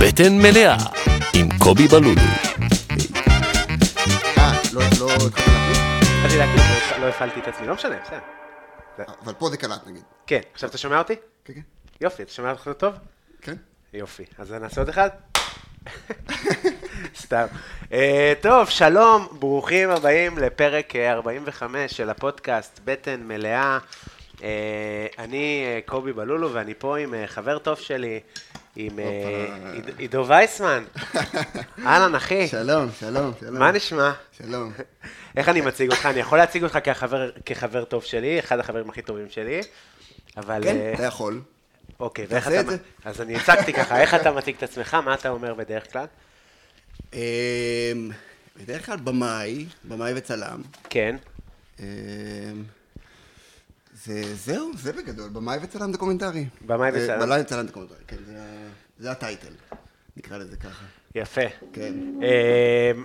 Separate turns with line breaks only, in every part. בטן מלאה, עם קובי בלולו.
אה, לא, לא התחלתי להקליט?
התחלתי להקליט, לא הפ- לא הפעלתי את עצמי, לא משנה, בסדר.
אבל פה זה קלט נגיד.
כן, עכשיו אתה שומע אותי?
כן, כן.
יופי, אתה שומע אותך טוב?
כן?
יופי, אז נעשה עוד אחד? סתם. אה, טוב, שלום, ברוכים הבאים לפרק אה, 45 של הפודקאסט בטן מלאה. אה, אני אה, קובי בלולו ואני פה עם אה, חבר טוב שלי, עם אה,
הופה.
עיד- עידו וייסמן. אהלן, אחי,
שלום, שלום, שלום.
אה. מה נשמע?
שלום.
איך אני מציג אותך? אני יכול להציג אותך כחבר, כחבר טוב שלי, אחד החברים הכי טובים שלי, אבל...
כן,
אה,
אתה יכול.
אוקיי, ואיך
תעשה
אתה...
את
אז אני הצגתי ככה, איך אתה מציג את עצמך, מה אתה אומר בדרך כלל?
אמ, בדרך כלל במאי, במאי וצלם.
כן.
אמ, זה- זהו, זה בגדול, במאי וצלם דוקומנטרי.
במאי
אה,
וצלם.
במאי וצלם דוקומנטרי, כן, זה ה- זה הטייטל, נקרא לזה ככה.
יפה.
כן.
אמ,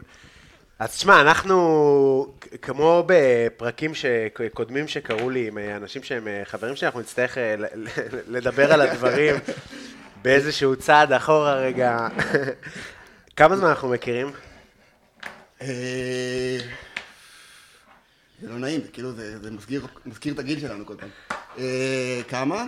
אז שמע, אנחנו, כ- כמו בפרקים ש- קודמים שקרו לי עם אה, אנשים שהם אה, חברים שלי, אנחנו נצטרך אה, ל- ל- לדבר על הדברים באיזשהו צעד אחורה רגע. כמה זמן אנחנו מכירים?
אה, זה לא נעים, זה כאילו זה, זה מזכיר, מזכיר את הגיל שלנו כל פעם. אה, כמה?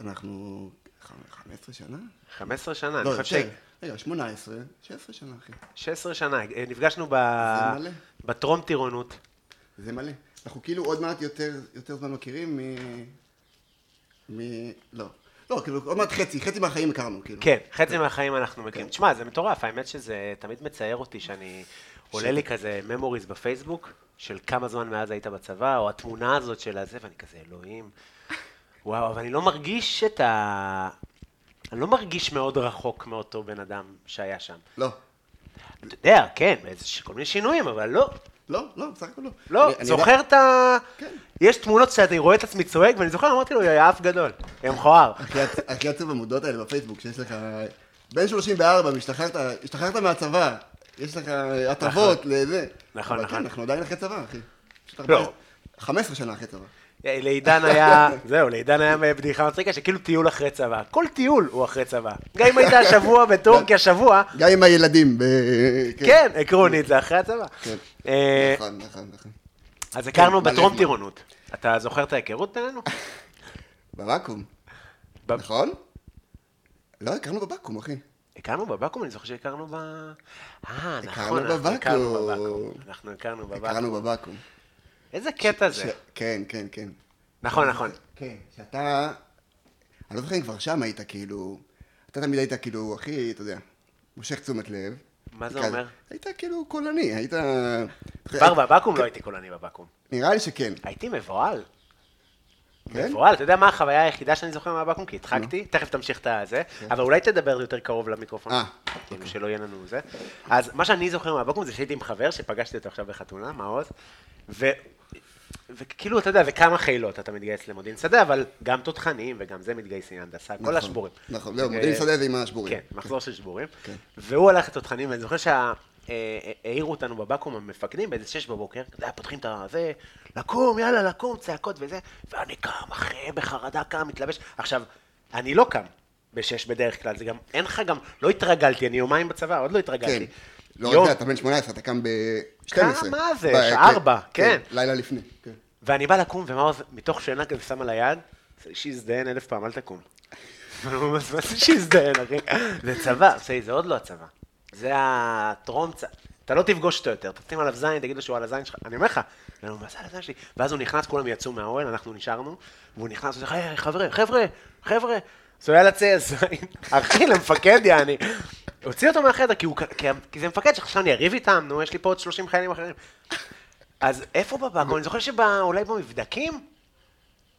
אנחנו ח- 15 שנה?
15 שנה, אני
לא,
חושב ש...
יותר. רגע, 18, 16 שנה אחי.
16 שנה, אה, נפגשנו ב...
זה מלא.
בטרום טירונות.
זה מלא. אנחנו כאילו עוד מעט יותר, יותר זמן מכירים מ... מ... לא. לא, כאילו עוד מעט חצי, חצי מהחיים הכרנו, כאילו.
כן, חצי מהחיים אנחנו
כן.
מכירים. תשמע, זה מטורף, האמת שזה תמיד מצער אותי שאני... עולה לי כזה memories בפייסבוק, של כמה זמן מאז היית בצבא, או התמונה הזאת של הזה, ואני כזה, אלוהים. וואו, אבל אני לא מרגיש את ה... אני לא מרגיש מאוד רחוק מאותו בן אדם שהיה שם.
לא.
אתה יודע, כן, באיזה- כל מיני שינויים, אבל לא,
לא, לא, בסך הכל לא.
לא,
אני- אני
זוכר את ה...
כן.
יש תמונות שאני רואה את עצמי צועק, ואני זוכר, אמרתי לו, יא אף גדול, יא מכוער.
הכי עצ- הכי עצוב עמודות האלה בפייסבוק, שיש לך... בן 34, משתחררת, השתחררת מהצבא, יש לך הטבות לזה.
נכון,
אבל
נכון.
כן, אנחנו עדיין אחרי צבא, אחי. פשוט
לא.
הרבה- 15 שנה אחרי צבא.
לעידן היה, זהו, לעידן היה בדיחה מצחיקה, שכאילו טיול אחרי צבא. כל טיול הוא אחרי צבא. גם אם היית השבוע בטורקיה שבוע,
גם עם הילדים. ב...
כן, עקרונית, זה אחרי הצבא.
כן.
אה,
נכון, נכון, נכון.
אז הכרנו
מלא
בטרום
זמן.
טירונות. אתה זוכר את ההיכרות בינינו?
נכון. בבקו"ם,
ב-
נכון? לא, הכרנו בבקו"ם, אחי.
הכרנו בבקו"ם? אני זוכר שהכרנו ב... אה,
הכרנו
נכון, אנחנו הכרנו
בבקו"ם.
בבקו"ם. אנחנו הכרנו בבקו"ם.
הכרנו בבקו"ם.
איזה קטע
ש-
זה.
כן, כן, כן.
נכון, נכון.
כן, שאתה... אני לא זוכר אם כבר שם היית כאילו... אתה תמיד היית כאילו הכי, אתה יודע, מושך תשומת לב.
מה זה
כזה.
אומר?
היית כאילו קולני, היית... אה,
כבר
כן.
בבקו"ם לא הייתי קולני בבקו"ם.
נראה לי שכן.
הייתי מבוהל.
כן?
מבוהל, אתה יודע מה החוויה היחידה שאני זוכר מהבקו"ם? כי הדחקתי, תכף תמשיך את הזה, אבל אולי תדבר יותר קרוב למיקרופון,
כן. אה,
כאילו שלא יהיה לנו זה. אז מה שאני זוכר מהבקו"ם זה שהייתי עם חבר שפגשתי אותו עכשיו בחתונה, מעוז, ו... וכאילו, אתה יודע, זה כמה חילות אתה מתגייס למודיעין שדה, אבל גם תותחנים וגם זה מתגייסים, הנדסה, כל
נכון,
השבורים.
נכון, זהו,
אה,
מודיעין שדה זה עם השבורים.
כן, מחזור של שבורים.
כן.
והוא הלך לתותחנים, ואני זוכר שהעירו אותנו בבקו"ם המפקדים באיזה שש בבוקר, זה היה פותחים את הזה, לקום, יאללה, לקום, צעקות וזה, ואני קם אחרי, בחרדה קם, מתלבש. עכשיו, אני לא קם בשש בדרך כלל, זה גם, אין לך גם, לא התרגלתי, אני יומיים בצבא, עוד לא
כן.
התרגלתי.
לא
יום.
רק זה, אתה בן 18, אתה קם ב-12.
כמה זה? שעה ארבע, כן.
לילה לפני. כן.
ואני בא לקום, ומעוז, מתוך שינה כזה שם על היד, שיזדיין אלף פעם, אל תקום. נו, מה זה שיזדיין, אחי? זה צבא, אחי, זה עוד לא הצבא. זה הטרום צבא. אתה לא תפגוש אותו יותר, תשים עליו זין, תגיד לו שהוא על הזין שלך, אני אומר לך, אני אומר, מה זה על הזין שלי? ואז הוא נכנס, כולם יצאו מהאוהל, אנחנו נשארנו, והוא נכנס, הוא אומר, "היי, חבר'ה, חבר'ה, חבר'ה, אז הוא היה לצי הזין, אחי, למפקד, יעני. הוציא אותו מהחדר, כי, הוא, כי, כי זה מפקד שחשב שאני אריב איתם, נו, יש לי פה עוד 30 חיילים אחרים. אז איפה בבקו"ם? אני זוכר שאולי במבדקים?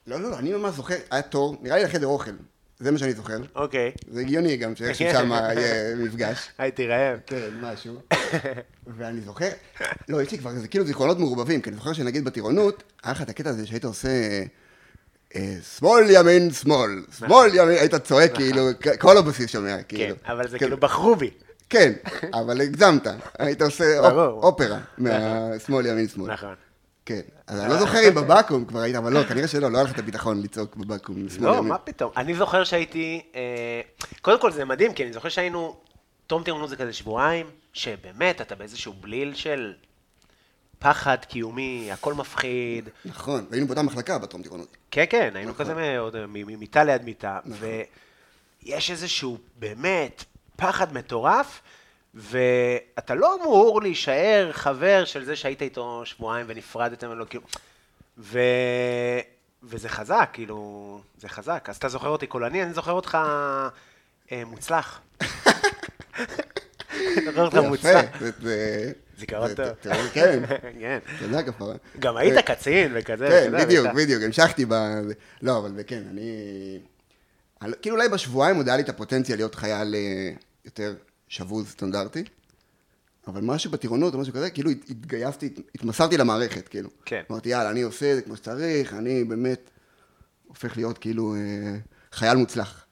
לא, לא, לא, אני ממש זוכר, היה תור, נראה לי לחדר אוכל. זה מה שאני זוכר.
אוקיי.
זה הגיוני גם שאיכשהו שם יהיה מפגש.
הייתי רעב.
כן, משהו. ואני זוכר, לא, יש לי כבר, זה כאילו זיכרונות מעורבבים, כי אני זוכר שנגיד בטירונות, היה לך את הקטע הזה שהיית עושה... אה, שמאל, ימין, שמאל,
נכון.
שמאל, ימין, היית צועק כאילו, כ- כל הבסיס שומע,
כן,
כאילו.
אבל זה
כן,
כאילו בחרו בי.
כן, אבל הגזמת, היית עושה אופ-
ברור.
אופרה, מהשמאל, ימין, שמאל.
נכון.
כן. אז אני לא זוכר אם בבקו"ם כבר היית, אבל לא, כנראה שלא, לא היה לך את הביטחון לצעוק בבקו"ם. משמאל,
לא,
ימין.
מה פתאום. אני זוכר שהייתי... אה, קודם כל זה מדהים, כי אני זוכר שהיינו... תום טירונות זה כזה שבועיים, שבאמת, אתה באיזשהו בליל של פחד קיומי, הכל מפחיד.
נכון, והיינו באותה מחלקה בטרום טירונות.
כן, כן, היינו
נכון.
כזה מאוד, מ- מ- מיטה ליד מיטה, ויש איזשהו באמת פחד מטורף, ואתה לא אמור להישאר חבר של זה שהיית איתו שבועיים ונפרדתם ולא כאילו... ו... וזה חזק, כאילו, זה חזק. אז אתה זוכר אותי קולני, אני זוכר אותך אה, מוצלח. אני זוכר אותך מוצלח.
יפה, זה- זה-
זיכרון
זה-
טוב.
זה- כן,
כן.
תודה כפרה.
גם
אה,
היית קצין וכזה.
כן,
אתה יודע,
בדיוק,
והיית-
בדיוק, המשכתי ב... לא, אבל כן, אני... אני- כאילו אולי בשבועיים עוד היה לי את הפוטנציה להיות חייל אה, יותר שבוז, סטנדרטי, אבל משהו בטירונות או משהו כזה, כאילו הת- התגייסתי, הת- התמסרתי למערכת, כאילו.
כן.
אמרתי, יאללה, אני עושה את זה כמו שצריך, אני באמת הופך להיות כאילו אה, חייל מוצלח.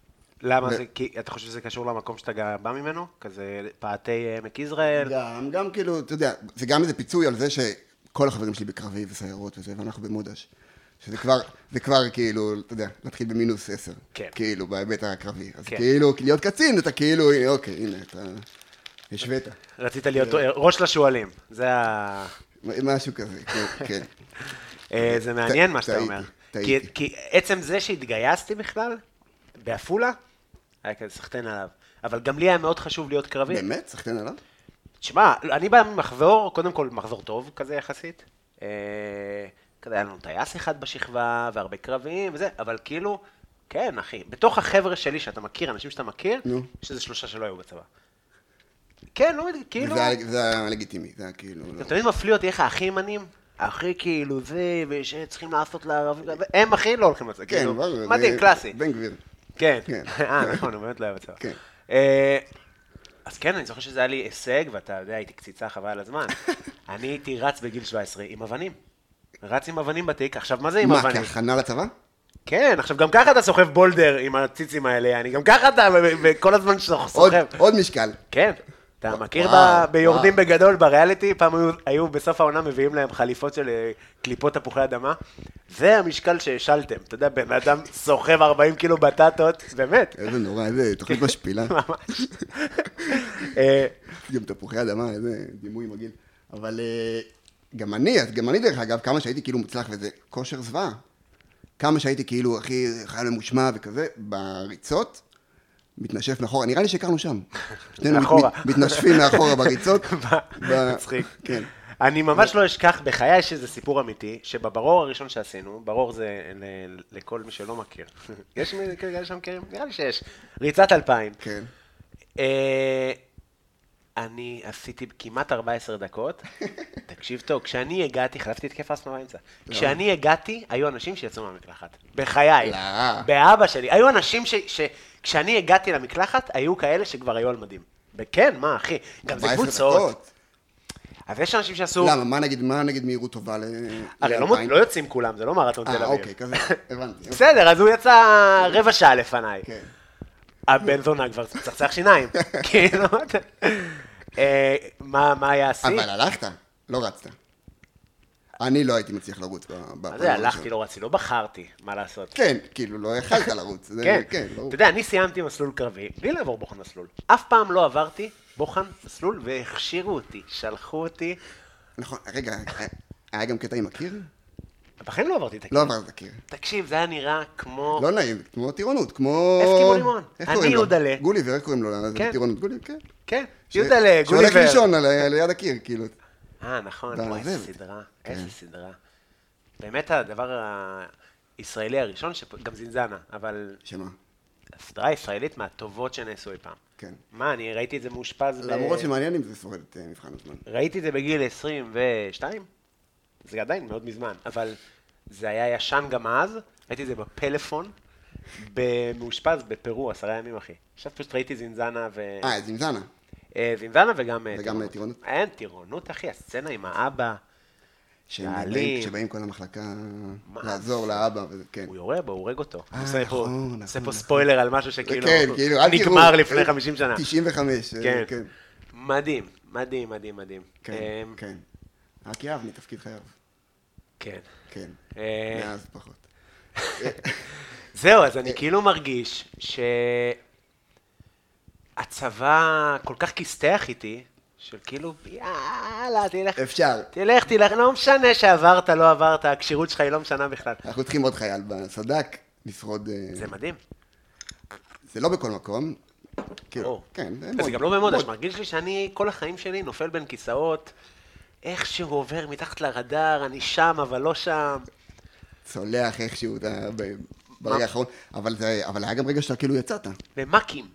למה
ו-
זה, כי אתה חושב שזה קשור למקום שאתה גר- בא ממנו? כזה פעתי אה, עמק יזרעאל?
גם, גם כאילו, אתה יודע, זה גם איזה פיצוי על זה שכל החברים שלי בקרבי וסיירות וזה, ואנחנו במודש. שזה כבר, זה כבר כאילו, אתה יודע, להתחיל במינוס עשר.
כן.
כאילו, בהיבט הקרבי. אז
כן.
כאילו, להיות קצין, אתה כאילו, הנה, אוקיי, הנה, אתה השווית.
רצית להיות אה, ראש לשועלים, זה ה...
משהו כזה, כן, כן.
אה, זה מעניין
ט-
מה שאתה
טעיתי,
אומר.
טעיתי.
כי- כי עצם זה שהתגייסתי בכלל, בעפולה, היה כזה סחטיין עליו. אבל גם לי היה מאוד חשוב להיות קרבי.
באמת? סחטיין עליו?
תשמע, אני בא ממחזור, קודם כל מחזור טוב כזה יחסית. אה, כזה היה לנו טייס אחד בשכבה, והרבה קרביים וזה, אבל כאילו, כן, אחי, בתוך החבר'ה שלי שאתה מכיר, אנשים שאתה מכיר,
נו.
יש איזה שלושה שלא היו בצבא. כן, לא, יודע, כאילו,
זה היה- זה היה לגיטימי, זה היה כאילו... לא.
זה תמיד מפליא אותי איך האחים ימנים, הכי כאילו זה, ושצריכים לעשות לערבים, הם הכי לא הולכים לצבא,
כן,
כאילו,
ברור.
מדהים,
זה-
קלאסי.
בן גביר.
כן.
כן.
אה, נכון, הוא באמת לא היה בצבא.
כן.
אה, אז כן, אני זוכר שזה היה לי הישג, ואתה יודע, הייתי קציצה חבל על הזמן. אני הייתי רץ בגיל 17 עם אבנים. רץ עם אבנים בתיק, עכשיו מה זה עם
מה,
אבנים?
כהכנה לצבא?
כן, עכשיו גם ככה אתה סוחב בולדר עם הציצים האלה, יעני, גם ככה אתה כל הזמן סוח-
עוד-
סוחב.
עוד משקל.
כן. אתה מכיר
וואו,
ב- ביורדים
וואו.
בגדול בריאליטי, פעם היו- היו בסוף העונה מביאים להם חליפות של אה, קליפות תפוחי אדמה. זה המשקל שהשלתם, אתה יודע, בן אדם סוחב 40 קילו בטטות, באמת.
איזה נורא, איזה תוכנית משפילה.
ממש. אה,
גם תפוחי אדמה, איזה דימוי מגעיל. אבל אה, גם אני, אז גם אני דרך אגב, כמה שהייתי כאילו מוצלח וזה כושר זוועה. כמה שהייתי כאילו הכי חייל ממושמע וכזה, בריצות, מתנשף מאחורה, נראה לי שהכרנו שם. שנינו מת-
מאחורה.
מת- מתנשפים מאחורה בריצות.
ב-
ב-
מצחיק.
כן.
אני ממש לא אשכח בחיי שזה סיפור אמיתי, שבברור הראשון שעשינו, ברור זה ל- לכל מי שלא מכיר. יש מי כאלה שמכירים? נראה לי שיש. ריצת אלפיים.
כן.
אה, אני עשיתי כמעט 14 דקות. תקשיב טוב, כשאני הגעתי, חלפתי התקף אסמה באמצע. כשאני הגעתי, היו אנשים שיצאו מהמקלחת. בחיי.
לא.
באבא שלי. היו אנשים ש... ש... כשאני הגעתי למקלחת, היו כאלה שכבר היו על מדים. וכן, מה, אחי? גם זה
14
קבוצות.
דקות. לא,
אז יש אנשים שעשו...
למה, מה נגיד, מה נגיד מהירות טובה ל...
הרי לא,
לאלפיים?
מ- לא יוצאים כולם, זה לא מרתון תל
אה,
אביב.
אוקיי, כזה, הבנתי.
בסדר, אז הוא יצא רבע שעה לפניי.
כן.
הבן זונה כבר צחצח שיניים. כאילו, מה אתה- אה, מה מה היה השיא?
אבל הלכת, לא רצת. אני לא הייתי מצליח לרוץ ב- בפעם
מה זה, הלכתי,
הראשונה.
לא רציתי, לא בחרתי מה לעשות.
כן, כאילו, לא יכלת לרוץ. זה-
כן,
כן, ברור.
אתה יודע, אני סיימתי מסלול קרבי, בלי לעבור בוחן מסלול. אף פעם לא עברתי בוחן מסלול, והכשירו אותי, שלחו אותי.
נכון, רגע, היה גם קטע עם הקיר?
בחיים לא עברתי את הקיר.
לא עברת את הקיר.
תקשיב, זה היה נראה כמו...
לא נעים, כמו טירונות, כמו...
אסקימו לימון.
איך
אני
קוראים לו?
יודלה.
גוליבר, איך קוראים לו?
כן.
כן. טירונות גוליבר, כן.
כן,
ש-
יודלה,
שהולך
גוליבר.
לישון על ה- ליד הקיר, כאילו.
אה, נכון,
ועל
וואי, איזה
הזבל.
סדרה,
כן.
איזה סדרה. באמת הדבר הישראלי הראשון, שפ- גם זינזנה, אבל
שמה?
הסדרה הישראלית מהטובות שנעשו אי פעם.
כן.
מה, אני ראיתי את זה מאושפז ב...
למרות שמעניין אם זה שורד את אה, מבחן הזמן.
ראיתי את זה בגיל 22, זה עדיין מאוד מזמן, אבל זה היה ישן גם אז, ראיתי את זה בפלאפון, במאושפז בפרו, עשרה ימים אחי. עכשיו פשוט ראיתי זינזנה ו...
אה, זינזנה.
אה, זינזנה וגם... אה,
וגם, אה, טירונות.
אין, טירונות אחי, הסצנה עם האבא,
שהם
נעלים.
באים- כשבאים כל המחלקה לעזור לאבא, וזה, כן.
הוא יורה בו, הוא הורג אותו.
אה,
עושה פה-
נכון, נכון,
עושה פה
נכון.
ספוילר על משהו שכאילו...
כן, כאילו, אל תראו.
נגמר לפני 50 שנה.
95, אה,
כן.
כן.
מדהים, מדהים, מדהים, מדהים.
כן,
אמ,
כן. רק יאהב מתפקיד חייו.
כן.
כן.
אה.
מאז פחות.
זהו, אז
אה.
אני כאילו מרגיש שהצבא כל כך כיסתח איתי, של כאילו, יאללה, תלך,
אפשר.
תלך, תלך, לא משנה שעברת, לא עברת, הכשירות שלך היא לא משנה בכלל.
אנחנו צריכים עוד חייל בסד"כ, לשרוד... אה,
זה מדהים.
זה לא בכל מקום. כאילו,
ברור.
כן.
אז זה גם לא במודה, שמרגיש לי שאני כל החיים שלי נופל בין כיסאות, איכשהו עובר מתחת לרדאר, אני שם אבל לא שם.
צולח איכשהו אתה ב- ברגע האחרון, אבל זה- אבל היה גם רגע שאתה כאילו יצאת.
למ"כים.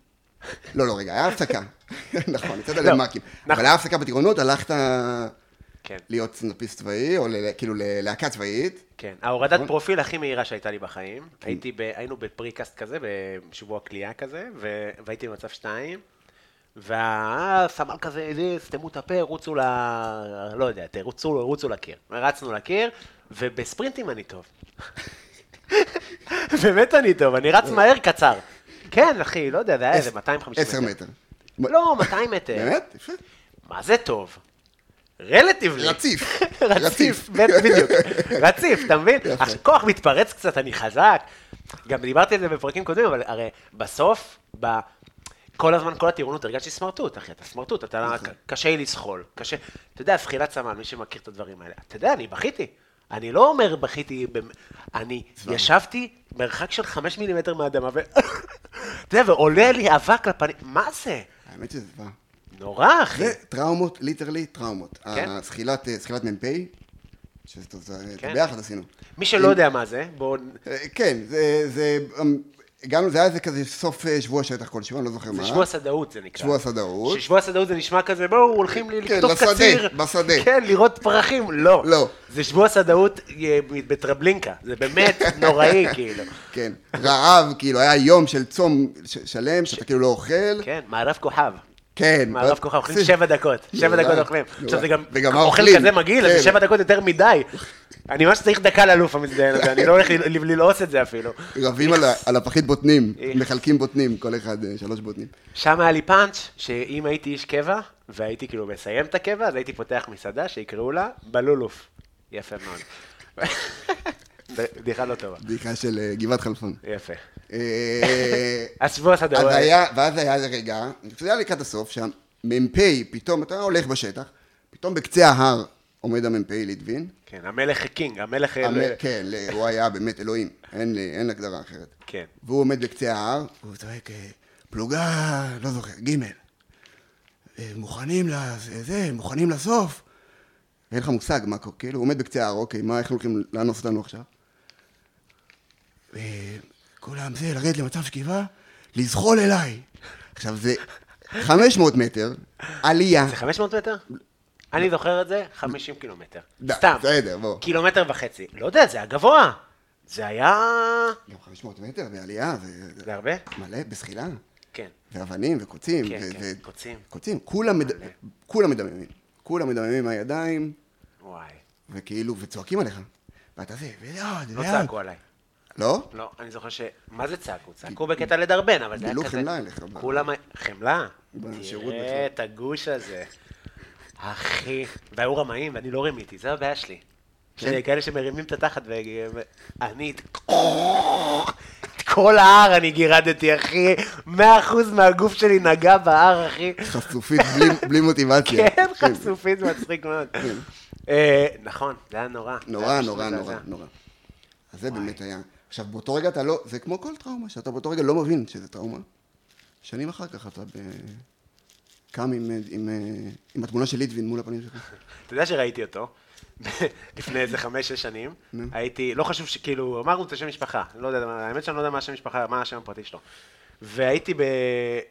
לא, לא, רגע, היה הפסקה. נכון, יצאת
לא,
למ"כים. אבל
נכון.
היה הפסקה בטירונות, הלכת
כן,
להיות סנדאפיסט צבאי, או ל- כאילו ללהקה צבאית.
כן. ההורדת
נכון.
פרופיל הכי מהירה שהייתה לי בחיים. הייתי ב... היינו בפריקאסט כזה, בשבוע קליעה כזה, ו... והייתי במצב שתיים. והסמל כזה, "אה, סתמו את הפה, רוצו ל... לא יודע, תרוצו, רוצו לקיר. רצנו לקיר, ובספרינטים אני טוב. באמת אני טוב, אני רץ מהר קצר. כן, אחי, לא יודע, זה היה איזה 250
עשר מטר.
לא, 200 מטר.
באמת? יפה.
מה זה טוב? רלטיבלי.
רציף.
רציף, ב- בדיוק. רציף, אתה מבין?
יפה.
עכשיו, כוח מתפרץ קצת, אני חזק. גם דיברתי על זה בפרקים קודמים, אבל הרי בסוף, ב... כל הזמן, כל הטירונות, הרגשתי סמרטוט, אחי, אתה סמרטוט, אתה...
נכון.
קשה לי לסחול, קשה... אתה יודע, זחילת סמן, מי שמכיר את הדברים האלה. אתה יודע, אני בכיתי. אני לא אומר בכיתי, במ- אני ישבתי מרחק של חמש מילימטר מהאדמה, ו... אתה יודע, ועולה לי אבק לפנים, מה זה?
האמת שזה דבר.
נורא, אחי.
זה טראומות, ליטרלי טראומות.
כן.
הזחילת אה, זחילת מ"פ, שזה טוב, זה-
כן.
ביחד עשינו.
מי שלא יודע מה זה, בואו...
אה, כן, זה, זה, אמ, גם זה היה איזה כזה סוף אה, שבוע שטח כלשהו, אני לא זוכר מה.
זה שבוע סדאות זה נקרא.
שבוע סדאות.
ששבוע הסדאות זה נשמע כזה, בואו, הולכים לי
כן,
לקטוף
בשדה,
קציר.
בשדה.
כן, לראות פרחים, לא.
לא.
זה שבוע סדאות אה, בטרבלינקה, זה באמת נוראי, כאילו.
כן, רעב, כאילו, היה יום של צום ש- שלם, שאתה כאילו לא אוכל.
כן, מערב כוכב.
כן.
מערב
ו-
כוכב, אוכלים
זה-
שבע דקות, שבע
נורא,
דקות אוכלים.
נורא.
עכשיו זה גם,
וגם מה
אוכל
אוכלים?
כזה מגעיל, אז
כן.
זה שבע דקות יותר מדי. אני ממש צריך דקה לאלוף המזדיין הזה, אני לא הולך ל- ל- ללעוס את זה אפילו.
רבים על ה- על הפחית בוטנים,
איך.
מחלקים בוטנים, כל אחד אה, שלוש בוטנים.
שם היה לי פאנץ', שאם הייתי איש קבע, והייתי כאילו מסיים את הקבע, אז הייתי פותח מסעדה שיקראו לה בלולוף. יפה מאוד. בדיחה לא טובה.
בדיחה של אה, גבעת חלפון.
יפה.
אה,
אז שבוע הסדרות.
אז היה, ואז היה איזה רגע, אני חושב שזה היה לקראת הסוף, שהמ"פ, פתאום, אתה הולך בשטח, פתאום בקצה ההר עומד המ"פ ליטבין.
כן, המלך קינג, המלך...
המ-
אל-
כן, ל- הוא היה באמת אלוהים, אין לי- אין הגדרה אחרת.
כן.
והוא עומד בקצה ההר, והוא צועק, אה, פלוגה, לא זוכר, ג' אה, מוכנים לזה, זה, מוכנים לסוף. אין לך מושג מה קורה, כאילו, הוא עומד בקצה ההר, אוקיי, מה, איך הולכים לאנוס אותנו עכשיו? אה, כולם זה, לרדת למצב שכיבה, לזחול אליי. עכשיו זה 500 מטר, עלייה,
זה 500 מטר? אני זוכר את זה 50 קילומטר.
די,
סתם.
בסדר, בוא.
קילומטר וחצי. לא יודע, זה היה גבוה. זה היה...
גם 500 מטר בעלייה, זה-
זה הרבה?
מלא, בזחילה,
כן.
ואבנים וקוצים.
כן,
ו-
כן,
ו-
קוצים. כן.
קוצים, כולם מד- כולם מדממים. כולם מדממים מהידיים,
וואי.
וכאילו, וצועקים עליך. ואתה זה, ולעוד,
לא
ולעוד.
צעקו עליי.
לא?
לא, אני זוכר ש... מה זה צעקו? צעקו בקטע לדרבן, אבל זה היה
גילו
כזה...
חמלה אליך ב-
כולם... חמלה?
בשירות בכלל.
תראה את הגוש הזה. אחי, והיו רמאים, ואני לא רימיתי, זה הבעיה שלי.
כן.
יש כאלה שמרימים את התחת, ו- ואני... את את כל ההר אני גירדתי, אחי. 100% מהגוף שלי נגע בהר, אחי.
חצופית, בלי- בלי מוטיבציה.
כן, חצופית, מצחיק מאוד. אה, נכון, זה היה נורא. זה היה
כן. נורא,
פשוט
נורא,
מזעזע.
נורא, נורא. אז זה באמת היה. עכשיו, באותו רגע אתה לא, זה כמו כל טראומה, שאתה באותו רגע לא מבין שזה טראומה. שנים אחר כך אתה ב... קם עם, עם, עם התמונה של ליטבין מול הפנים שלך.
אתה יודע שראיתי אותו לפני איזה חמש-שש שנים,
נו.
הייתי, לא חשוב שכאילו, אמרנו את השם משפחה, לא יודע, מה- האמת שאני לא יודע מה השם משפחה, מה השם הפרטי שלו. והייתי ב,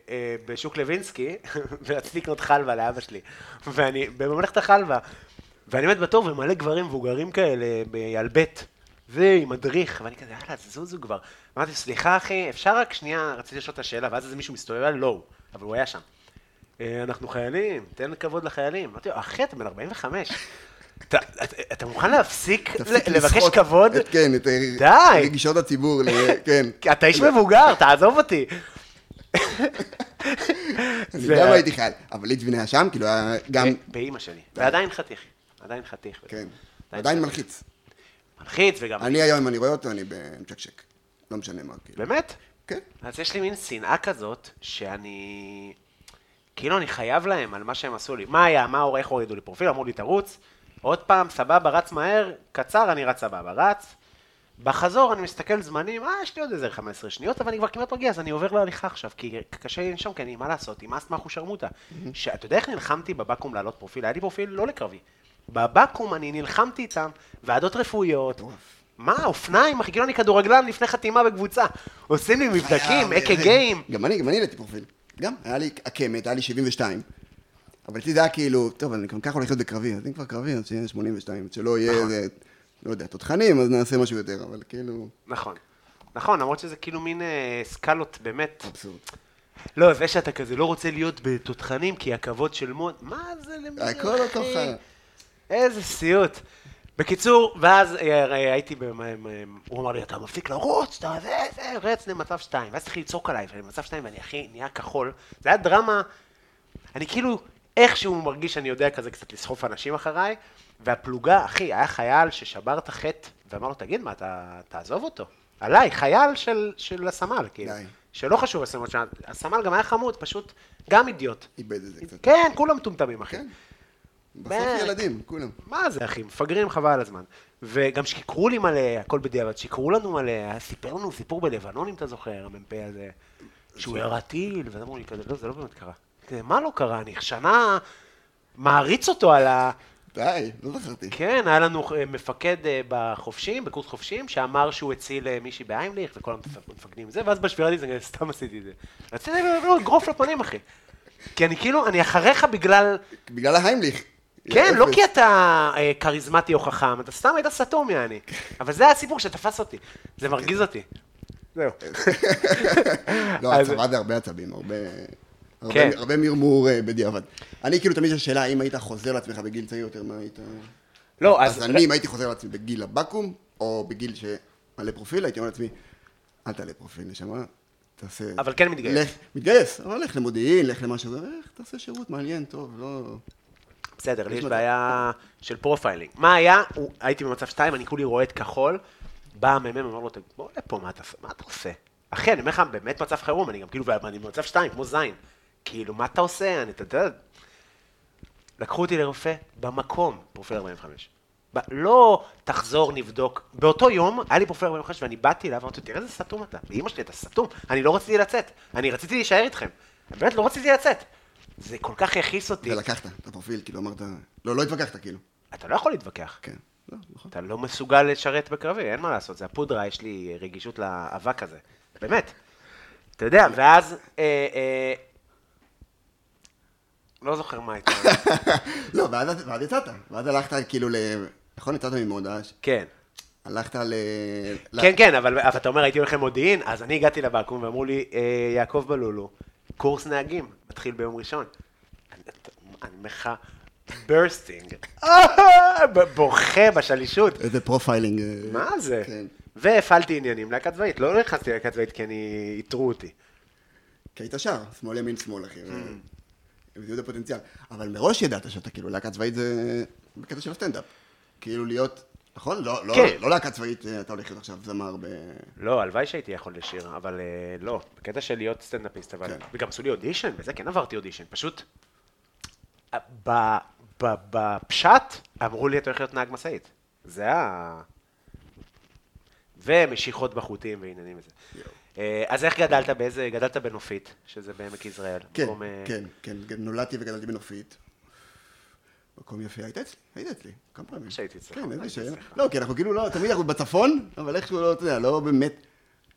אה, בשוק לוינסקי, ורציתי לקנות חלבה לאבא שלי, ואני, בממלכת החלבה, ואני עומד בתור ומלא גברים מבוגרים כאלה, בילבט, ועם מדריך, ואני כזה, יאללה, זוזו כבר. אמרתי, סליחה אחי, אפשר רק שנייה, רציתי לשאול את השאלה, ואז איזה מישהו מסתובב, עליי? לא הוא, אבל הוא היה שם. "אה, אנחנו חיילים, תן כבוד לחיילים. אמרתי לו, אחי, אתה בן 45. אתה, אתה, אתה מוכן להפסיק
תפסיק
ל- לבקש
לסחוט
כבוד?
את- כן, את
די.
רגישות הציבור, ל- כן.
כי אתה איש מבוגר, תעזוב אותי.
אני
זה-
גם הייתי חייל, אבל ליטבין היה שם,
אה.
כאילו היה גם,
ב- באימא שלי. ועדיין חתיך, עדיין חתיך.
כן, עדיין מלחיץ.
מלחיץ וגם...
אני היום, אם אני רואה אותו, אני במצ'קשק. לא משנה מה, כאילו.
באמת?
כן.
אז יש לי מין שנאה כזאת, שאני... כאילו אני חייב להם על מה שהם עשו לי. מה היה, מה, איך הורידו לי פרופיל, אמרו לי תרוץ, עוד פעם, סבבה, רץ מהר, קצר, אני רץ סבבה, רץ. בחזור אני מסתכל זמנים, אה, יש לי עוד איזה 15 שניות, אבל אני כבר כמעט מגיע, אז אני עובר להליכה עכשיו, כי קשה לי לנשום, כי אני, מה לעשות, עם אסתמה אחושרמוטה. שאתה יודע איך נלחמתי בבקו"ם לעלות פרופיל? היה לי פרופיל לא לקרבי. בבקו"ם אני נלחמתי איתם, ועדות רפואיות, מה, אופניים, אחי, כאילו אני כדורגלן לפני חתימה בקבוצה. עושים לי מבדקים,
היה,
אקה
באמת.
גיים.
גם אני, גם אני העליתי פרופיל. גם, היה לי עקמת, היה לי 72. אבל אצלי זה היה כאילו, טוב, אני גם ככה הולך להיות בקרבי, אז אם כבר קרבי, אז שיהיה 82, שלא יהיה איזה, לא יודע, תותחנים, אז נעשה משהו יותר, אבל כאילו,
נכון. נכון, למרות שזה כאילו מין אה, סקלות, באמת.
אבסורד.
לא, זה שאתה כזה לא רוצה להיות בתותחנים, כי הכבוד של מון, מה זה למי,
הכל אה, אותו
אה,
חרא.
איזה סיוט. בקיצור, ואז אה, אה, הייתי, במ- אה, אה, הוא אמר לי, אתה מפסיק לרוץ, אתה זה, זה, רץ למצב שתיים. ואז התחיל לצעוק עליי, ואני במצב שתיים, ואני הכי נהיה כחול. זה היה דרמה, אני כאילו, איכשהו מרגיש שאני יודע כזה קצת לסחוף אנשים אחריי, והפלוגה, אחי, היה חייל ששבר את החטא, ואמר לו, תגיד, מה, אתה תעזוב אותו? עליי, חייל של, של הסמל, כאילו.
די.
שלא חשוב הסמל שנה, הסמל גם היה חמוד, פשוט גם אידיוט.
איבד את זה קצת.
כן, כולם מטומטמים, אחי.
כן. בסוף
באמת.
ילדים, כולם.
מה זה, אחי, מפגרים חבל על הזמן. וגם שיקרו לי מלא, הכל בדיעבד, שיקרו לנו מלא, סיפר לנו סיפור בלבנון, אם אתה זוכר, המ"פ הזה, שהוא ירה טיל, ואז אמרו לי כזה, לא, זה לא באמת קרה. כזה, מה לא קרה? אני שנה מעריץ אותו על ה...
די, לא זכרתי.
כן, היה לנו אה, מפקד אה, בחופשים, בקורס חופשים, שאמר שהוא הציל אה, מישהי באיימליך, וכל המפקדים זה, ואז בשבירה לי זה סתם עשיתי את זה. רציתי לא, לגרוף לפנים, אחי. כי אני כאילו, אני אחריך בגלל...
בגלל ההיימליך.
כן, לא
אפס.
כי אתה אה, כריזמטי או חכם, אתה סתם היית סתום יעני. אבל זה הסיפור שתפס אותי, זה מרגיז אותי. כן. זהו.
לא,
אז-
הצבא זה הרבה עצבים, הרבה... הרבה-
כן.
הרבה מרמור אה, בדיעבד. אני כאילו תמיד יש שאלה, אם היית חוזר לעצמך בגיל צעיר יותר, מה היית...
לא,
אז
אז...
אני, אם הייתי חוזר לעצמי בגיל הבקו"ם, או בגיל שמלא פרופיל, הייתי אומר לעצמי, אל תעלה פרופיל, נשמה, תעשה...
אבל כן מתגייס.
לך- מתגייס, אבל לך למודיעין, לך למשהו, לך תעשה שירות מעניין, טוב, לא...
בסדר, לי
יש
יש
מצב.
בעיה של פרופיילינג. מה היה? הוא- הייתי במצב שתיים, אני כולי רועד כחול, בא המ"מ, אמר לו, "ת- בוא לפה, מה אתה עושה? מה אתה עושה? אחי, אני אומר לך, באמת מצב חירום, אני גם כאילו, אני במצב שתיים, כמו זין. כאילו, מה אתה עושה? אני, אתה יודע... לקחו אותי לרופא במקום, פרופיל 45. ב- לא תחזור, נבדוק. באותו יום היה לי פרופיל 45 ואני באתי אליו, אמרתי, תראה איזה סתום אתה. לאמא שלי אתה סתום, אני לא רציתי לצאת. אני רציתי להישאר איתכם. באמת לא רציתי לצאת. זה כל כך הכעיס אותי.
ולקחת את הפרופיל, כאילו אמרת... לא, לא התווכחת, כאילו.
אתה לא יכול להתווכח.
כן. לא, נכון.
אתה לא מסוגל לשרת בקרבי, אין מה לעשות, זה הפודרה, יש לי רגישות לאבק הזה. באמת. אתה יודע, ואז... אה, אה, לא זוכר מה הייתה.
לא, ואז ואז יצאת, ואז הלכת כאילו ל... נכון, יצאת ממודעה,
כן.
הלכת ל... ל-
כן, כן, אבל אבל אתה אומר, הייתי הולך למודיעין, אז אני הגעתי לבקו"ם ואמרו לי, "אה, יעקב בלולו, קורס נהגים, מתחיל ביום ראשון. אני אני אומר לך, ברסטינג, בוכה בשלישות.
איזה פרופיילינג. אה,
מה זה?
כן.
והפעלתי עניינים להקה צבאית, לא נכנסתי להקה צבאית כי אני... איתרו אותי.
כי היית שר, שמאל ימין שמאל, אחי.
Hmm.
בדיוק הפוטנציאל. אבל מראש ידעת שאתה כאילו להקה צבאית זה בקטע של הסטנדאפ. כאילו להיות, נכון? לא, לא,
כן.
לא להקה צבאית, אה, אתה הולך להיות עכשיו זמר ב...
לא, הלוואי שהייתי יכול לשיר, אבל אה, לא, בקטע של להיות סטנדאפיסט, אבל...
כן.
וגם עשו לי אודישן, וזה כן עברתי אודישן, פשוט... אה, ב- ב- בפשט אמרו לי, אתה הולך להיות נהג משאית. זה ה... ומשיכות בחוטים ועניינים וזה. אה, אז איך גדלת באיזה... גדלת בנופית, שזה בעמק יזרעאל.
כן,
מקום, אה,
כן, כן. גם נולדתי וגדלתי בנופית. מקום יפה, היית אצלי, היית אצלי, כמה פעמים.
שהייתי אצלך,
כן,
הייתי
איזה שאלה.
אצלך.
לא, כי אנחנו כאילו לא, תמיד אנחנו בצפון, אבל איכשהו לא, אתה יודע, לא באמת.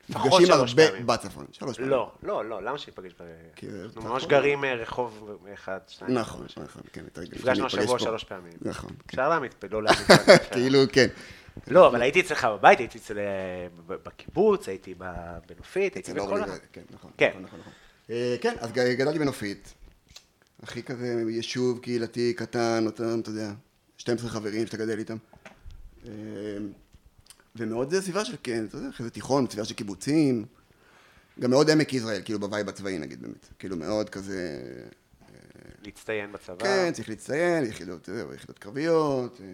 לפחות
נפגשים
שלוש
הרבה
פעמים.
בצפון. שלוש פעמים.
לא, לא, לא, למה שניפגש ב...
כי
אנחנו
אתה
ממש
פה.
גרים אה, רחוב אחד, שניים.
נכון,
שלוש.
נכון, כן. אתה-
נפגשנו
ניפגש
השבוע
פה.
שלוש פעמים.
נכון. כן.
אפשר להעמיד, פה, לא להעמיד. פה, אפשר.
כאילו, כן.
לא, אבל הייתי אצלך בבית, הייתי אצל... אה, ב- בקיבוץ, הייתי ב- בנופית, הייתי
אצל
בכל...
אורלי,
ה-
זה- כן, נכון,
כן.
נכון, נכון, נכון. אה, כן, אז ג- גדלתי בנופית, הכי כזה יישוב קהילתי קטן, אותם, אתה יודע, 12 חברים שאתה גדל איתם. אה, ומאוד זה סביבה של, כן, אתה יודע, אחרי זה תיכון, סביבה של קיבוצים, גם מאוד עמק יזרעאל, כאילו בווייב הצבאי נגיד באמת, כאילו מאוד כזה,
להצטיין בצבא.
כן, צריך להצטיין, יחידות, אתה יודע, יחידות קרביות, אה,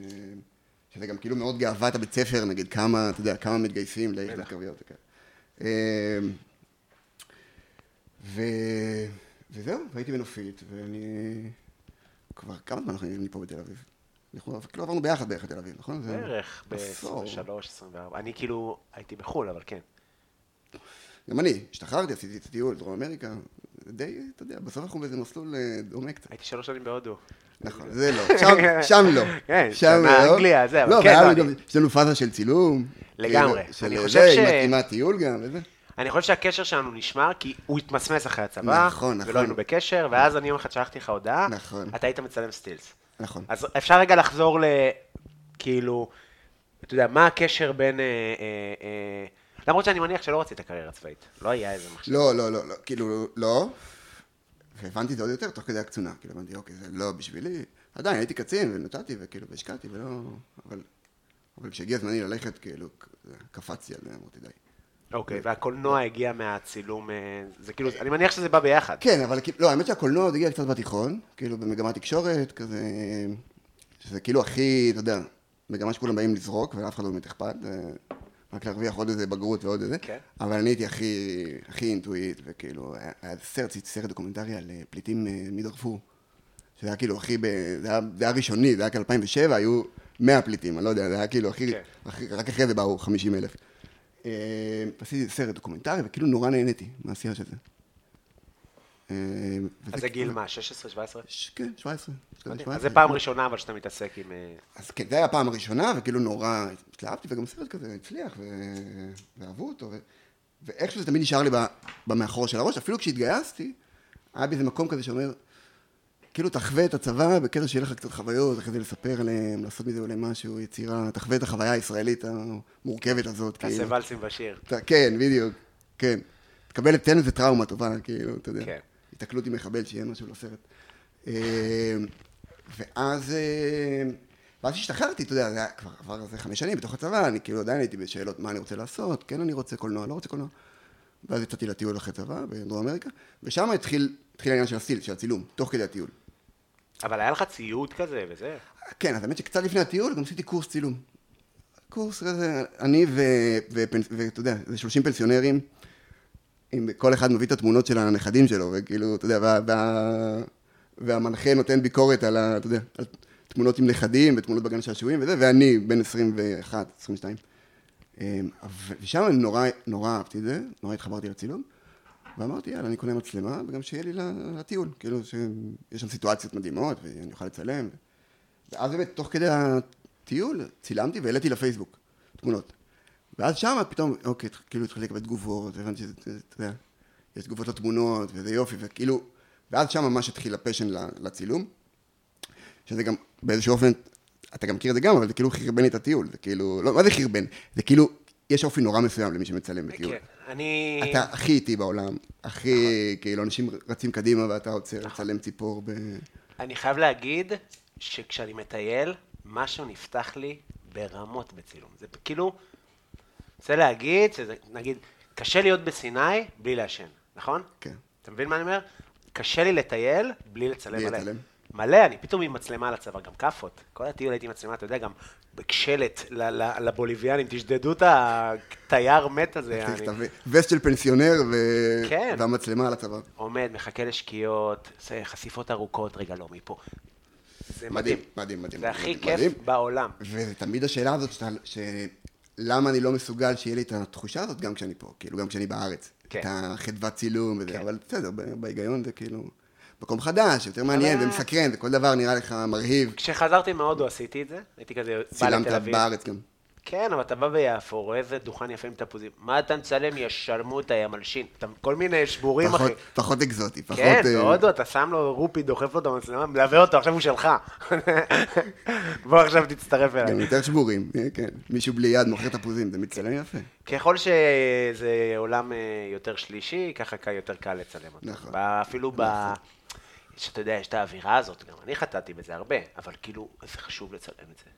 שזה גם כאילו מאוד גאוות הבית ספר, נגיד כמה, אתה יודע, כמה מתגייסים ליחידות
בטח.
קרביות וכאלה. אמ, ו... וזהו, והייתי בנופית, ואני... כבר כמה זמן אנחנו נהנים פה בתל אביב? אנחנו כאילו עברנו ביחד בערך לתל אביב, נכון? זה
בערך
עשור.
ב-23, 24. אני כאילו הייתי בחו"ל, אבל כן.
גם אני, השתחררתי, עשיתי את הטיול, דרום אמריקה, די, אתה יודע, בסוף אנחנו באיזה מסלול אה, דומה קצת.
הייתי שלוש שנים בהודו.
נכון, זה לא, שם, שם לא.
כן,
שם
שנה
לא.
אנגליה, זה, אבל
לא,
כן,
היה
לא,
לי גם-
אני-
יש לנו פאזה של צילום. כאילו,
לגמרי.
של- של
אני
זה,
חושב ש-
עם- עם הטיול גם, וזה.
אני חושב שהקשר שלנו נשמר, כי הוא התמסמס אחרי הצבא,
נכון, נכון.
ולא היינו בקשר, ואז אני יום אחד שלחתי לך הודעה,
נכון.
אתה היית מצלם סטילס.
נכון.
אז אפשר רגע לחזור ל... כאילו, אתה יודע, מה הקשר בין... אה, אה, אה, למרות שאני מניח שלא רצית קריירה צבאית, לא היה איזה מחשב.
לא, לא, לא, לא, כאילו, לא. והבנתי את זה עוד יותר תוך כדי הקצונה. כאילו, אמרתי, אוקיי, זה לא בשבילי. עדיין, הייתי קצין, ונתתי, וכאילו, והשקעתי, ולא... אבל... אבל כשהגיע זמני ללכת, כאילו, קפצתי על זה, אמרתי, די.
אוקיי, והקולנוע הגיע מהצילום, אה, זה כאילו, אני מניח שזה בא ביחד.
כן, אבל כאילו, לא, האמת שהקולנוע עוד הגיע קצת בתיכון, כאילו במגמת תקשורת, כזה, שזה כאילו הכי, אתה יודע, מגמה שכולם באים לזרוק, ולאף אחד לא באמת אכפת, אה, רק להרוויח עוד איזה בגרות ועוד איזה,
כן.
אבל אני הייתי הכי, הכי אינטואיט, וכאילו, היה- היה סרט, סרט דוקומנטרי על אה, פליטים אה, מדארפור, שזה היה כאילו הכי, ב... זה, היה, זה היה ראשוני, זה היה כ-2007, היו 100 פליטים, אני לא יודע, זה היה כאילו הכי,
כן.
הכי רק אחרי זה באו 50 אלף. אה, עשיתי סרט דוקומנטרי, וכאילו נורא נהניתי מהעשייה של זה. אה, וזה
אז זה גיל
כאילו-
מה, 16, 17?
ש- כן, 17. שתיים,
אז
17.
זה פעם ראשונה אבל שאתה מתעסק עם... אה,
אז כן, זה היה הפעם הראשונה, וכאילו נורא התלהבתי, וגם הסרט כזה הצליח, ו- ואהבו אותו, ו- ואיכשהו זה תמיד נשאר לי ב- במאחור של הראש, אפילו כשהתגייסתי, היה בי איזה מקום כזה שאומר, כאילו תחווה את הצבא בקטע שיהיה לך קצת חוויות, אחרי זה לספר עליהם, לעשות מזה אולי משהו, יצירה, תחווה את החוויה הישראלית המורכבת הזאת, כאילו.
תעשה ולסים בשיר.
אתה- כן, בדיוק, כן. תקבל את תן איזה טראומה טובה, כאילו, אתה יודע.
כן.
התקלות עם מחבל, שיהיה משהו לסרט. אה, ואז, אה, ואז השתחררתי, אתה יודע, זה היה כבר עבר איזה חמש שנים בתוך הצבא, אני כאילו עדיין הייתי בשאלות מה אני רוצה לעשות, כן אני רוצה קולנוע, לא רוצה קולנוע. ואז יצאתי לטיול אחרי צבא בדרום אמריקה, ושם התחיל, התחיל העניין של הסטיל, של הצילום, תוך כדי הטיול.
אבל היה לך ציוד כזה וזה.
כן, אז האמת שקצת לפני הטיול גם עשיתי קורס צילום. קורס כזה, אני ו- ופנס- ואתה יודע, זה 30 פנסיונרים, עם כל אחד מביא את התמונות של הנכדים שלו, וכאילו, אתה יודע, וה, וה, והמנחה נותן ביקורת על, ה, אתה יודע, על תמונות עם נכדים ותמונות בגן שעשועים וזה, ואני בן 21, 22. אמ, ו- ושם אני נורא, נורא אהבתי את זה, נורא התחברתי לצילום, ואמרתי, יאללה, אני קונה מצלמה, וגם שיהיה לי ל- לטיול, כאילו, שיש שם סיטואציות מדהימות, ואני אוכל לצלם. ואז באמת, תוך כדי הטיול, צילמתי והעליתי לפייסבוק תמונות. ואז שם פתאום, אוקיי, התח- כאילו התחלתי לקבל תגובות, הבנתי שזה, זה- אתה יודע, יש תגובות לתמונות, וזה יופי, וכאילו, ואז שם ממש התחיל הפשן ל- לצילום, שזה גם, באיזשהו אופן, אתה גם מכיר את זה גם, אבל זה כאילו חרבן לי את הטיול, זה כאילו, לא, מה זה חרבן? זה כאילו, יש אופי נורא מסוים למי שמצלם בטיול.
כן. אני...
אתה הכי איטי בעולם, הכי,
נכון.
כאילו, אנשים רצים קדימה ואתה עוצר לצלם ציפור ב...
אני חייב להגיד שכשאני מטייל, משהו נפתח לי ברמות בצילום. זה כאילו, רוצה להגיד, שזה, נגיד, קשה להיות בסיני בלי לעשן, נכון?
כן.
אתה מבין מה אני אומר? קשה לי לטייל בלי לצלם
בלי
מלא.
לצלם.
מלא, אני פתאום עם מצלמה על הצוואר, גם כאפות. כל הטיול הייתי עם מצלמה, אתה יודע, גם בקשלת ל- ל- לבוליביאנים, תשדדו את התייר מת הזה.
צריך
אני-
את הווסט- וסט של פנסיונר ו...
כן.
והמצלמה על הצוואר.
עומד, מחכה לשקיעות, עושה חשיפות ארוכות, רגע, לא מפה. זה
מדהים,
מדהים.
מדהים, מדהים.
זה הכי
מדהים,
כיף
מדהים.
בעולם.
ותמיד השאלה הזאת, שאתה, שלמה אני לא מסוגל שיהיה לי את התחושה הזאת גם כשאני פה, כאילו, גם כשאני בארץ.
כן.
את החדוות צילום וזה,
כן.
אבל בסדר, ב- בהיגיון זה כאילו... מקום חדש, יותר מעניין
אבל-
ומסקרן, וכל דבר נראה לך מרהיב.
כשחזרתי מהודו עשיתי את זה, הייתי כזה, בא
צילמת
לתל אביב.
בארץ גם.
כן, אבל אתה בא ביפו, רואה איזה דוכן יפה עם תפוזים. מה אתה מצלם? ישלמו את המלשין. אתה- כל מיני שבורים, אחי.
פחות- פחות אקזוטי, פחות...
כן,
אה,
בהודו אתה שם לו רופי, דוחף לו את המצלמה, מלווה אותו, עכשיו הוא שלך. בוא עכשיו תצטרף
גם
אליי.
יותר שבורים, אה, כן. מישהו בלי יד מוכר תפוזים, זה מצטלם יפה.
ככל שזה עולם אה, יותר שלישי, ככה קל- יותר קל לצלם אותו.
נכון.
ב- אפילו ב... שאתה יודע, יש את האווירה הזאת, גם אני חטאתי בזה הרבה, אבל כאילו, זה חשוב לצלם את זה.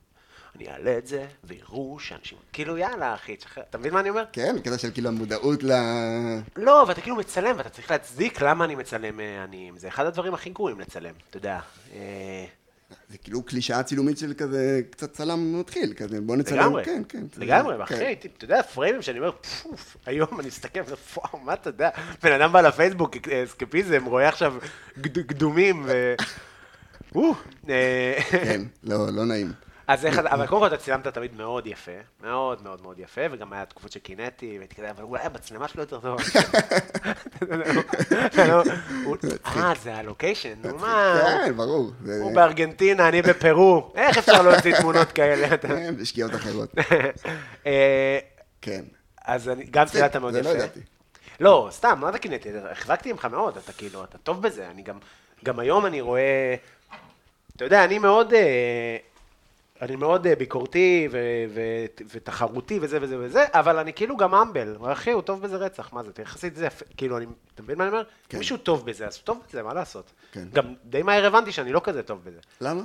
אני אעלה את זה, ויראו שאנשים... כאילו, יאללה, אחי, תשחרר. אתה מבין מה אני אומר?
כן, קטע של כאילו המודעות ל...
לא, ואתה כאילו מצלם, ואתה צריך להצדיק למה אני מצלם אה, עניים. זה אחד הדברים הכי גרועים לצלם, אתה יודע. אה,
זה כאילו קלישאה צילומית של כזה, קצת צלם מתחיל, כזה, בוא נצלם.
לגמרי,
כן, כן. צלם,
לגמרי,
כן.
אחי, הייתי, אתה יודע, פריימים שאני אומר, פוף, היום אני מסתכל, וואו, מה אתה יודע, בן אדם בא לפייסבוק, אסקפיזם, רואה עכשיו גד- קדומים, ו... או, אה,
כן, לא, לא נעים.
אז איך, אתה- אבל קודם כל אתה צילמת תמיד מאוד יפה, מאוד מאוד מאוד יפה, וגם היה תקופות שקינאתי, והייתי כזה, אבל אולי המצלמה שלו יותר טובה. אתה לא- הוא- אה, זה הלוקיישן, נו מה,
כן, ברור. זה-
הוא בארגנטינה, אני בפרו, איך אפשר להוציא תמונות כאלה? אתה-
כן, בשגיאות אחרות.
אה,
כן.
אז אני, גם צילמת מאוד
זה
יפה.
לא ידעתי.
לא, סתם, מה זה קינאתי? החזקתי ממך מאוד, אתה כאילו, אתה טוב בזה. אני גם, גם היום אני רואה, אתה יודע, אני מאוד, אה, אני מאוד אה, ביקורתי ו, ו, ותחרותי וזה וזה וזה, אבל אני כאילו גם אמבל. אחי, הוא טוב בזה רצח, מה זה? יחסית זה יפה, כאילו, אני, אתה מבין מה אני אומר?
כן.
כן. מישהו טוב בזה, אז הוא טוב בזה, מה לעשות?
כן.
גם די מהר הבנתי שאני לא כזה טוב בזה.
למה?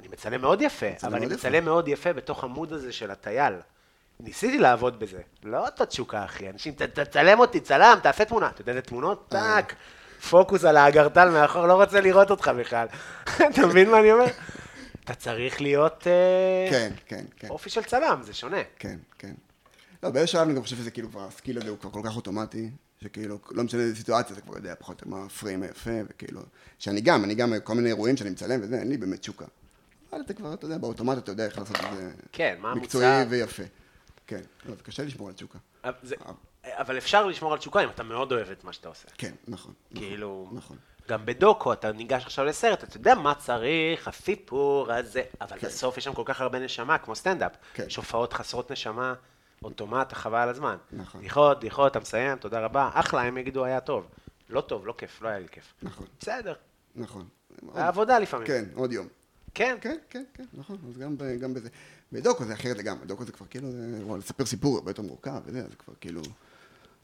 אני מצלם מאוד יפה,
מצלם
אבל אני
מאוד יפה.
מצלם מאוד יפה בתוך המוד הזה של הטייל. ניסיתי לעבוד בזה, לא את התשוקה, אחי. אנשים, "ת- תצלם אותי, צלם, תעשה תמונה. אתה יודע, זה תמונות,
אה.
טאק, פוקוס על האגרטל מאחור, לא רוצה לראות אותך בכלל. אתה מבין מה אני אומר? אתה צריך להיות אה,
כן, כן, כן.
אופי של צלם, זה שונה.
כן, כן. לא, באיזשהו שלב אני גם חושב שזה כאילו כבר, הסקיל הזה הוא כבר כל כך אוטומטי, שכאילו, לא משנה איזה סיטואציה, אתה כבר יודע פחות או יותר מה הפריים היפה, וכאילו, שאני גם, אני גם, כל מיני אירועים שאני מצלם וזה, אין לי באמת תשוקה. אבל אתה כבר, אתה יודע, באוטומט אתה יודע איך לעשות את זה
כן, מה
מקצועי
המוצר.
ויפה. כן, לא, זה קשה לשמור על תשוקה.
אבל זה-
אה.
אבל אפשר לשמור על תשוקה אם אתה מאוד אוהב את מה שאתה עושה.
כן, נכון. נכון,
כאילו,
נכון.
גם בדוקו, אתה ניגש עכשיו לסרט, אתה יודע מה צריך, הסיפור, הזה, אבל
כן.
בסוף יש שם כל כך הרבה נשמה, כמו סטנדאפ.
כן.
יש הופעות חסרות נשמה, אוטומט, חבל על הזמן.
נכון.
בדיחות, בדיחות, אתה מסיים, תודה רבה, אחלה, הם יגידו, היה טוב. לא טוב, לא כיף, לא היה לי כיף.
נכון.
בסדר,
נכון. מאוד-
העבודה לפעמים.
כן, עוד יום.
כן.
כן, כן, כן, נכון, אז גם, ב- גם בזה. בדוקו זה אחרת לגמרי, בדוקו זה כבר כאילו, זה, וואי, לספר סיפור הרבה יותר מורכב, וזה, זה כבר כאילו...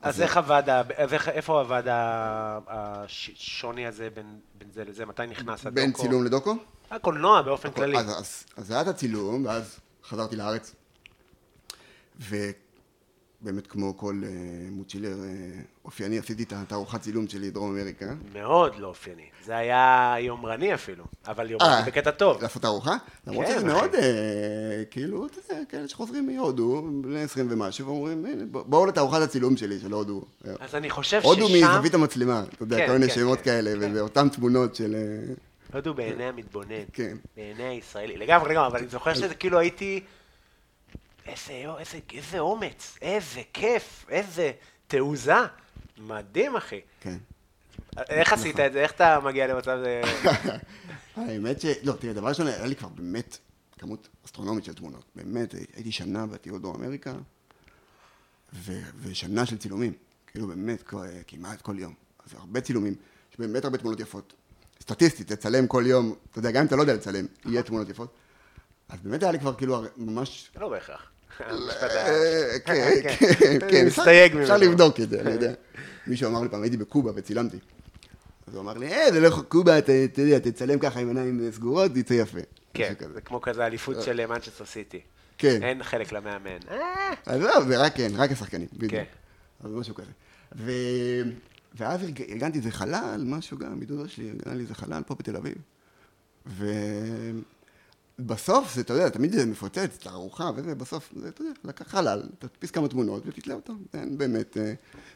אז איך עבד, ה- אז איך- איפה עבד ה- השוני הזה בין בין זה לזה? מתי נכנס הדוקו?
בין צילום לדוקו?
הקולנוע באופן כללי.
אז, אז, אז היה את הצילום, ואז חזרתי לארץ. ובאמת, כמו כל אה, מוצ'ילר אה, אופייני, עשיתי את התערוכת צילום שלי לדרום אמריקה.
מאוד לא אופייני. זה היה יומרני אפילו, אבל
אה,
יומרני בקטע טוב.
לעשות תערוכה? למרות
כן,
שזה
אחי.
מאוד, אה, כאילו, אתה יודע, כאלה שחוזרים מהודו, בני 20 ומשהו, ואומרים, "הנה, בוא- בואו לתערוכת הצילום שלי של הודו.
אז אני חושב
הודו
ששם,
מזווית המצלמה, אתה יודע,
כן,
כל מיני
כן,
שמות
כן,
כאלה,
כן.
ואותן תמונות של... אה,
הודו בעיני המתבונן,
כן.
בעיני הישראלי, לגמרי לגמרי, אבל אני זוכר שזה כאילו הייתי, איזה, יו- איזה, איזה אומץ, איזה כיף, איזה תעוזה, מדהים אחי.
כן. נכון.
איך עשית את זה, איך אתה מגיע למצב זה,
האמת ש... לא, תראה, דבר ראשון, היה לי כבר באמת כמות אסטרונומית של תמונות. באמת, הייתי שנה בטיול דרום אמריקה, ו... ושנה של צילומים. כאילו, באמת, כל... כמעט כל יום. אז הרבה צילומים, יש באמת הרבה תמונות יפות. סטטיסטית, תצלם כל יום, אתה יודע, גם אם אתה לא יודע לצלם, יהיה תמונות יפות. אז באמת היה לי כבר כאילו הר- ממש
לא בהכרח.
אה, כן,
כן.
כן, כן.
מסתייג
אפשר
ממנו.
לבדוק את זה, אני יודע. מישהו אמר לי פעם, הייתי בקובה וצילמתי. אז הוא אמר לי, אה, זה לא יכול- קובה, אתה אתה יודע, תצלם ככה עם עיניים סגורות, יצא יפה.
כן,
משהו כזה.
זה כמו כזה אליפות של מנצ'סטר סיטי.
אה. כן.
אין חלק למאמן. אה,
אז לא, זה רק, כן, רק השחקנים, בדיוק.
כן.
אז משהו כזה. ו... ואז הרג- ארגנתי איזה חלל, משהו גם, מדודו שלי ארגנה לי איזה חלל פה בתל אביב. ובסוף זה, אתה יודע, תמיד זה מפוצץ, את הארוחה וזה, בסוף, זה, אתה יודע, לקח חלל, תדפיס כמה תמונות ותתלה אותם. אין באמת, אה,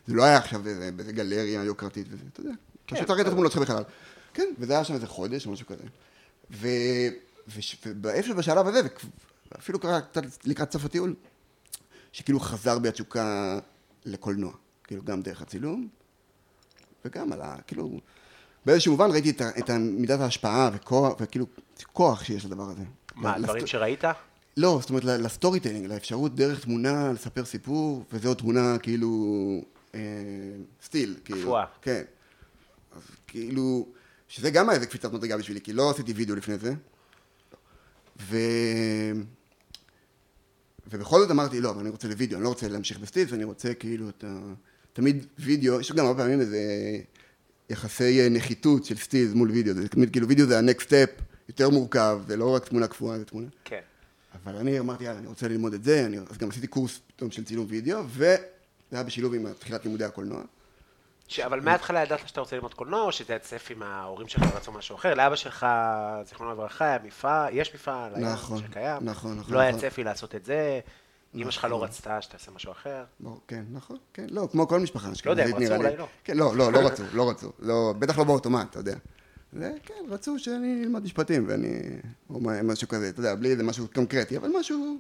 זה לא היה עכשיו איזה, באיזה גלריה יוקרתית וזה, אתה יודע. פשוט תראה את התמונות שלך בחלל. כן, וזה היה שם איזה חודש או משהו כזה. ו... וש- ובאיפה בשלב הזה, אפילו קרה קצת לקראת סוף הטיול, שכאילו חזר בי התשוקה לקולנוע, כאילו גם דרך הצילום, וגם על ה... כאילו, באיזשהו מובן ראיתי את, ה, את ה- מידת ההשפעה וכוח, וכאילו כוח שיש לדבר הזה.
מה,
לסט-
הדברים שראית?
לא, זאת אומרת, ל- לסטורי טיילינג, לאפשרות דרך תמונה לספר סיפור, וזו תמונה כאילו... אה, סטיל, כאילו.
קפואה.
כן. אז כאילו... שזה גם היה איזה קפיצת מדרגה בשבילי, כי לא עשיתי וידאו לפני זה. ו... ובכל זאת אמרתי, לא, אבל אני רוצה לוידאו, אני לא רוצה להמשיך בסטיל, אני רוצה כאילו את ה... תמיד וידאו, יש גם הרבה פעמים איזה יחסי אה, נחיתות של סטיל מול וידאו, זה תמיד כאילו וידאו זה הנקסט סטפ, יותר מורכב, זה לא רק תמונה קפואה, זה תמונה.
כן.
אבל אני אמרתי, יאללה, אני רוצה ללמוד את זה, אני, אז גם עשיתי קורס פתאום של צילום וידאו, וזה היה בשילוב עם תחילת לימודי הקולנוע.
ש... אבל מההתחלה ידעת שאתה רוצה ללמוד קולנוע, או שזה היה צפי מההורים שלך רצו משהו אחר? לאבא שלך, זיכרונו לברכה, היה מפעל, יש מפעל, היה
נכון,
שקיים.
נכון, נכון,
לא היה
נכון.
צפי לעשות את זה, אמא שלך לא רצתה שתעשה משהו אחר.
ברור, כן, נכון, כן, לא, כמו כל משפחה אשכנזית,
יודע, הם רצו,
נראה לי.
אולי לא.
כן, לא, לא, לא רצו, לא רצו, לא, בטח לא באוטומט, אתה יודע. זה, כן, רצו שאני אלמד משפטים, ואני, או מה- משהו כזה, אתה יודע, בלי איזה משהו קונקרטי, אבל משהו,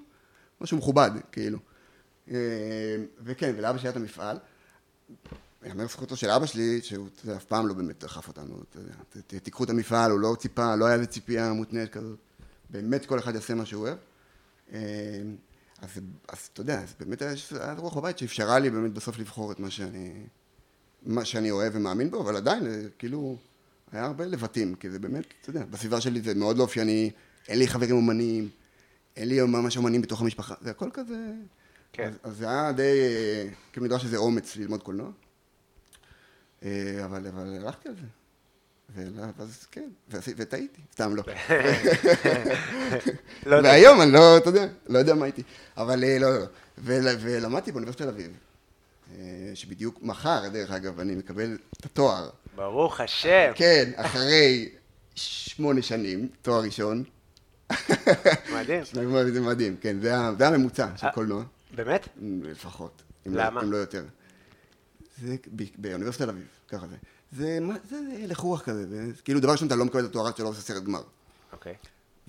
משהו מכובד, כאילו. אה, וכן, ולאבא שלי היה את המפעל. ייאמר זכותו של אבא שלי, שהוא אתה יודע, אף פעם לא באמת דחף אותנו, אתה יודע, ת- ת- תיקחו את המפעל, הוא לא ציפה, לא היה איזה ציפייה מותנית כזאת. באמת כל אחד יעשה מה שהוא אוהב. אה, אז, אז אתה יודע, אז באמת היה היה רוח בבית שאפשרה לי באמת בסוף לבחור את מה שאני, מה שאני אוהב ומאמין בו, אבל עדיין, אה, כאילו, היה הרבה לבטים, כי זה באמת, אתה יודע, בסביבה שלי זה מאוד לא אופייני, אין לי חברים אומנים, אין לי ממש אומנים בתוך המשפחה, זה הכל כזה...
כן.
אז, אז זה היה די, אה, כאילו נדרש איזה אומץ ללמוד קולנוע. אה, אבל, אבל הלכתי על זה. ולה- ואז כן, ועשי- וטעיתי, סתם לא.
לא יודע.
והיום אני לא, אתה יודע, לא יודע מה הייתי. אבל אה, לא, לא, לא. ול- ולמדתי באוניברסיטת תל אביב, אה, שבדיוק מחר, דרך אגב, אני מקבל את התואר.
ברוך השם.
כן, אחרי שמונה שנים, תואר ראשון.
מדהים.
זה מדהים, כן, זה ה- זה הממוצע של
אה.
קולנוע.
באמת?
לפחות. אם
למה?
לא, אם לא יותר. זה ב- באוניברסיטת תל אביב, ככה זה. זה, מה, זה הלך רוח כזה, זה, כאילו דבר ראשון אתה לא מקבל את התואר עד שלא עושה סרט גמר.
אוקיי.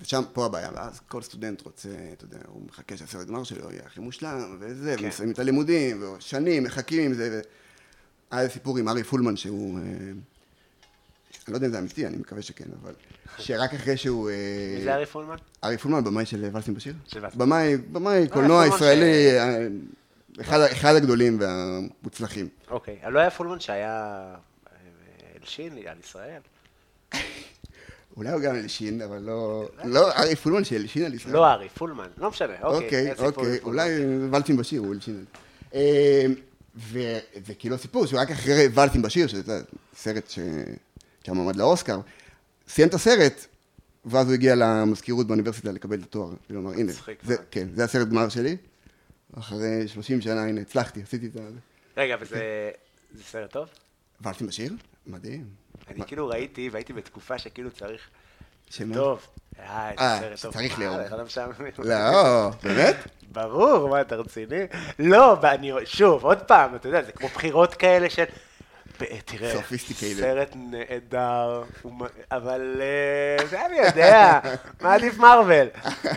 ושם, פה הבעיה, ואז כל סטודנט רוצה, אתה יודע, הוא מחכה שהסרט גמר שלו יהיה הכי מושלם, וזה,
כן.
ומסיימים את הלימודים, ושנים מחכים עם זה, ו... היה לי סיפור עם ארי פולמן שהוא, אה, אני לא יודע אם זה אמיתי, אני מקווה שכן, אבל, שרק אחרי שהוא... אה,
מי זה ארי פולמן?
ארי פולמן, במאי של ולסים בשיר?
של ולסים. אה,
במאי, במאי, קולנוע
פולמן
ישראלי, אה, אחד, אחד הגדולים והמוצלחים.
אוקיי. לא היה פולמן שהיה אה, אלשין על ישראל?
אולי הוא גם הלשין, אבל לא... לא, ארי פולמן שהלשין על ישראל.
לא ארי, פולמן. לא משנה. אוקיי.
כן. אוקיי,
אין סיפור עם
אוקיי,
פולמן.
אולי ולסים בשיר, הוא הלשין על זה. אה, ו- וכאילו הסיפור, שרק אחרי ולסים בשיר, שזה סרט ש- שהמועמד לאוסקר, סיים את הסרט, ואז הוא הגיע למזכירות באוניברסיטה לקבל את התואר. כלומר, הנה,
מצחיק
זה-
מאוד.
כן, זה הסרט גמר שלי. אחרי 30 שנה, הנה, הצלחתי, עשיתי את זה.
רגע, וזה זה סרט טוב?
ואלפים בשיר? מדהים.
אני כאילו ראיתי, והייתי בתקופה שכאילו צריך...
שמה?
טוב. אה, איזה
אה,
סרט טוב.
שצריך
אה,
לאהוב.
איך אתה משעמם?
לא, באמת?
ברור, מה, אתה רציני? לא, ואני, שוב, עוד פעם, אתה יודע, זה כמו בחירות כאלה של... ב- תראה,
Sophisticated.
סרט נהדר, הוא מ- אבל אה, זה אני יודע, מעדיף מרוויל,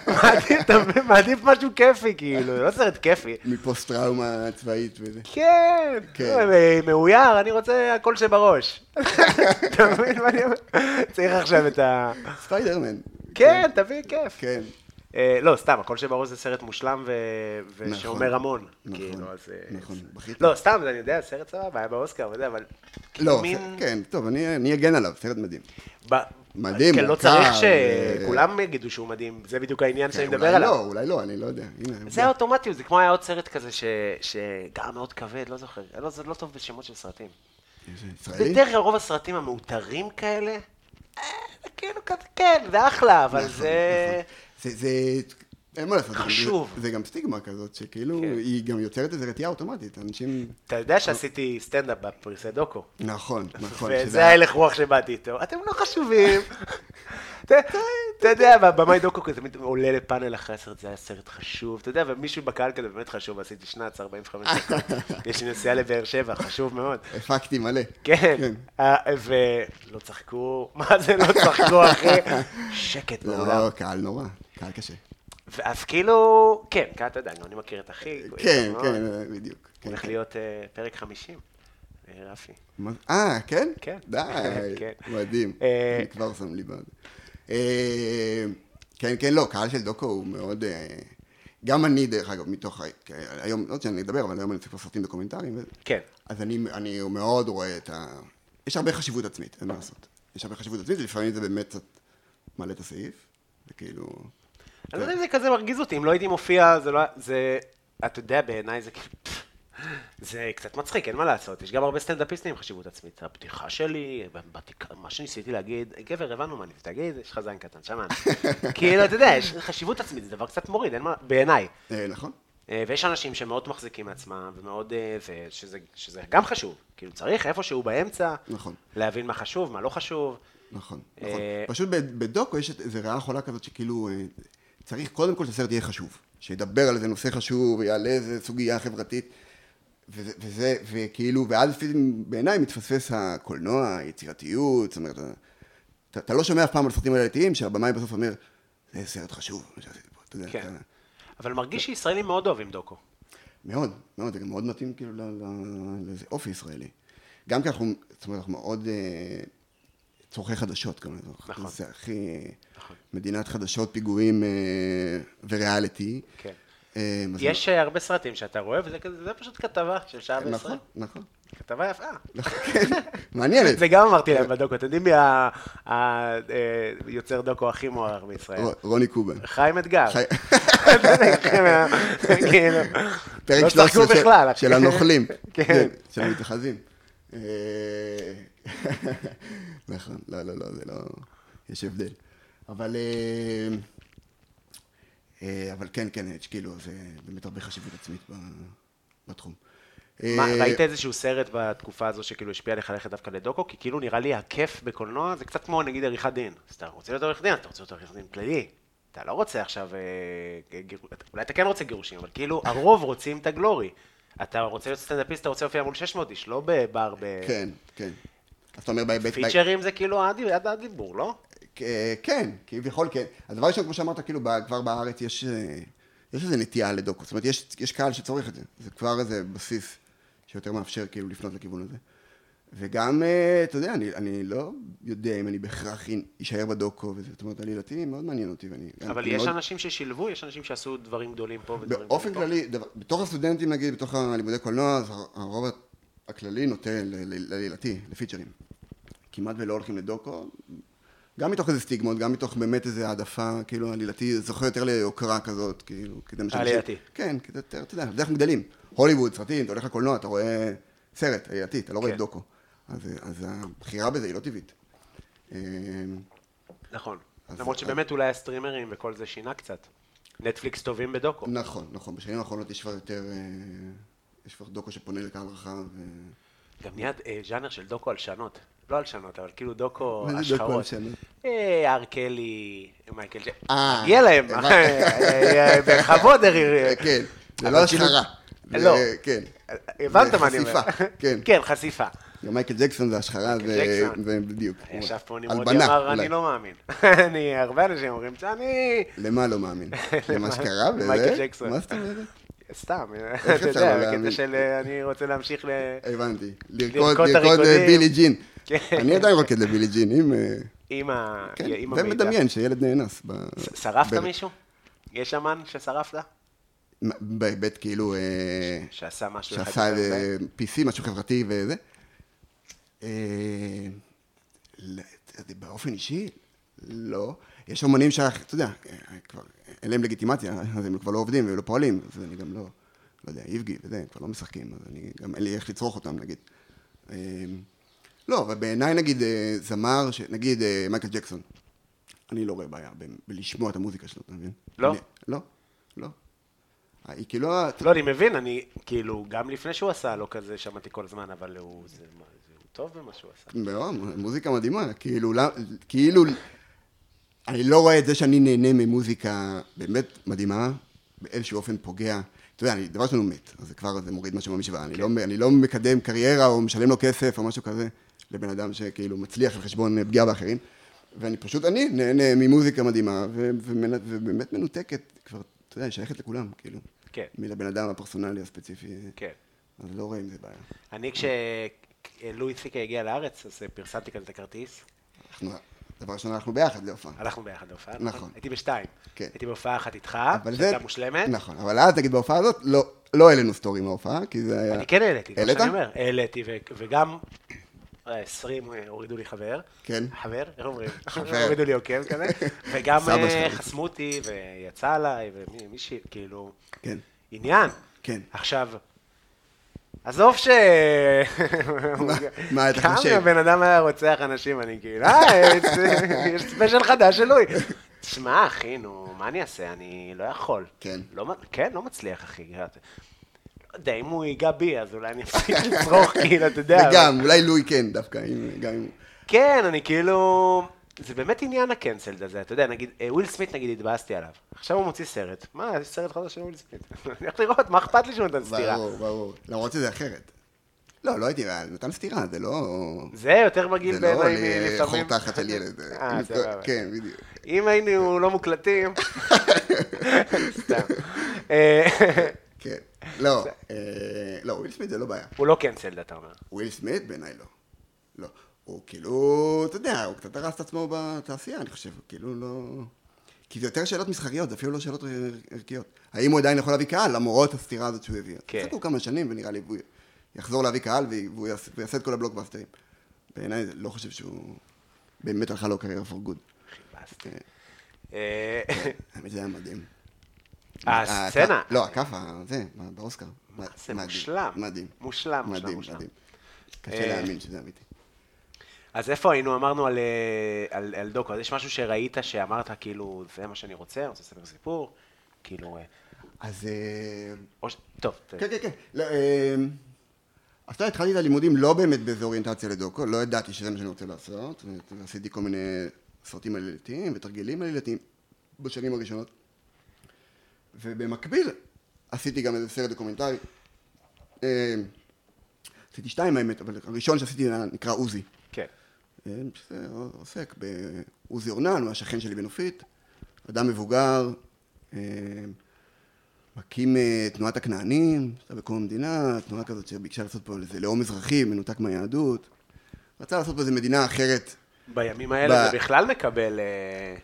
מעדיף- אתה מבין? מעדיף משהו כיפי, כאילו, זה לא סרט כיפי.
מפוסט טראומה צבאית וזה.
כן,
כן.
אה, מאויר, אני רוצה הכל שבראש. אתה מבין מה אני אומר? צריך עכשיו את ה...
ספיידרמן.
כן, תביא כיף.
כן.
אה, לא, סתם, הכל שבראש זה סרט מושלם ו...
נכון.
ושאומר המון.
נכון,
כאילו, אז... אה,
נכון,
זה-
בכית.
לא, סתם, זה אני יודע, סרט סבבה, היה באוסקר, וזה, אבל... כאילו
לא,
מין-
כן, טוב, אני אני אגן עליו, סרט מדהים.
ב-
מדהים,
כן, לא
מורכב,
צריך
אה,
שכולם יגידו שהוא מדהים, זה בדיוק העניין שאני
אולי
מדבר עליו.
לא, אולי לא, אני לא יודע. הנה,
זה האוטומטיות, זה כמו היה עוד סרט כזה ש- שגם מאוד כבד, לא זוכר. לא, זה לא טוב בשמות של סרטים.
ישראלי?
בדרך כלל רוב הסרטים המאותרים כאלה, אה, כאילו כזה, כן, זה אחלה, אבל
נכון,
זה...
נכון. זה, זה- אין מה לעשות.
חשוב.
זה- זה גם סטיגמה כזאת, שכאילו,
כן.
היא גם יוצרת איזו רתיעה אוטומטית. אנשים...
אתה יודע שעשיתי סטנדאפ בפרסי דוקו.
נכון, נכון. שזה-
וזה ההלך רוח שבאתי איתו. אתם לא חשובים. אתה- אתה יודע, במאי דוקו כזה תמיד עולה לפאנל אחרי הסרט, זה היה סרט חשוב. אתה יודע, ומישהו בקהל כזה באמת חשוב, עשיתי שנץ 45 דקות. יש לי נסיעה לבאר שבע, חשוב מאוד.
הפקתי מלא.
כן, אה, ולא צחקו, מה זה לא צחקו, אחי? שקט באולם.
לא, קהל נורא, קהל קשה.
ואז כאילו, כן, קהל, אתה יודע, גם אני מכיר את אחי. הוא
כן,
מאוד.
כן,
הוא
בדיוק. כן,
הולך
כן.
להיות אה, פרק 50, אה, רפי.
מה- אה, כן?
כן.
די,
כן.
מדהים.
אה,
אני כבר שם לי בעד. אה, כן, כן, לא, קהל של דוקו הוא מאוד... אה, גם אני, דרך אגב, מתוך... ה- כי היום, לא שאני אדבר, אבל היום אני עושה כבר סרטים דוקומנטריים. ו-
כן.
אז אני, אני מאוד רואה את ה... יש הרבה חשיבות עצמית, אין מה לעשות. יש הרבה חשיבות עצמית, ולפעמים זה באמת קצת מעלה את הסעיף, כאילו, וכאילו...
אני לא יודע אם זה כזה מרגיז אותי, אם לא הייתי מופיע, זה לא... זה... אתה יודע, בעיניי זה כאילו... זה קצת מצחיק, אין מה לעשות. יש גם הרבה סטנדאפיסטים עם חשיבות עצמית. הפתיחה שלי, בתק- מה שניסיתי להגיד, גבר, הבנו מה אני רוצה להגיד, יש לך זין קטן, שמענו. כאילו, אתה יודע, יש חשיבות עצמית, זה דבר קצת מוריד, אין מה... בעיניי.
אה, נכון?
אה, אה, ויש אנשים שמאוד מחזיקים מעצמם, ומאוד, אה, זה- שזה, שזה גם חשוב. כאילו צריך איפשהו באמצע,
נכון.
להבין מה חשוב, מה לא חשוב.
נכון, נכון.
אה,
פשוט ב- בדוקו יש את- איזו ריאה חולה כזאת שכאילו אה, צריך קודם כל שהסרט יהיה חשוב, שידבר על איזה נושא חשוב, יעלה איזה סוגיה חברתית, וזה, וזה וכאילו, ואז פתאום בעיניי מתפספס הקולנוע, היצירתיות, זאת אומרת, אתה, אתה לא שומע אף פעם על סרטים עלילתיים שהבמאי בסוף אומר, זה סרט חשוב, מה שעשיתי פה, אתה יודע,
כן.
אתה,
אבל מרגיש שישראלים מאוד אוהבים דוקו.
מאוד, מאוד, זה גם מאוד מתאים כאילו ל- ל- לאיזה אופי ישראלי. גם כי אנחנו, זאת אומרת, אנחנו מאוד אה, צורכי חדשות, כמובן.
נכון.
זה הכי...
נכון.
מדינת חדשות, פיגועים אה, וריאליטי.
כן.
אה, אז-
יש אה, הרבה סרטים שאתה רואה, וזה כזה- זה פשוט כתבה של שעה ועשרה.
נכון, נכון.
כתבה יפה.
כן, מעניינת.
זה גם אמרתי להם בדוקו, אתם יודעים מי ה- ה- אה, יוצר דוקו הכי מוערך בישראל?
ר- רוני קובן.
חיים אתגר.
חי-
כאילו,
פרק
לא
13
צחקו
של-
בכלל. אחי.
של הנוכלים.
כן.
של המתחזים. אה, נכון, לא, לא, לא, זה לא... יש הבדל. אבל... אה, אה, אבל כן, כן, יש כאילו, זה באמת הרבה חשיבות עצמית ב- בתחום.
מה,
אה,
ראית איזשהו סרט בתקופה הזו שכאילו השפיע עליך ללכת דווקא לדוקו? כי כאילו נראה לי הכיף בקולנוע זה קצת כמו נגיד עריכת דין. אז אתה רוצה להיות עורך דין, אתה רוצה להיות עורך דין כללי. אתה לא רוצה עכשיו... אה, גיר- אולי אתה כן רוצה גירושים, אבל כאילו הרוב רוצים את הגלורי. אתה רוצה להיות סטנדאפיסט, אתה רוצה להופיע מול 600 איש, לא בבר ב...
כן, כן. אז אתה אומר בהיבט...
פיצ'רים זה כאילו עד עד הדיבור, לא?
אה, כן, כביכול כן. הדבר ראשון, כמו שאמרת, כאילו, ב- כבר בארץ יש, אה, יש איזו נטייה לדוקו. זאת אומרת, יש, יש קהל שצורך את זה. זה כבר איזה בסיס שיותר מאפשר כאילו לפנות לכיוון הזה. וגם, אה, אתה יודע, אני, אני לא יודע אם אני בהכרח אשאר בדוקו, וזה, זאת אומרת, עלילתי מאוד מעניין אותי. ואני,
אבל
כן, אני
יש
מאוד-
אנשים ששילבו, יש אנשים שעשו דברים גדולים פה ודברים
באופן
פה.
כללי, דבר, בתוך הסטודנטים נגיד, בתוך הלימודי קולנוע, אז הרוב הכללי נוטה ל- ל- לעלילתי, לפיצ'רים. כמעט ולא הולכים לדוקו, גם מתוך איזה סטיגמות, גם מתוך באמת איזה העדפה, כאילו עלילתי זוכה יותר ליוקרה כזאת, כאילו, כדי משהו-
עלילתי.
כן, כדי, יותר, אתה יודע, זה אנחנו גדלים. הוליווד, סרטים, אתה הולך לקולנוע, אתה רואה סרט עלילתי, אתה לא רואה
כן.
דוקו. אז, אז הבחירה בזה היא לא טבעית. אמ,
נכון.
אז- אה-
למרות שבאמת אולי הסטרימרים וכל זה שינה קצת. נטפליקס טובים בדוקו.
נכון, נכון, בשנים האחרונות יש כבר יותר, אה, יש כבר דוקו שפונה לקהל רחב. אה,
גם נהיה אה, ז'אנר של דוקו הלשנות. לא הלשנות, אבל כאילו דוקו
מה זה דוקו
השחרות.
הלשנות?
אה, הר קלי, מייקל ג'ק.
אה,
מגיע להם.
הבנתי.
אה, אה, בכבוד,
אה,
ארי.
כן, זה
אבל
לא
כאילו-
השחרה. זה-
לא.
כן.
הבנת
זה
מה אני אומר.
חשיפה, כן.
כן, חשיפה.
גם מייקל ג'קסון זה השחרה,
מייקל
ו-
ג'קסון. אה,
ובדיוק.
ישב פה נמרודי
כן. הלבנה,
אמר,
אולי.
אני לא מאמין. אני, הרבה אנשים אומרים, אני...
למה לא מאמין? למה שקרה? וזה?
מייקל ג'קסון.
מה זאת אומרת?
סתם, אה,
אפשר
אתה
לא
יודע,
להאמין?
בקטע של אה, אני רוצה להמשיך ל...
הבנתי.
לרקוד
לרקוד
את
לרקוד
הריקודים.
לבילי ג'ין.
כן.
אני עדיין רוקד לבילי ג'ין, אם... אה,
עם ה...
כן,
עם
זה
המידע.
מדמיין שילד נאנס. ב-
ש- שרפת
ב-
מישהו? יש אמן ששרפת?
מ- בהיבט כאילו... אה,
שעשה משהו אחד
שעשה אה,
יותר
איזה
מדי?
PC, משהו חברתי וזה. אה, לא, אתה יודע, באופן אישי, לא. יש אומנים שה- אתה יודע, אה, כבר אין להם לגיטימציה, אז הם כבר לא עובדים והם לא פועלים, אז אני גם לא, לא יודע, איבגי וזה, הם כבר לא משחקים, אז אני גם אין לי איך לצרוך אותם, נגיד. אה, לא, אבל בעיניי נגיד אה, זמר, ש- נגיד אה, מייקל ג'קסון, אני לא רואה בעיה ב- בלשמוע את המוזיקה שלו, אתה מבין?
לא?
אני- לא, לא. אה, היא כאילו, ה-
לא, אני מבין, אני כאילו, גם לפני שהוא עשה לא כזה שמעתי כל הזמן, אבל הוא זה- מה- זה- הוא טוב במה שהוא עשה.
מאוד, מוזיקה מדהימה, כאילו, לא- כאילו, אני לא רואה את זה שאני נהנה ממוזיקה באמת מדהימה, באיזשהו אופן פוגע. אתה יודע, אני, דבר ראשון הוא מת, אז זה כבר זה מוריד משהו במשוואה. אני, לא,
כן.
אני לא מקדם קריירה או משלם לו כסף או משהו כזה לבן אדם שכאילו מצליח על חשבון אה, פגיעה באחרים. ואני פשוט, אני נהנה ממוזיקה מדהימה, ו, ומנ, ובאמת מנותקת, כבר, אתה יודע, היא שייכת לכולם, כאילו.
כן.
מלבן אדם הפרסונלי הספציפי.
כן.
אז לא רואה עם זה בעיה.
אני, כשלואי סיקה הגיע לארץ, אז אה, פרסמתי כאן את הכרטיס,
אנחנו, דבר ראשון, אנחנו ביחד לא להופעה.
הלכנו ביחד להופעה.
נכון.
הייתי בשתיים.
כן.
הייתי בהופעה אחת איתך,
אבל זה...
אה, שהייתה מושלמת.
נכון, אבל אז נגיד בהופעה הזאת, לא, לא העלינו סטורי מההופעה, כי זה היה...
אני כן העליתי, זה מה
העלית?
שאני אומר. העליתי, ו- וגם אה, 20 אה, הורידו לי חבר.
כן.
חבר, איך אומרים?
חבר.
הורידו לי עוקב כזה. וגם
סבא
אה,
שלך.
חסמו אותי, ויצא עליי, ומישהי, כאילו,
כן.
עניין.
כן.
עכשיו, עזוב ש...
מה אתה
כמה
חושב?
הבן אדם היה רוצח אנשים, אני כאילו, אה, יש- יש ספיישל חדש אלוהי. תשמע, אחי, נו, מה אני אעשה? אני לא יכול.
כן.
לא, מ- כן, לא מצליח, אחי. לא יודע, אם הוא ייגע בי, אז אולי אני אפסיק לצרוך, כאילו, אתה יודע. אבל-
וגם, אולי לואי כן, דווקא, אם- גם אם...
כן, אני כאילו... זה באמת עניין הקנסלד הזה, אתה יודע, נגיד, אה, וויל סמית נגיד התבאסתי עליו. עכשיו הוא מוציא סרט. מה, יש סרט חדש של וויל סמית. אני הולך לראות, מה אכפת לי שהוא נותן סטירה?
ברור, ברור. למרות שזה אחרת. לא, לא הייתי, נתן סטירה, זה לא...
זה יותר מגעיל
זה לא
בעיניי מ- לפעמים.
לחור תחת של ילד.
אה, סבבה.
כן, בדיוק.
אם היינו לא מוקלטים... סתם. אה,
כן. לא, אה, לא, וויל סמית זה לא בעיה.
הוא לא קנסלד, אתה אומר.
וויל סמית בעיניי לא. לא. הוא כאילו, אתה יודע, הוא קצת הרס את עצמו בתעשייה, אני חושב, הוא כאילו לא... כי זה יותר שאלות מסחריות, זה אפילו לא שאלות ער- ערכיות. האם הוא עדיין יכול להביא קהל, למרות הסתירה הזאת שהוא הביא?
כן.
חכו כמה שנים, ונראה לי הוא יחזור להביא קהל, והוא- והוא יעשה- ויעשה את כל הבלוקבאסטרים. בעיניי, זה- לא חושב שהוא באמת הלכה לו קריירה for good.
חיפשתי.
כן.
אה,
האמת, זה היה מדהים.
הסצנה.
הכ- לא, הכף הזה, באוסקר. מה-
זה
מדהים,
מושלם.
מדהים.
מושלם, מושלם,
מדהים,
מושלם.
מדהים.
אה,
קשה להאמין שזה אמיתי.
אז איפה היינו? אמרנו על, אה, על, על דוקו. אז יש משהו שראית שאמרת, כאילו, זה מה שאני רוצה, אני רוצה לספר סיפור? כאילו... אה,
אז... אה,
או ש... טוב, ת-
כן, כן, כן. לא, אה, אז אתה התחלתי את הלימודים לא באמת באיזו אוריינטציה לדוקו, לא ידעתי שזה מה שאני רוצה לעשות, ועשיתי כל מיני סרטים עלילתיים ותרגילים עלילתיים בשנים הראשונות. ובמקביל עשיתי גם איזה סרט דוקומנטרי. אה, עשיתי שתיים האמת, אבל הראשון שעשיתי היה- נקרא עוזי.
כן.
שזה עוסק בעוזי אורנן, הוא השכן שלי בנופית, אדם מבוגר, אה, מקים אה, תנועת הכנענים, שעשתה בקום המדינה, תנועה כזאת שביקשה לעשות פה איזה לאום אזרחי, מנותק מהיהדות, רצה לעשות פה איזה מדינה אחרת,
בימים האלה
ב-
זה בכלל מקבל... אה,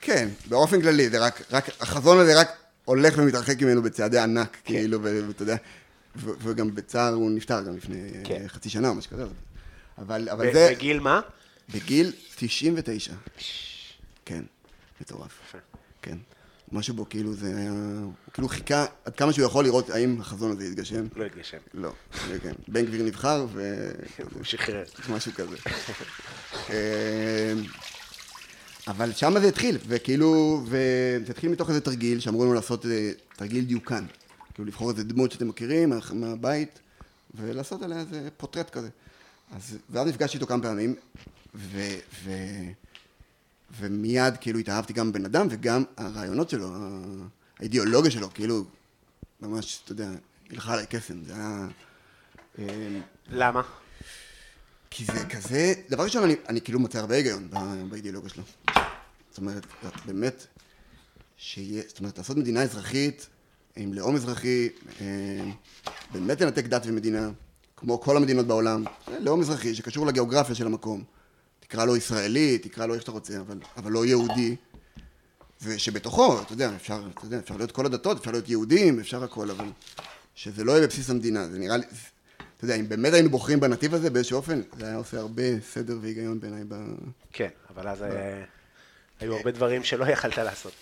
כן, באופן כללי, זה רק, רק, החזון הזה רק הולך ומתרחק ממנו בצעדי ענק, כאילו, ו- ואתה יודע, ו- וגם בצער הוא נפטר גם לפני אה,
כן.
חצי שנה או משהו כזה, אבל, אבל
ב-
זה
בגיל מה?
בגיל 99. כן, מטורף.
יפה.
כן. משהו בו כאילו זה היה... הוא כאילו חיכה עד כמה שהוא יכול לראות האם החזון הזה יתגשם.
לא כן. התגשם.
לא. זה כן. בן גביר נבחר ו...
הוא שחרר.
משהו כזה. אה, אבל שם זה התחיל, וכאילו, וזה התחיל מתוך איזה תרגיל, שאמרו לנו לעשות אה, תרגיל דיוקן. כאילו לבחור איזה דמות שאתם מכירים מה- מהבית, ולעשות עליה איזה פורטרט כזה. אז, ואז נפגשתי איתו כמה פעמים, ו, ו, ומיד כאילו התאהבתי גם בבן אדם, וגם הרעיונות שלו, ה- האידיאולוגיה שלו, כאילו, ממש, אתה יודע, הלכה עליי קסם, זה היה... אה,
למה?
כי זה כזה, דבר ראשון, אני, אני כאילו מוצא הרבה היגיון ב- באידיאולוגיה שלו. זאת אומרת, באמת, שיהיה, זאת אומרת, לעשות מדינה אזרחית, עם לאום אזרחי, אה, באמת לנתק דת ומדינה, כמו כל המדינות בעולם, זה לאום אזרחי שקשור לגיאוגרפיה של המקום. תקרא לו ישראלי, תקרא לו איך שאתה רוצה, אבל, אבל לא יהודי. ושבתוכו, אתה יודע, אפשר, אתה יודע, אפשר להיות כל הדתות, אפשר להיות יהודים, אפשר הכל, אבל שזה לא יהיה בבסיס המדינה, זה נראה לי, אתה יודע, אם באמת היינו בוחרים בנתיב הזה באיזשהו אופן, זה היה עושה הרבה סדר והיגיון בעיניי ב...
כן, אבל אז אה, היו הרבה דברים שלא יכלת לעשות.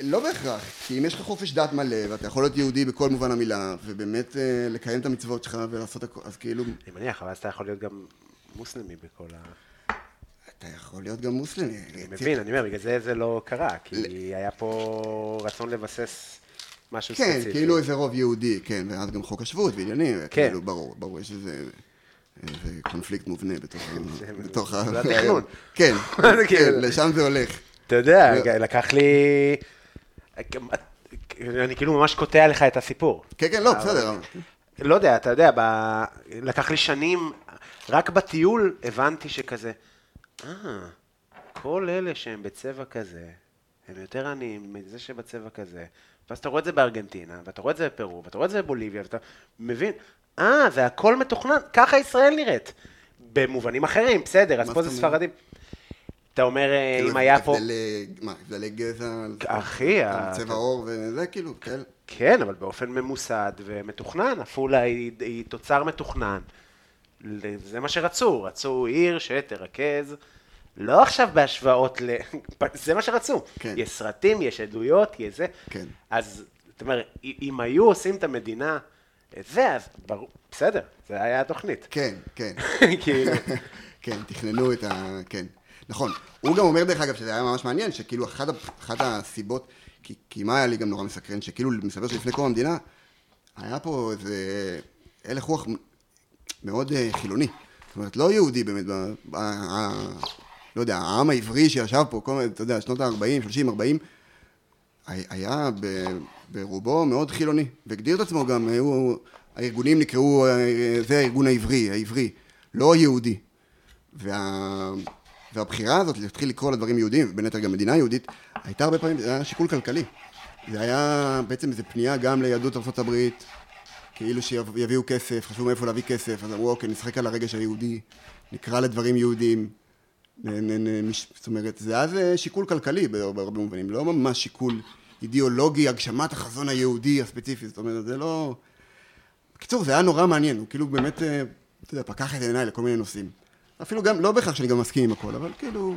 לא בהכרח, כי אם יש לך חופש דת מלא, ואתה יכול להיות יהודי בכל מובן המילה, ובאמת אה, לקיים את המצוות שלך ולעשות הכל, אז כאילו,
אני מניח, אבל אז אתה יכול להיות גם מוסלמי בכל ה...
אתה יכול להיות גם מוסלמי. אה,
אני מבין, אני אומר, בגלל זה זה לא קרה, כי היה פה רצון לבסס משהו
כן,
ספציפי.
כאילו איזה רוב יהודי, כן, ואז גם חוק השבות ועניינים,
כן.
כאילו, ברור, ברור, יש איזה... איזה קונפליקט מובנה בתוך ה... בתוך ה...
זה התכנון.
כן,
זה
כן,
כאילו-
לשם זה הולך.
אתה יודע,
לא.
לקח לי... אה, אני כאילו ממש קוטע לך את הסיפור.
כן, כן, לא, בסדר. אבל-
לא יודע, אתה יודע, ב... לקח לי שנים, רק בטיול הבנתי שכזה, אה, כל אלה שהם בצבע כזה, הם יותר עניים מזה שבצבע כזה. ואז אתה רואה את זה בארגנטינה, ואתה רואה את זה בפרו, ואתה רואה את זה בבוליביה, ואתה מבין, אה, זה הכל מתוכנן, ככה ישראל נראית. במובנים אחרים, בסדר, אז
מה
פה זה
זאת אומרת?
ספרדים. אתה אומר, אה,
כאילו,
אם היה פה...
הבדלי- מה, הבדלי גזע?
אחי, ה-
צבע עור וזה, כאילו, כן.
כן, אבל באופן ממוסד ומתוכנן. עפולה היא, היא תוצר מתוכנן. ל- זה מה שרצו, רצו עיר שתרכז, לא עכשיו בהשוואות ל... זה מה שרצו.
כן.
יש סרטים, יש עדויות, יש זה.
כן.
אז, זאת אומרת, אם- אם היו עושים את המדינה, את זה, אז ברור, בסדר, זה היה התוכנית.
כן, כן.
כאילו,
כן, תכננו את ה... כן. נכון. הוא גם אומר, דרך אגב, שזה היה ממש מעניין, שכאילו אחת, ה- אחת הסיבות, כי, כי מה היה לי גם נורא מסקרן, שכאילו מסתבר שלפני קום המדינה, היה פה איזה הלך רוח מאוד אה, חילוני. זאת אומרת, לא יהודי באמת, ב, ב, ה, לא יודע, העם העברי שישב פה, כל, מיני, אתה יודע, שנות ה-40, 30, 40, הי- היה ב, ברובו מאוד חילוני, והגדיר את עצמו גם, היו, הארגונים נקראו, אה, זה הארגון העברי, העברי, לא יהודי. וה, והבחירה הזאת להתחיל לקרוא לדברים יהודים, ובין היתר גם מדינה יהודית, הייתה הרבה פעמים, זה היה שיקול כלכלי. זה היה בעצם איזו פנייה גם ליהדות ארה"ב, כאילו שיביאו כסף, חשבו מאיפה להביא כסף, אז אמרו, אוקיי, נשחק על הרגש היהודי, נקרא לדברים יהודים. נ- נ- נ- מש- זאת אומרת, זה היה זה שיקול כלכלי בה- בהרבה מובנים, לא ממש שיקול אידיאולוגי, הגשמת החזון היהודי הספציפי, זאת אומרת, זה לא... בקיצור, זה היה נורא מעניין, הוא כאילו באמת, אה, אתה יודע, פקח את עיניי לכל מיני נושאים. אפילו גם, לא בהכרח שאני גם מסכים עם הכל, אבל כאילו,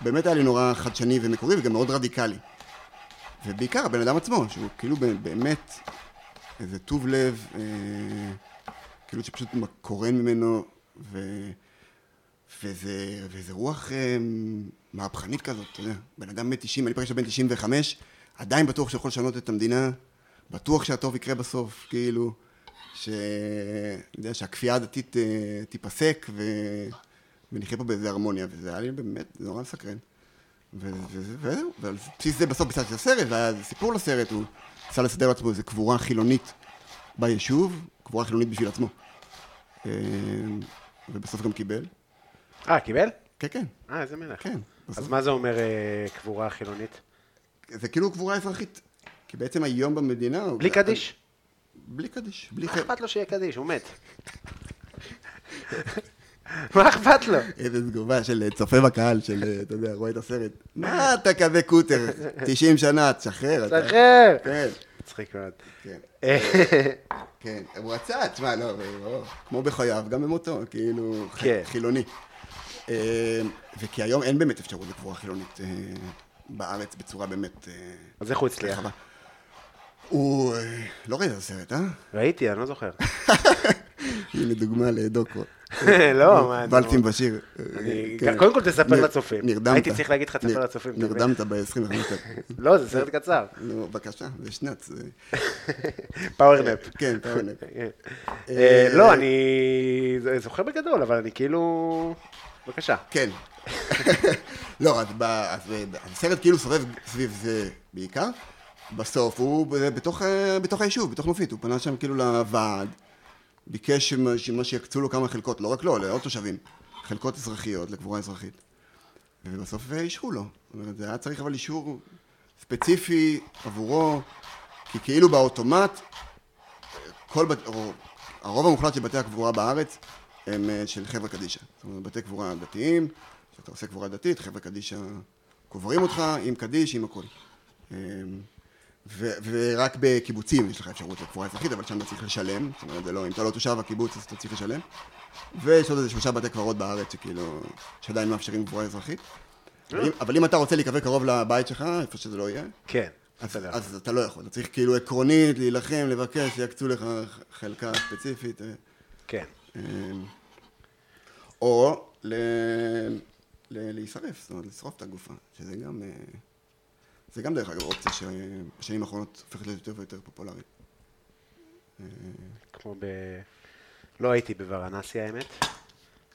באמת היה לי נורא חדשני ומקורי וגם מאוד רדיקלי. ובעיקר הבן אדם עצמו, שהוא כאילו ב- באמת איזה טוב לב, אה, כאילו שפשוט קורן ממנו, ו, וזה, וזה רוח אה, מהפכנית כזאת, אתה יודע, בן אדם בן 90, אני פגשתי בן 95, עדיין בטוח שיכול לשנות את המדינה, בטוח שהטוב יקרה בסוף, כאילו, ש... אני יודע, שהכפייה הדתית אה, תיפסק, ו... ונחיה פה באיזה הרמוניה, וזה היה לי באמת זה נורא מסקרן. ו- ו- וזהו, ועל בסיס זה בסוף ביצעתי את הסרט, והיה איזה סיפור לסרט, הוא ניסה לסדר לעצמו איזו קבורה חילונית ביישוב, קבורה חילונית בשביל עצמו. אה, ובסוף גם קיבל.
אה, קיבל?
כן, כן.
אה, איזה מלך.
כן, בסוף.
אז מה זה אומר אה, קבורה חילונית?
זה כאילו קבורה אזרחית. כי בעצם היום במדינה... הוא-
בלי קדיש?
בלי קדיש. בלי
מה
חי...
אכפת לו שיהיה קדיש? הוא מת. מה אכפת לו?
איזה תגובה של אה, צופה בקהל, של, אה, אתה יודע, רואה את הסרט. מה אתה כזה קוטר? 90 שנה, תשחרר. אתה."
שחרר!
כן,
מצחיק מאוד.
כן,
אה,
כן. הוא רצה, תשמע, לא, לא, כמו בחייו, גם במותו, כאילו, ח-
כן.
חילוני. אה, וכי היום אין באמת אפשרות לקבורה חילונית אה, בארץ בצורה באמת... אה,
אז איך הוא הצליח?
רחבה. הוא... אה, לא ראית את הסרט, אה?
ראיתי, אני לא זוכר.
הנה דוגמה לדוקו.
לא, מה... אני-
ולצים בשיר.
אני-
כן.
קודם כל תספר
נר-
לצופים.
נרדמת.
הייתי צריך להגיד לך, תספר
נר-
לצופים, אתה מבין?
נרדמת ב-25 דקות.
לא, זה סרט קצר.
נו, בבקשה, זה שנץ. זה-
פאוורנאפ.
כן, אתה עונה.
אה, לא, אני זוכר בגדול, אבל אני כאילו... בבקשה.
כן. לא, אז ב- אז ב- הסרט כאילו סובב סביב זה בעיקר. בסוף הוא ב- בתוך, אה, בתוך היישוב, בתוך נופית, הוא פנה שם כאילו לוועד, ביקש שמה- שמה שיקצו לו כמה חלקות, לא רק לו, לעוד תושבים, חלקות אזרחיות, לקבורה אזרחית. ובסוף אה, אישרו לו. זאת אומרת, זה היה צריך אבל אישור ספציפי עבורו, כי כאילו באוטומט, כל בת... או- הרוב המוחלט של בתי הקבורה בארץ הם אה, של חברה קדישא. זאת אומרת, בתי קבורה דתיים, כשאתה עושה קבורה דתית, חברה קדישא קוברים אותך עם קדיש, עם הכל. אה, ו- ורק בקיבוצים יש לך אפשרות לקבורה אזרחית, אבל שם אתה צריך לשלם. זאת אומרת, זה לא, אם אתה לא תושב הקיבוץ אז אתה צריך לשלם. ויש עוד איזה שלושה בתי קברות בארץ שכאילו, שעדיין מאפשרים קבורה אזרחית. אבל אם- אבל אם אתה רוצה להיקבר קרוב לבית שלך, איפה שזה לא יהיה,
כן.
אז,
בסדר.
אז אתה לא יכול, אתה צריך כאילו עקרונית להילחם, לבקש, שיקצו לך חלקה ספציפית. אה,
כן.
אה, או ל... ל... להישרף, זאת אומרת, לשרוף את הגופה, שזה גם... אה, זה גם דרך אגב אופציה שבשנים האחרונות הופכת להיות יותר ויותר פופולרית.
כמו ב... לא הייתי בוורנסי האמת.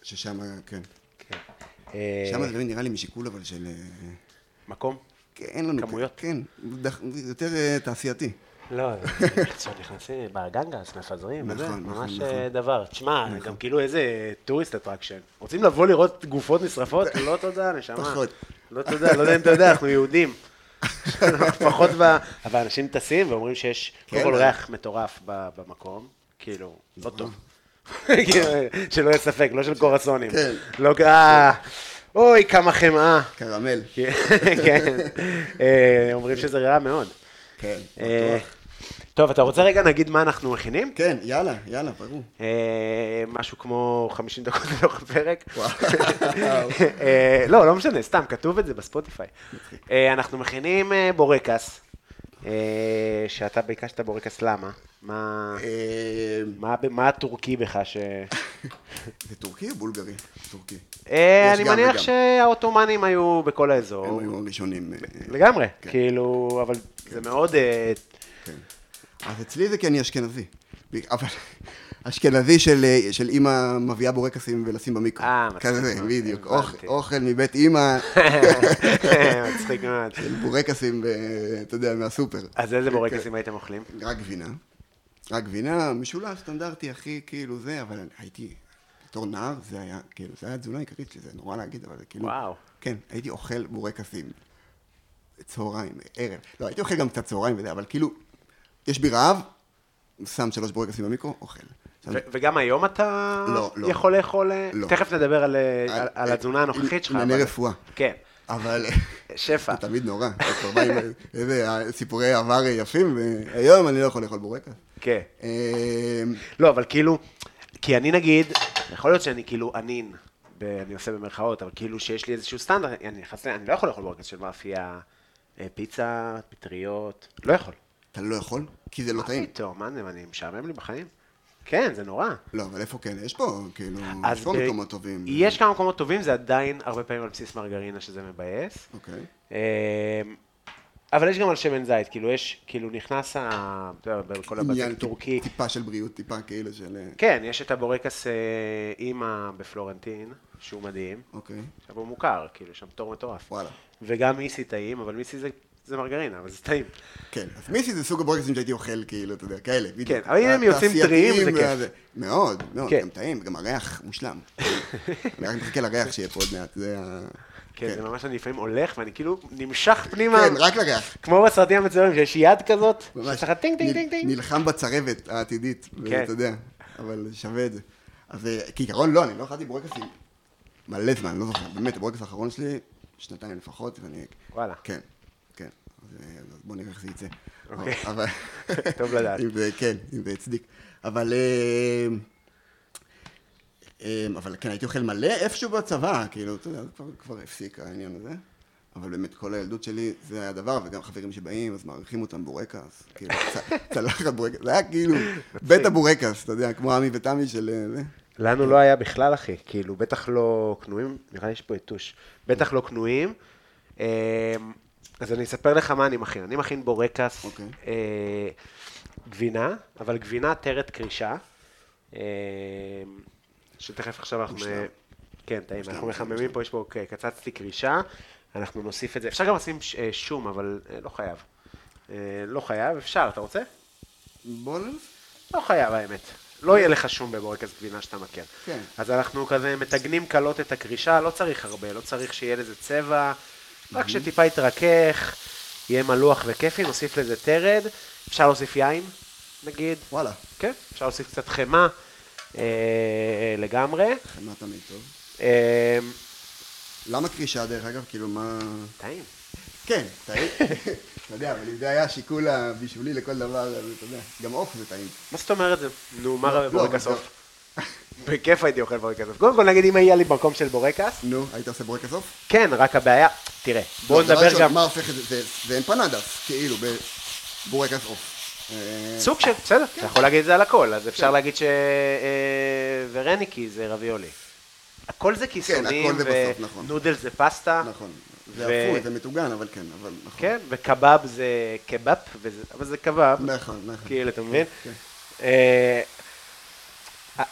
ששם, כן.
כן. אה,
שם זה גם נראה לי משיקול אבל של... אה,
מקום?
כן, אין לנו...
כמויות.
כן, דח- יותר אה, תעשייתי.
לא, נכנסים בגנגה, אז מפזרים,
נכון,
וזה,
נכון,
ממש
נכון.
אה, דבר. תשמע, גם כאילו איזה טוריסט אטרקשן. רוצים לבוא לראות גופות נשרפות? לא תודה, נשמה.
פחות.
לא תודה, לא יודע אם אתה יודע, אנחנו יהודים. פחות ב... אבל אנשים טסים ואומרים שיש קודם כל
אבל-
ריח מטורף ב- במקום, כאילו, לא
נכון.
טוב. כאילו, שלא יהיה ספק, לא של קורסונים.
כן.
לא, אה, אוי, כמה חמאה.
קרמל.
כן, כן. אה, אומרים שזה רע מאוד.
כן,
אה,
בטוח.
טוב, אתה רוצה רגע נגיד מה אנחנו מכינים?
כן, יאללה, יאללה, ברור.
אה, משהו כמו 50 דקות לתוך הפרק.
וואו.
אה, לא, לא משנה, סתם, כתוב את זה בספוטיפיי. אה, אנחנו מכינים אה, בורקס. אה, אה, שאתה ביקשת בורקס למה? מה,
אה,
מה, ב- מה הטורקי בך ש...
זה טורקי או בולגרי? טורקי.
אה,
יש
אני
גם
מניח
וגם.
שהעות'מאנים היו בכל
הם
האזור.
היו הראשונים. אה,
לגמרי,
כן.
כאילו, אבל זה מאוד... אה,
כן. אז אצלי זה כי אני אשכנזי. ב- אבל אשכנזי של, אה, של אימא מביאה בורקסים ולשים במיקרו.
אה, מצחיק
כזה,
מאוד,
בדיוק.
הבנתי.
אוכ- אוכל מבית אימא,
מצחיק מאוד.
בורקסים, ב- אתה יודע, מהסופר.
אז איזה
כן.
בורקסים הייתם אוכלים?
רק גבינה. רק גבינה, משולש סטנדרטי, הכי כאילו זה, אבל אני- הייתי, בתור נער, זה היה, כאילו, זה היה התזונה העיקרית שלי, זה נורא להגיד, אבל זה כאילו...
וואו.
כן, הייתי אוכל בורקסים. צהריים, ערב. לא, הייתי אוכל גם קצת צהריים וזה, אבל כאילו, יש בי רעב, שם שלוש בורקסים במיקרו, אוכל. שם-
ו- וגם היום אתה
לא, לא.
יכול לאכול... אה,
לא.
תכף נדבר על, אה, על, על
אה,
התזונה הנוכחית שלך.
ענייני
אבל-
רפואה.
כן,
אבל...
שפע.
זה תמיד נורא. כבר בא עם איזה סיפורי עבר יפים, והיום אני לא יכול לאכול בורקס.
כן.
אמ,
לא, אבל כאילו, כי אני נגיד, יכול להיות שאני כאילו ענין, ב- אני עושה במרכאות, אבל כאילו שיש לי איזשהו סטנדרט, אני נכנס ל... אני לא יכול לאכול בורקס של מאפייה, אה, פיצה, פטריות, לא יכול.
אתה לא יכול? כי זה לא
מה
טעים.
פתאום, מה זה, אני משעמם לי בחיים? כן, זה נורא.
לא, אבל איפה כן? יש פה, כאילו,
אז
יש פה
ב-
מקומות טובים.
יש כמה מקומות טובים, זה עדיין הרבה פעמים על בסיס מרגרינה, שזה מבאס.
אוקיי.
אמ, אבל יש גם על שמן זית, כאילו יש, כאילו נכנס ה... אתה יודע, בכל הבסיס
עניין
הטורקי.
טיפה של בריאות, טיפה כאילו של... אה,
כן, יש את הבורקס אה, אימא בפלורנטין, שהוא מדהים.
אוקיי.
עכשיו הוא מוכר, כאילו, יש שם פטור מטורף.
וואלה.
וגם מיסי טעים, אבל מיסי זה, זה מרגרינה, אבל זה טעים.
כן, אז מיסי זה סוג הבורקסים שהייתי אוכל, כאילו, אתה יודע, כאלה, בדיוק.
כן, אבל אם הם יוצאים
התעשייתיים
טריים, זה כיף.
והזה. מאוד, מאוד,
כן.
גם טעים, גם הריח מושלם. אני רק מחכה לריח שיהיה פה עוד מעט, זה ה...
כן, זה
כן,
ממש, אני לפעמים הולך, ואני כאילו נמשך פנימה,
כן, רק לריח.
כמו בסרטים המצוינים, שיש יד כזאת,
ממש.
שיש לך טינג טינג
נל-
טינג טינג.
נלחם בצרבת העתידית,
כן.
ואתה יודע, אבל שווה את זה. אז אה, כעיקרון לא, אני לא אכלתי בורקסים מלא זמן, אני לא זוכר, באמת, הבורקס האחרון שלי, שנתיים לפחות, ואני...
וואלה.
כן, כן. אז אה, אז בוא נראה איך זה יצא.
אוקיי.
אבל-
טוב לדעת.
אם זה, כן, אם זה הצדיק. אבל... אה, אה, אבל כן, הייתי אוכל מלא איפשהו בצבא, כאילו, אתה יודע, זה כבר, כבר הפסיק העניין הזה. אבל באמת, כל הילדות שלי, זה היה הדבר, וגם חברים שבאים, אז מעריכים אותם בורקס, כאילו, צ- צלחת בורקס, זה היה כאילו בית הבורקס, אתה יודע, כמו עמי ותמי של... אה, זה.
לנו לא היה בכלל, אחי, כאילו, בטח לא כנועים, נראה לי שיש פה יתוש, בטח לא כנועים. אמ, אז אני אספר לך מה אני מכין. אני מכין בורקס,
אוקיי.
אה, גבינה, אבל גבינה טרת קרישה, אמ, שתכף עכשיו אנחנו...
מושלם.
כן, טעים,
מושלם,
אנחנו
מושלם,
מחממים פה, יש פה, אוקיי, קצצתי קרישה, אנחנו נוסיף את זה. אפשר גם לשים ש- אה, שום, אבל אה, לא חייב. אה, לא חייב, אפשר, אתה רוצה?
בוא נ...
לא חייב האמת. לא יהיה לך שום בבורקס גבינה שאתה מכיר.
כן.
אז אנחנו כזה מתגנים קלות את הקרישה, לא צריך הרבה, לא צריך שיהיה לזה צבע,
Mhm.
רק שטיפה יתרכך, יהיה מלוח וכיפי, נוסיף לזה טרד, אפשר להוסיף יין, נגיד.
וואלה,
כן, אפשר להוסיף קצת חמאה אה, לגמרי.
חמאה תמיד טוב.
אה,
למה קרישה, דרך אגב? כאילו, מה...
טעים.
כן, טעים. אתה יודע, אבל אם זה היה השיקול הבישולי לכל דבר, אז אתה יודע, גם עוף זה טעים.
מה זאת אומרת זה? נו, מה רע
לא,
בבורקס
לא.
עוף? בכיף הייתי אוכל בורקס עוף. קודם כל נגיד אם היה לי מקום של בורקס,
נו, היית עושה בורקס עוף?
כן, רק הבעיה, תראה, בואו
לא, דבר
נדבר
ראשון,
גם...
מה הופך את זה? זה- זה אמפנדס, כאילו, בבורקס עוף. אה,
סוג של, בסדר, אתה יכול להגיד את זה על הכל, אז אפשר להגיד ש... אה, ורניקי זה רביולי. הכל זה כיסונים,
כן, הכל זה בסוף, נכון.
ונודל זה פסטה,
נכון.
ו-
זה אפוי, זה מטוגן, אבל כן, אבל נכון.
כן, וקבב זה קבאפ, וזה- אבל זה קבב,
נכון, נכון.
כאילו, אתה מבין?
כן.
אה,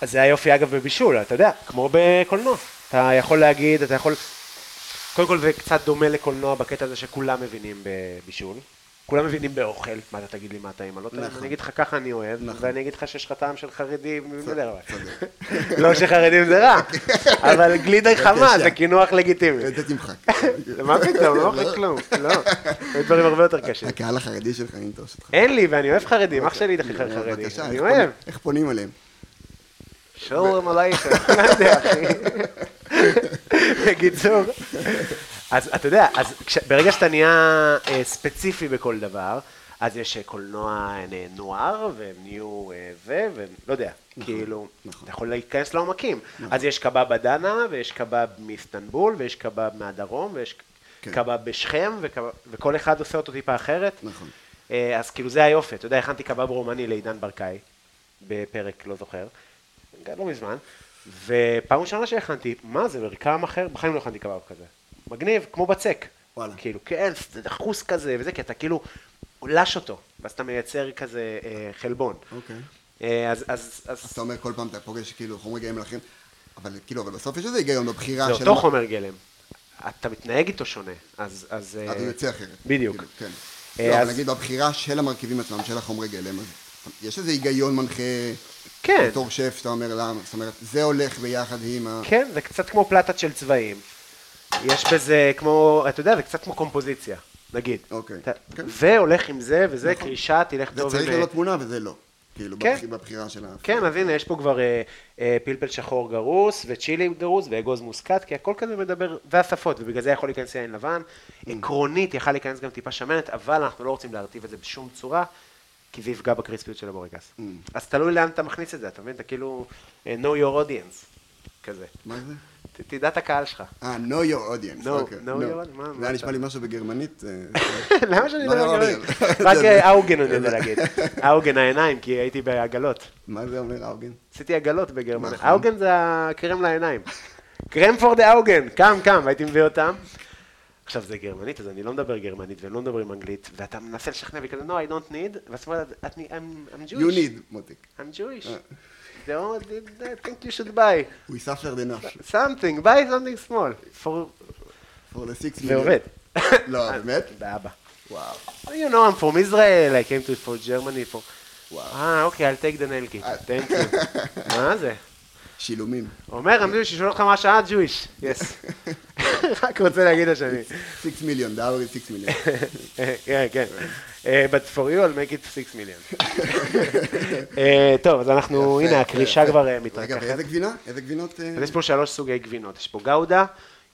אז זה היופי אגב בבישול, אתה יודע, כמו בקולנוע. אתה יכול להגיד, אתה יכול... קודם כל זה קצת דומה לקולנוע בקטע הזה שכולם מבינים בבישול. כולם מבינים באוכל, מה אתה תגיד לי מה טעים, מה לא טעים,
נכון.
אני אגיד לך ככה אני אוהב,
נכון.
ואני אגיד לך שיש לך טעם של חרדים, לא יודע, אבל-
צודק.
לא שחרדים זה רע, אבל גלידה חמה
בבקשה.
זה קינוח לגיטימי.
את זה תמחק.
מה פתאום, לא אוכל כלום, לא, יש דברים הרבה יותר קשים.
הקהל החרדי שלך ינטוש אותך. אה,
אין לי, ואני אוהב חרדים, אח שלי הכי חרדי,
בבקשה,
אני
איך
אוהב.
פונים- איך פונים אליהם?
שלום עלייך, לא יודע, אחי. בקיצור, אז אתה יודע, אז כש- ברגע שאתה נהיה אה, ספציפי בכל דבר, אז יש אה, קולנוע אה, נוער, והם נהיו אה, זה, ולא יודע, כאילו,
נכון.
אתה יכול להיכנס לעומקים. אז יש קבב בדנה, ויש קבב מאיסטנבול, ויש קבב מהדרום, ויש
כן.
קבב בשכם, וקבב- וכל אחד עושה אותו טיפה אחרת.
נכון.
אה, אז כאילו זה היופי, אתה יודע, הכנתי קבב רומני לעידן ברקאי, בפרק, לא זוכר, גם לא מזמן, ופעם ראשונה שהכנתי, מה זה, מרקם אחר? בחיים לא הכנתי קבב כזה. מגניב, כמו בצק.
וואלה.
כאילו, כן, זה דחוס כזה וזה, כי אתה כאילו לש אותו, ואז אתה מייצר כזה אה, חלבון.
אוקיי.
אה, אז, אז, אז,
אז אתה אומר כל פעם אתה פוגש כאילו חומרי גאים לכם, אבל כאילו, אבל בסוף יש איזה היגיון בבחירה
זה
של...
אותו
מה-
חומר גלם. אתה מתנהג איתו שונה, אז... אז
אז הוא
אה,
יוצא אחרת.
בדיוק.
כאילו, כן.
אה,
לא, אבל
אז-
נגיד בבחירה של המרכיבים עצמם, של החומרי גלם, אז יש איזה היגיון מנחה...
כן.
בתור שף, שאתה אומר למה, זאת אומרת, זה הולך ביחד עם ה...
כן, זה קצת כמו פלטת של צבעים. יש בזה כמו, אתה יודע, זה קצת כמו קומפוזיציה, נגיד.
אוקיי.
אתה,
כן. נכון.
זה הולך עם זה, וזה קרישה, תלך
זה
טוב
צריך
עם...
להיות תמונה וזה לא. כאילו,
כן.
בבח- בבחירה של ה...
כן, אז הנה, יש פה כבר אה, אה, פלפל שחור גרוס, וצ'ילי גרוס, ואגוז מוסקת, כי הכל כזה מדבר, והשפות, ובגלל זה יכול להיכנס יין לבן.
Mm.
עקרונית, יכל להיכנס גם טיפה שמנת, אבל אנחנו לא רוצים להרטיב את זה בשום צורה, כי זה יפגע בקריספיות של הבורגס.
Mm.
אז תלוי לאן אתה מכניס את זה, אתה מבין? אתה כאילו, אה, know your audience, כזה.
מה זה?
ת- תדע את הקהל שלך.
אה, know your audience.
No,
אוקיי,
know
no.
your audience, מה-
זה
מה
היה
אתה-
נשמע לי משהו בגרמנית. אה,
למה שאני
לא
מדבר
נורא
גרמנית?
לי.
רק
זה-
אה, אוגן אני יודע להגיד. אוגן העיניים, כי הייתי בעגלות.
מה זה אומר ארגן?
עשיתי עגלות בגרמניה.
נכון.
אוגן זה הקרם לעיניים. קרם פור דה אוגן, קם, קם, הייתי מביא אותם. עכשיו זה גרמנית, אז אני לא מדבר גרמנית והם לא מדברים אנגלית, ואתה מנסה לשכנע וכזה, no, I don't need, ואז אומרת, "את- אני- I'm I'm
You
Jewish,
need, אה. מותיק.
I'm Jewish. They all- they- they think you should buy
We suffered enough
something, buy something small. For-
for the six million.
זה עובד.
לא,
אה.
באמת?
באבא.
וואו.
You know, I'm from Israel, I came to for Germany for...
וואו.
אה, אוקיי, I'll take the nail kit.
אה.
Thank you. מה זה?
שילומים.
אומר, אני מבין ששואל אותך מה השעה, ג'ויש. יס. רק רוצה להגיד השני.
6 מיליון, דאבר is 6 מיליון.
כן, כן. אה, But for you, I'll make it 6 million. אה, טוב, אז אנחנו,
יפה,
הנה, הקרישה
יפה.
כבר אה,
רגע,
מתרככת.
ואיזה גבינה? איזה גבינות? אה?
אז יש פה שלוש סוגי גבינות. יש פה גאודה,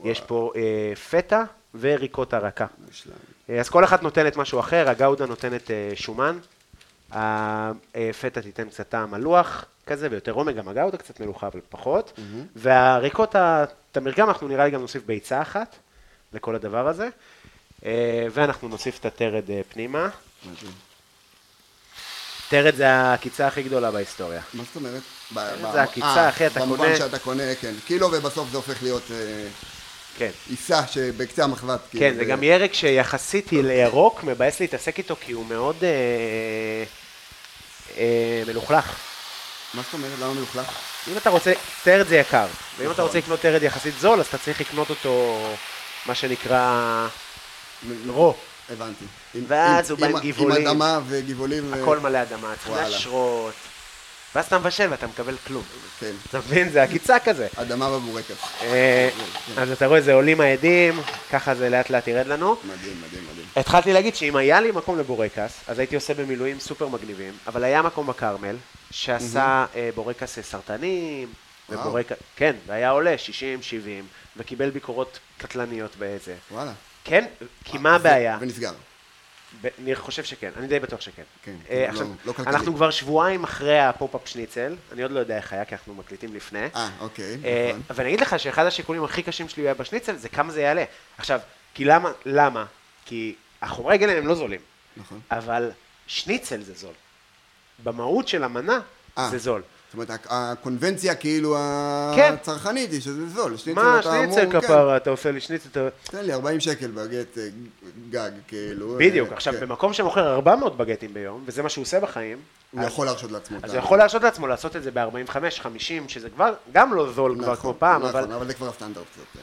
יש פה אה, פטה וריקוטה רכה.
מושלם.
אה, אז כל אחת נותנת משהו אחר, הגאודה נותנת אה, שומן, הפטה תיתן קצת טעם מלוח כזה ויותר עומק, גם הגאודה קצת מלוכה אבל פחות, והריקוטה, את המרגם אנחנו נראה לי גם נוסיף ביצה אחת לכל הדבר הזה, אה, ואנחנו נוסיף את הטרד אה, פנימה.
מה זה?
טרד זה הקיצה הכי גדולה בהיסטוריה.
מה זאת אומרת? ב- ב-
זה הקיצה,
אה,
אחי, אתה
במובן
קונה-
שאתה קונה, כן. קילו ובסוף זה הופך להיות אה,
כן.
עיסה שבקצה המחבת. כאילו,
כן, זה גם ירק שיחסית היא לירוק, מבאס להתעסק איתו כי הוא מאוד אה, אה, מלוכלך.
מה זאת אומרת? למה מלוכלך?
אם אתה רוצה, טרד זה יקר, ואם אתה
נכון.
רוצה לקנות טרד יחסית זול, אז אתה צריך לקנות אותו, מה שנקרא, רו,
הבנתי. עם-
ואז
עם-
הוא בא עם
עם-
גבעולים.
עם אדמה וגבעולים. ו-
הכל מלא אדמה,
וואלה.
צנשרות, ואז אתה מבשל ואתה מקבל כלום.
כן.
אתה מבין? זה עקיצה כזה.
אדמה כן. בבורקס.
אה, אז אתה רואה, זה עולים העדים, ככה זה לאט לאט ירד לנו.
מדהים, מדהים, מדהים.
התחלתי להגיד שאם היה לי מקום לבורקס, אז הייתי עושה במילואים סופר מגניבים, אבל היה מקום בכרמל, שעשה אה, בורקס סרטנים,
וואו.
ובורקס, כן, והיה עולה 60-70, וקיבל ביקורות קטלניות באיזה.
וואלה.
כן, כי מה
אה, זה-
הבעיה?
ונסגר.
ב- אני חושב שכן, אני די בטוח שכן.
כן,
אה,
כאילו,
עכשיו,
לא- לא כלכלי.
אנחנו כבר שבועיים אחרי הפופ-אפ שניצל, אני עוד לא יודע איך היה, כי אנחנו מקליטים לפני.
אה, אוקיי,
אה,
נכון.
אבל אני אגיד לך שאחד השיקולים הכי קשים שלי היה בשניצל, זה כמה זה יעלה. עכשיו, כי למה? למה? כי החומרי גלם הם לא זולים,
נכון.
אבל שניצל זה זול. במהות של המנה
אה.
זה זול.
זאת אומרת, הק- הקונבנציה כאילו
כן.
הצרכנית היא שזה זול. שניצל
מה,
אתה אמור,
שניצל
כן. אה,
כפרה, אתה עושה לי שניצל, אתה...
תן לי 40 שקל בגט אה, גג, כאילו.
בדיוק,
אה,
עכשיו,
כן.
במקום שמוכר 400 בגטים ביום, וזה מה שהוא עושה בחיים,
הוא יכול להרשות לעצמו. את
אז
ה-
הוא יכול להרשות לעצמו לעשות את זה ב-45, 50, שזה כבר, גם לא זול כבר
נכון,
כמו פעם,
נכון,
אבל...
אבל זה כבר הסטנדרט קצת. אה,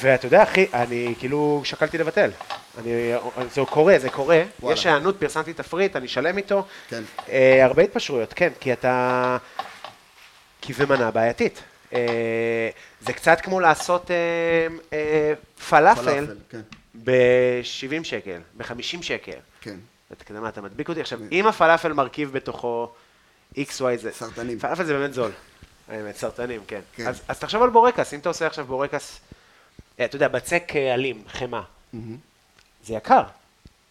ואתה יודע, אחי, אני כאילו שקלתי לבטל. אני, זה קורה, זה קורה.
וואלה.
יש היענות, פרסמתי תפריט, אני אשלם איתו.
כן.
אה, הרבה התפשרויות, כן, כי אתה... כי זה מנה בעייתית. אה, זה קצת כמו לעשות אה, אה, פלאפל
פלאפל, כן,
ב-70 שקל, ב-50 שקל.
כן.
אתה יודע מה, אתה מדביק אותי? עכשיו, אם הפלאפל מרכיב בתוכו XY זה...
סרטנים.
פלאפל זה באמת זול. האמת, סרטנים, כן.
כן.
אז, אז תחשוב על בורקס, אם אתה עושה עכשיו בורקס, אה, אתה יודע, בצק אה, אלים, חמאה, זה יקר.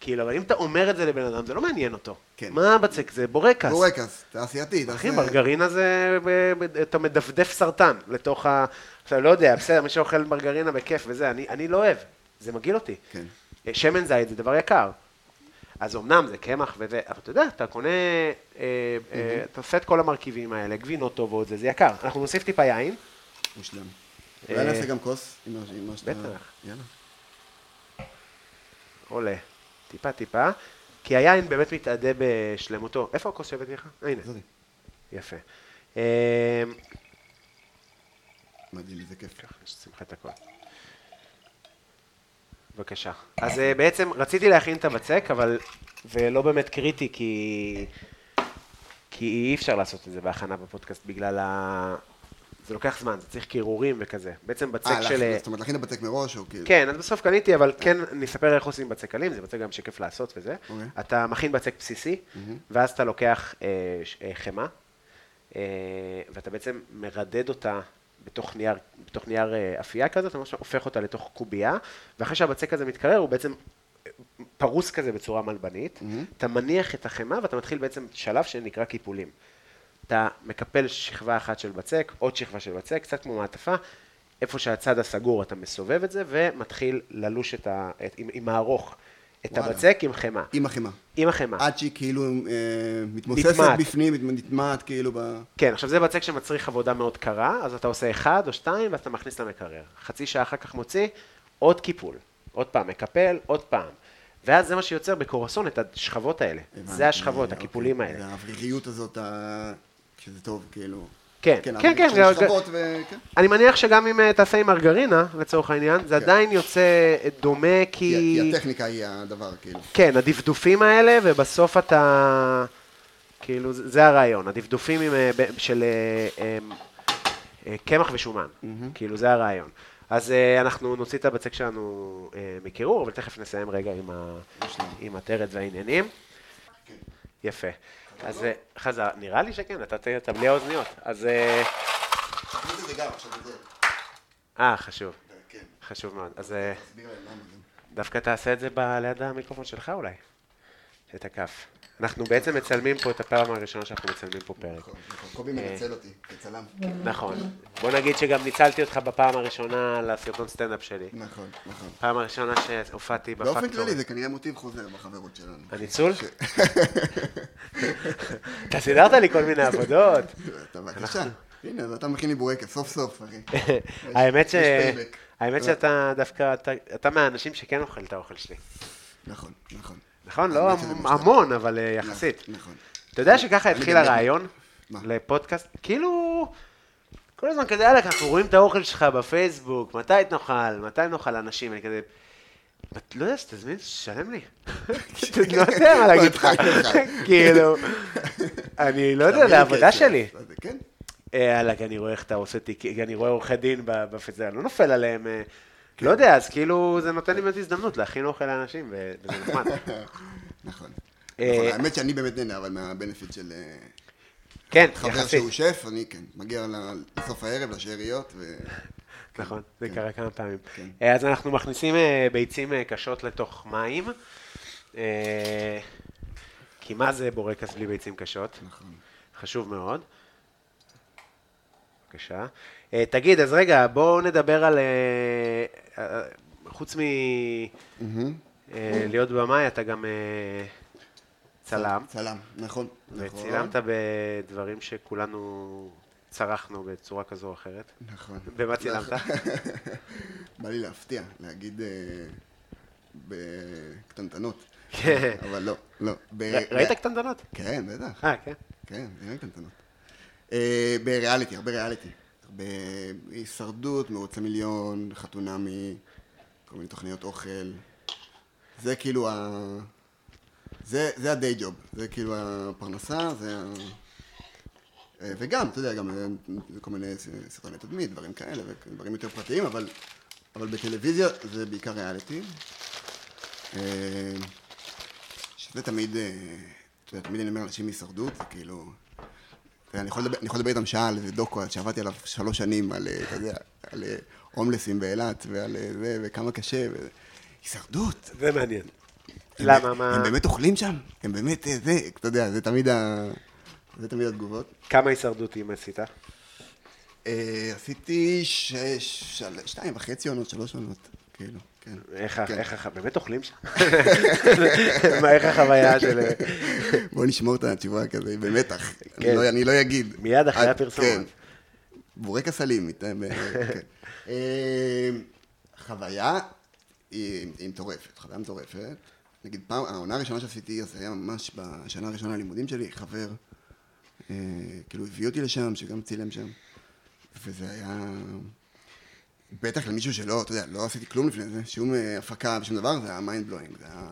כאילו, אבל אם אתה אומר את זה לבן אדם, זה לא מעניין אותו.
כן.
מה בצק? זה בורקס.
בורקס, תעשייתי.
אחי,
תעשה-
מרגרינה זה... אה, ב- ב- אתה מדפדף סרטן לתוך ה... עכשיו, לא יודע, בסדר, מי שאוכל מרגרינה בכיף וזה, אני, אני לא אוהב, זה מגעיל אותי.
כן.
שמן זית זה דבר יקר. אז אמנם זה קמח וזה, אבל אתה יודע, אתה קונה, אה, אה, אתה עושה את כל המרכיבים האלה, גבינות טובות, זה, זה יקר. אנחנו נוסיף טיפה יין,
מושלם. אולי
אה,
נעשה גם כוס, עם מה- עם מה שאתה...
בטח.
יאללה.
עולה, טיפה טיפה, כי היין באמת מתאדה בשלמותו. איפה הכוס שהבאתי לך? אה, הנה,
זאתי.
יפה. אה,
מדהים, איזה כיף.
נשים לך את הכל. בבקשה. אז אה, בעצם רציתי להכין את הבצק, אבל זה לא באמת קריטי, כי... כי אי אפשר לעשות את זה בהכנה בפודקאסט בגלל ה... זה לוקח זמן, זה צריך קירורים וכזה. בעצם בצק
אה,
של...
להכין- זאת אומרת, להכין את הבצק מראש, או כאילו...
כן, אז בסוף קניתי, אבל כן, אני אספר איך עושים בצק קלים, זה בצק גם שכיף לעשות וזה.
אוקיי.
אתה מכין בצק בסיסי, ואז אתה לוקח אה, ש- אה, חמאה, אה, ואתה בעצם מרדד אותה בתוך נייר, בתוך נייר אה, אפייה כזאת, אתה ממש הופך אותה לתוך קובייה, ואחרי שהבצק הזה מתקרר, הוא בעצם פרוס כזה בצורה מלבנית, אתה מניח את החמאה ואתה מתחיל בעצם שלב שנקרא קיפולים. אתה מקפל שכבה אחת של בצק, עוד שכבה של בצק, קצת כמו מעטפה, איפה שהצד הסגור אתה מסובב את זה ומתחיל ללוש את ה... את, עם, עם הארוך, את
וואלה.
הבצק עם חמאה.
עם החמאה.
עם החמאה.
עד שהיא כאילו אה, מתמוססת
נטמעת.
בפנים, מת- נטמעת כאילו ב...
כן, עכשיו זה בצק שמצריך עבודה מאוד קרה, אז אתה עושה אחד או שתיים ואתה מכניס למקרר. חצי שעה אחר כך מוציא, עוד קיפול. עוד פעם, מקפל, עוד פעם. ואז זה מה שיוצר בקורסון את השכבות האלה. זה השכבות,
הבנתי,
הקיפולים
אוקיי.
האלה.
זה האווריריות הזאת, ה- שזה טוב, כאילו.
כן, כן,
האווריריות
כן,
של
זה-
השכבות ו- כן.
אני מניח שגם אם אה, תעשה עם מרגרינה, לצורך העניין, זה עדיין יוצא אה, דומה
כי
כי...
כי הטכניקה היא הדבר, כאילו.
כן, הדפדופים האלה, ובסוף אתה... כאילו, זה זה הרעיון. הדפדופים עם, אה, ב- של אה, אה, אה, קמח ושומן. כאילו, זה הרעיון. אז אה, אנחנו נוציא את הבצק שלנו אה, מקירור, אבל תכף נסיים רגע עם ה- עם הטרד והעניינים. יפה. אז אה, חזר, נראה לי שכן, אתה ת- אתה בלי האוזניות. אז... אה,
תכניס את זה גם, עכשיו את זה.
אה, חשוב.
כן,
חשוב מאוד. אז... אה,
תסביר להם למה זה.
דווקא תעשה את זה ב... ליד המיקרופון שלך אולי, את הכף. אנחנו בעצם מצלמים פה את הפעם הראשונה שאנחנו מצלמים פה פרק.
נכון, נכון. קובי
אה.
מנצל אותי, כצלם.
נכון. בוא נגיד שגם ניצלתי אותך בפעם הראשונה לסרטון סטנדאפ שלי.
נכון, נכון.
פעם הראשונה שהופעתי בפקטור.
באופן כללי זה כנראה מוטיב חוזר בחברות שלנו.
הניצול? אתה סידרת לי כל מיני עבודות.
אתה בבקשה. הנה, אז אתה מכין לי בורקס, סוף סוף, אחי.
האמת ש...
יש פייבק. לא.
האמת שאתה דווקא, אתה- אתה מהאנשים שכן אוכל את האוכל שלי.
נכון, נכון.
נכון? לא
האמת שזה מושלם.
המון, אבל אה, יחסית.
נכון.
אתה יודע שככה
אני
התחיל
גם-
הרעיון לא
מה?
לפודקאסט? כאילו, כל הזמן כזה, יאללה, אנחנו רואים את האוכל שלך בפייסבוק, מתי נאכל, מתי נאכל אנשים, אני כזה... "בת- לא יודע, שתזמין, תשלם לי. לא יודע מה
לא
להגיד לך.
התחלתי לך.
כאילו, אני לא יודע,
תאמין
זה
לי,
העבודה
כסף.
שלי.
אז זה כן.
אה, יאללה, כי אני רואה איך אתה עושה תיק, אני רואה עורכי דין בפייסבוק, אני לא נופל עליהם. אה,
כן.
לא יודע, אז כאילו, זה נותן לי באמת הזדמנות להכין אוכל לאנשים, ו- וזה נחמד.
נכון.
אה,
נכון, האמת שאני באמת נהנה, אבל מהבנפיט של אה,
כן,
חבר
יחסית.
שהוא שף, אני כן, מגיע ל- לסוף הערב, לשאריות, ו...
נכון, זה
כן.
קרה כמה פעמים.
כן.
אה, אז אנחנו מכניסים אה, ביצים אה, קשות לתוך מים, אה, כי מה זה בורקס בלי ביצים קשות?
נכון.
חשוב מאוד. בבקשה. אה, תגיד, אז רגע, בואו נדבר על... אה, אה, חוץ מ... אה, להיות במאי, אתה גם אה, צלם,
צלם, נכון. נכון.
וצילמת בדברים שכולנו צרחנו בצורה כזו או אחרת.
נכון.
במה צילמת?
בא לי להפתיע, להגיד אה, בקטנטנות.
כן.
אבל לא, לא. ב-
ר-
ב-
ראית קטנטנות?
כן, בטח.
אה, כן.
כן, זה רק קטנטנות. אה, בריאליטי, הרבה ריאליטי. בהישרדות, מרוץ המיליון, חתונמי, כל מיני תוכניות אוכל. זה כאילו ה... זה, זה הדיי ג'וב, זה כאילו הפרנסה, זה ה... אה, וגם, אתה יודע, גם אה, כל מיני ס- סרטוני תדמית, דברים כאלה, ודברים יותר פרטיים, אבל, אבל בטלוויזיה זה בעיקר ריאליטי. אה, שזה תמיד, אה, אתה יודע, תמיד אני אומר לאנשים הישרדות, זה כאילו... אתה יודע, אני יכול לדבר- אני יכול לדבר איתם שעה על איזה דוקו שעבדתי עליו שלוש שנים, על, אה, אתה יודע, על אה, הומלסים באילת, ועל אה, זה, וכמה קשה, וזה. הישרדות.
זה מעניין.
הם-
למה, מה,
הם באמת אוכלים שם? הם באמת, אה, זה, אתה יודע, זה תמיד ה... זה תמיד התגובות.
כמה הישרדותים עשית?
אה, עשיתי שש, של- שתיים וחצי עונות, שלוש עונות. כאילו, כן.
איך, ה-
כן.
איך, הח- באמת אוכלים שם? מה, איך החוויה של... אה,
בוא נשמור את התשובה כזה, במתח.
כן.
אני לא- אני לא אגיד.
מיד אחרי
אה,
הפרסום.
כן. בורקס סלים, כן. אה, חוויה היא היא מטורפת, חוויה מטורפת. נגיד, פעם, העונה הראשונה שעשיתי, אז היה ממש בשנה הראשונה ללימודים שלי, חבר, אה, כאילו הביא אותי לשם, שגם צילם שם, וזה היה... בטח למישהו שלא, אתה יודע, לא עשיתי כלום לפני זה, שום אה, הפקה ושום דבר, זה היה מיינד בלואינג, זה היה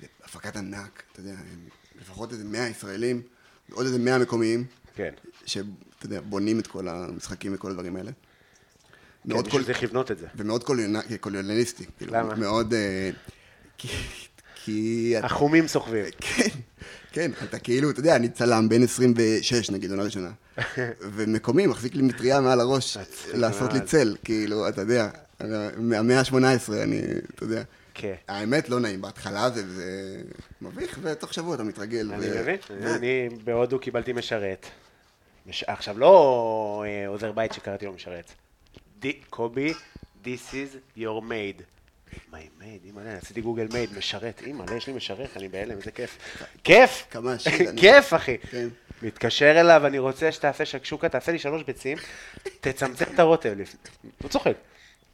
זה הפקת ענק, אתה יודע, הם לפחות איזה 100 ישראלים, ועוד איזה 100 מקומיים,
כן.
שאתה יודע, בונים את כל המשחקים וכל הדברים האלה.
מאוד
מאוד
כן,
קול-
כל... צריך לבנות את זה.
ומאוד קוליונ- קוליונליסטי. כאילו,
למה?
מאוד... אה, כי- כי... אתה-
החומים סוחבים.
כן, כן, אתה כאילו, אתה יודע, אני צלם בן 26 נגיד, עונה ראשונה, ומקומי מחזיק לי מטריה מעל הראש
מצחיק
לעשות לי
מאוד.
צל, כאילו, אתה יודע, מהמאה ה-18 אני, אתה יודע.
כן.
האמת, לא נעים, בהתחלה זה- זה מביך, ותוך שבוע אתה מתרגל.
אני
ו-
מבין.
ו-
אני בהודו קיבלתי משרת. מש... אה, עכשיו, לא אה, עוזר בית שקראתי לו משרת. די- קובי, this is your maid. my maid, אימא'לה, עשיתי גוגל מייד, משרת, אימא'לה, יש לי משרת, אני בהלם, איזה כיף. כיף!
כמה שיט, אני-
כיף, אחי.
כן.
מתקשר אליו, אני רוצה שתעשה שקשוקה, תעשה לי שלוש ביצים, תצמצם את הרוטב לפני. הוא צוחק.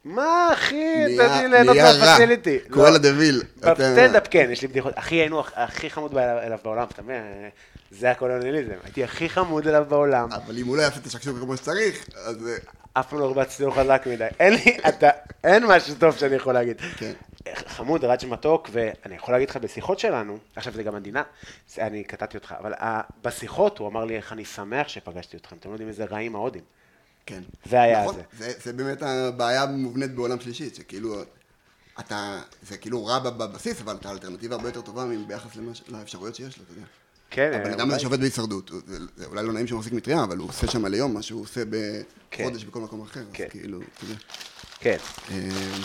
מה, אחי, תן לי
נהיה-
ליהנות
נהיה רע.
מהפסיליטי.
קורא
לא.
לדביל. אתה-
בסטנדאפ כן, יש לי בדיחות. אחי, היינו הכ- הכי חמוד בעל- אליו בעולם, אתה מבין? זה הקולוניאליזם. הייתי הכי חמוד אליו בעולם,
אבל אם הוא לא יעשה את השקשוק כמו שצריך, אז... אה,
אף פעם לא הרבצתי לו חזק מדי. אין לי, אתה, אין משהו טוב שאני יכול להגיד. אה,
כן.
חמוד, רג' מתוק, ואני יכול להגיד לך בשיחות שלנו, עכשיו זה גם המדינה, זה- אני קטעתי אותך, אבל אה, בשיחות הוא אמר לי איך אני שמח שפגשתי אתכם, אתם לא יודעים איזה רעים ההודים.
כן.
זה היה
נכון,
זה.
זה. זה באמת הבעיה המובנית בעולם שלישית, שכאילו, אתה, זה כאילו רע בב- בבסיס, אבל אתה אלטרנטיבה הרבה יותר טובה מ- ביחס למש, לאפשרויות שיש לו, אתה יודע.
כן, אה,
הבן אדם הזה
אולי-
שעובד בהישרדות, הוא- זה, זה אולי לא נעים שהוא מחזיק מטריה, אבל הוא עושה שם ליום מה שהוא עושה
כן.
בחודש בכל מקום אחר, אז
כן.
כאילו, אתה יודע.
כן.
אה,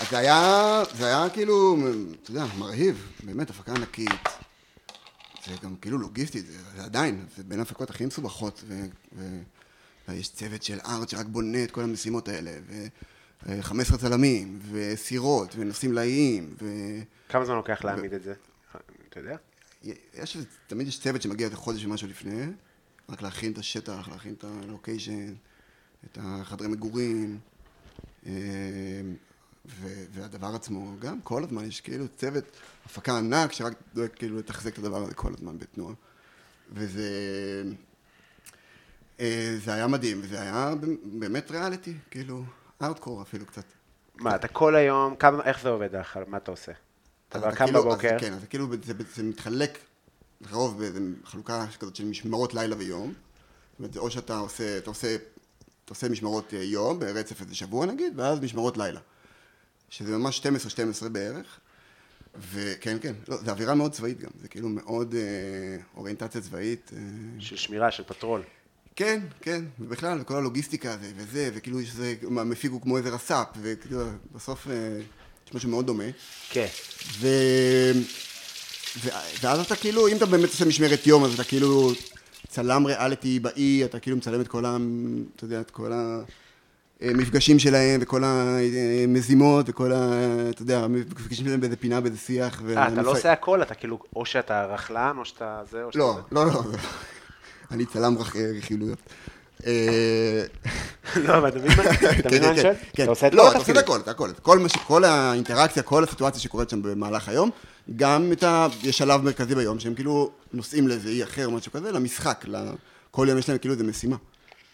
אז זה היה, זה היה כאילו, אתה יודע, מרהיב, באמת, הפקה ענקית. זה גם כאילו לוגיסטית, זה, זה עדיין, זה בין ההפקות הכי מסובכות, ו, ו, ויש צוות של ארט שרק בונה את כל המשימות האלה, ו-15 צלמים, וסירות, ונושאים לאיים, ו...
כמה זמן לוקח להעמיד את זה? אתה יודע?
יש, תמיד יש צוות שמגיע איזה חודש ומשהו לפני, רק להכין את השטח, להכין את הלוקיישן, את החדרי מגורים, אה, ו- והדבר עצמו גם, כל הזמן יש כאילו צוות הפקה ענק שרק דואג כאילו לתחזק את הדבר הזה כל הזמן בתנועה. וזה... אה, זה היה מדהים, וזה היה באמת ריאליטי, כאילו, ארטקור אפילו קצת.
מה, אתה כל היום, כמה, איך זה עובד לך? מה אתה עושה? אתה קם
כאילו-
בבוקר,
אז כן, אז זה כאילו זה, זה מתחלק לרוב באיזו חלוקה כזאת של משמרות לילה ויום. זאת אומרת, זה או שאתה עושה, אתה עושה, אתה עושה משמרות אה, יום ברצף איזה שבוע נגיד, ואז משמרות לילה. שזה ממש 12-12 בערך. וכן, כן, לא, זו אווירה מאוד צבאית גם, זה כאילו מאוד אה, אוריינטציה צבאית. אה,
של שמירה, של פטרול.
כן, כן, ובכלל, כל הלוגיסטיקה הזה, וזה, וכאילו יש איזה, מה, מפיק הוא כמו איזה רס"פ, וכאילו, בסוף אה, יש משהו מאוד דומה.
כן.
ו... ו... ואז אתה כאילו, אם אתה באמת עושה משמרת יום, אז אתה כאילו צלם ריאליטי באי, אתה כאילו מצלם את כל ה... אתה יודע, את כל המפגשים שלהם, וכל המזימות, וכל ה... אתה יודע, המפגשים שלהם באיזה פינה, באיזה שיח.
אה, אתה לא עושה הכל, אתה כאילו, או שאתה רכלן, או שאתה זה, או שאתה...
לא, לא, לא. אני צלם רכ- רכילויות. אה,
זה. לא, אבל אתה מבין מה
כן,
אתה מבין מה אני שואל? אתה עושה את כל
לא, אתה עושה את
התפקידים.
הכל, את הכל. את כל מה ש- כל האינטראקציה, כל הסיטואציה שקורית שם במהלך היום, גם את ה... יש שלב מרכזי ביום, שהם כאילו נוסעים לאיזה אי אחר, משהו כזה, למשחק, ל- כל יום יש להם כאילו איזה משימה.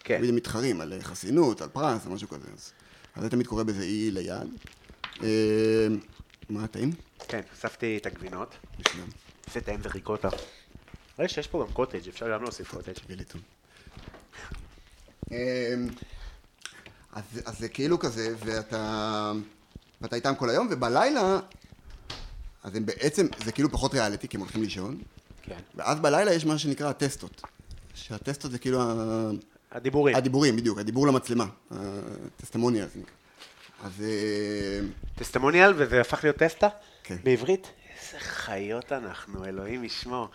כן.
תמיד הם מתחרים על אה, חסינות, על פרס, על משהו כזה. אז- אז זה תמיד קורה באיזה אי ליד. אה, מה, טעים?
כן, הוספתי את הגבינות,
בשביל
עשיתי עם וריקוטה. רואה שיש פה גם קוטג', אפשר גם להוסיף קוטג'.
תביא לי טום. אמ, אז, אז זה כאילו כזה, ואתה, ואתה איתם כל היום, ובלילה, אז הם בעצם, זה כאילו פחות ריאליטי, כי הם הולכים לישון,
כן.
ואז בלילה יש מה שנקרא הטסטות. שהטסטות זה כאילו ה...
הדיבורים.
הדיבורים, בדיוק, הדיבור למצלמה. הטסטמוניה, זה נקרא. אז... אמ,
טסטמוניאל, וזה הפך להיות טסטה?
כן.
בעברית? איזה חיות אנחנו, אלוהים ישמור.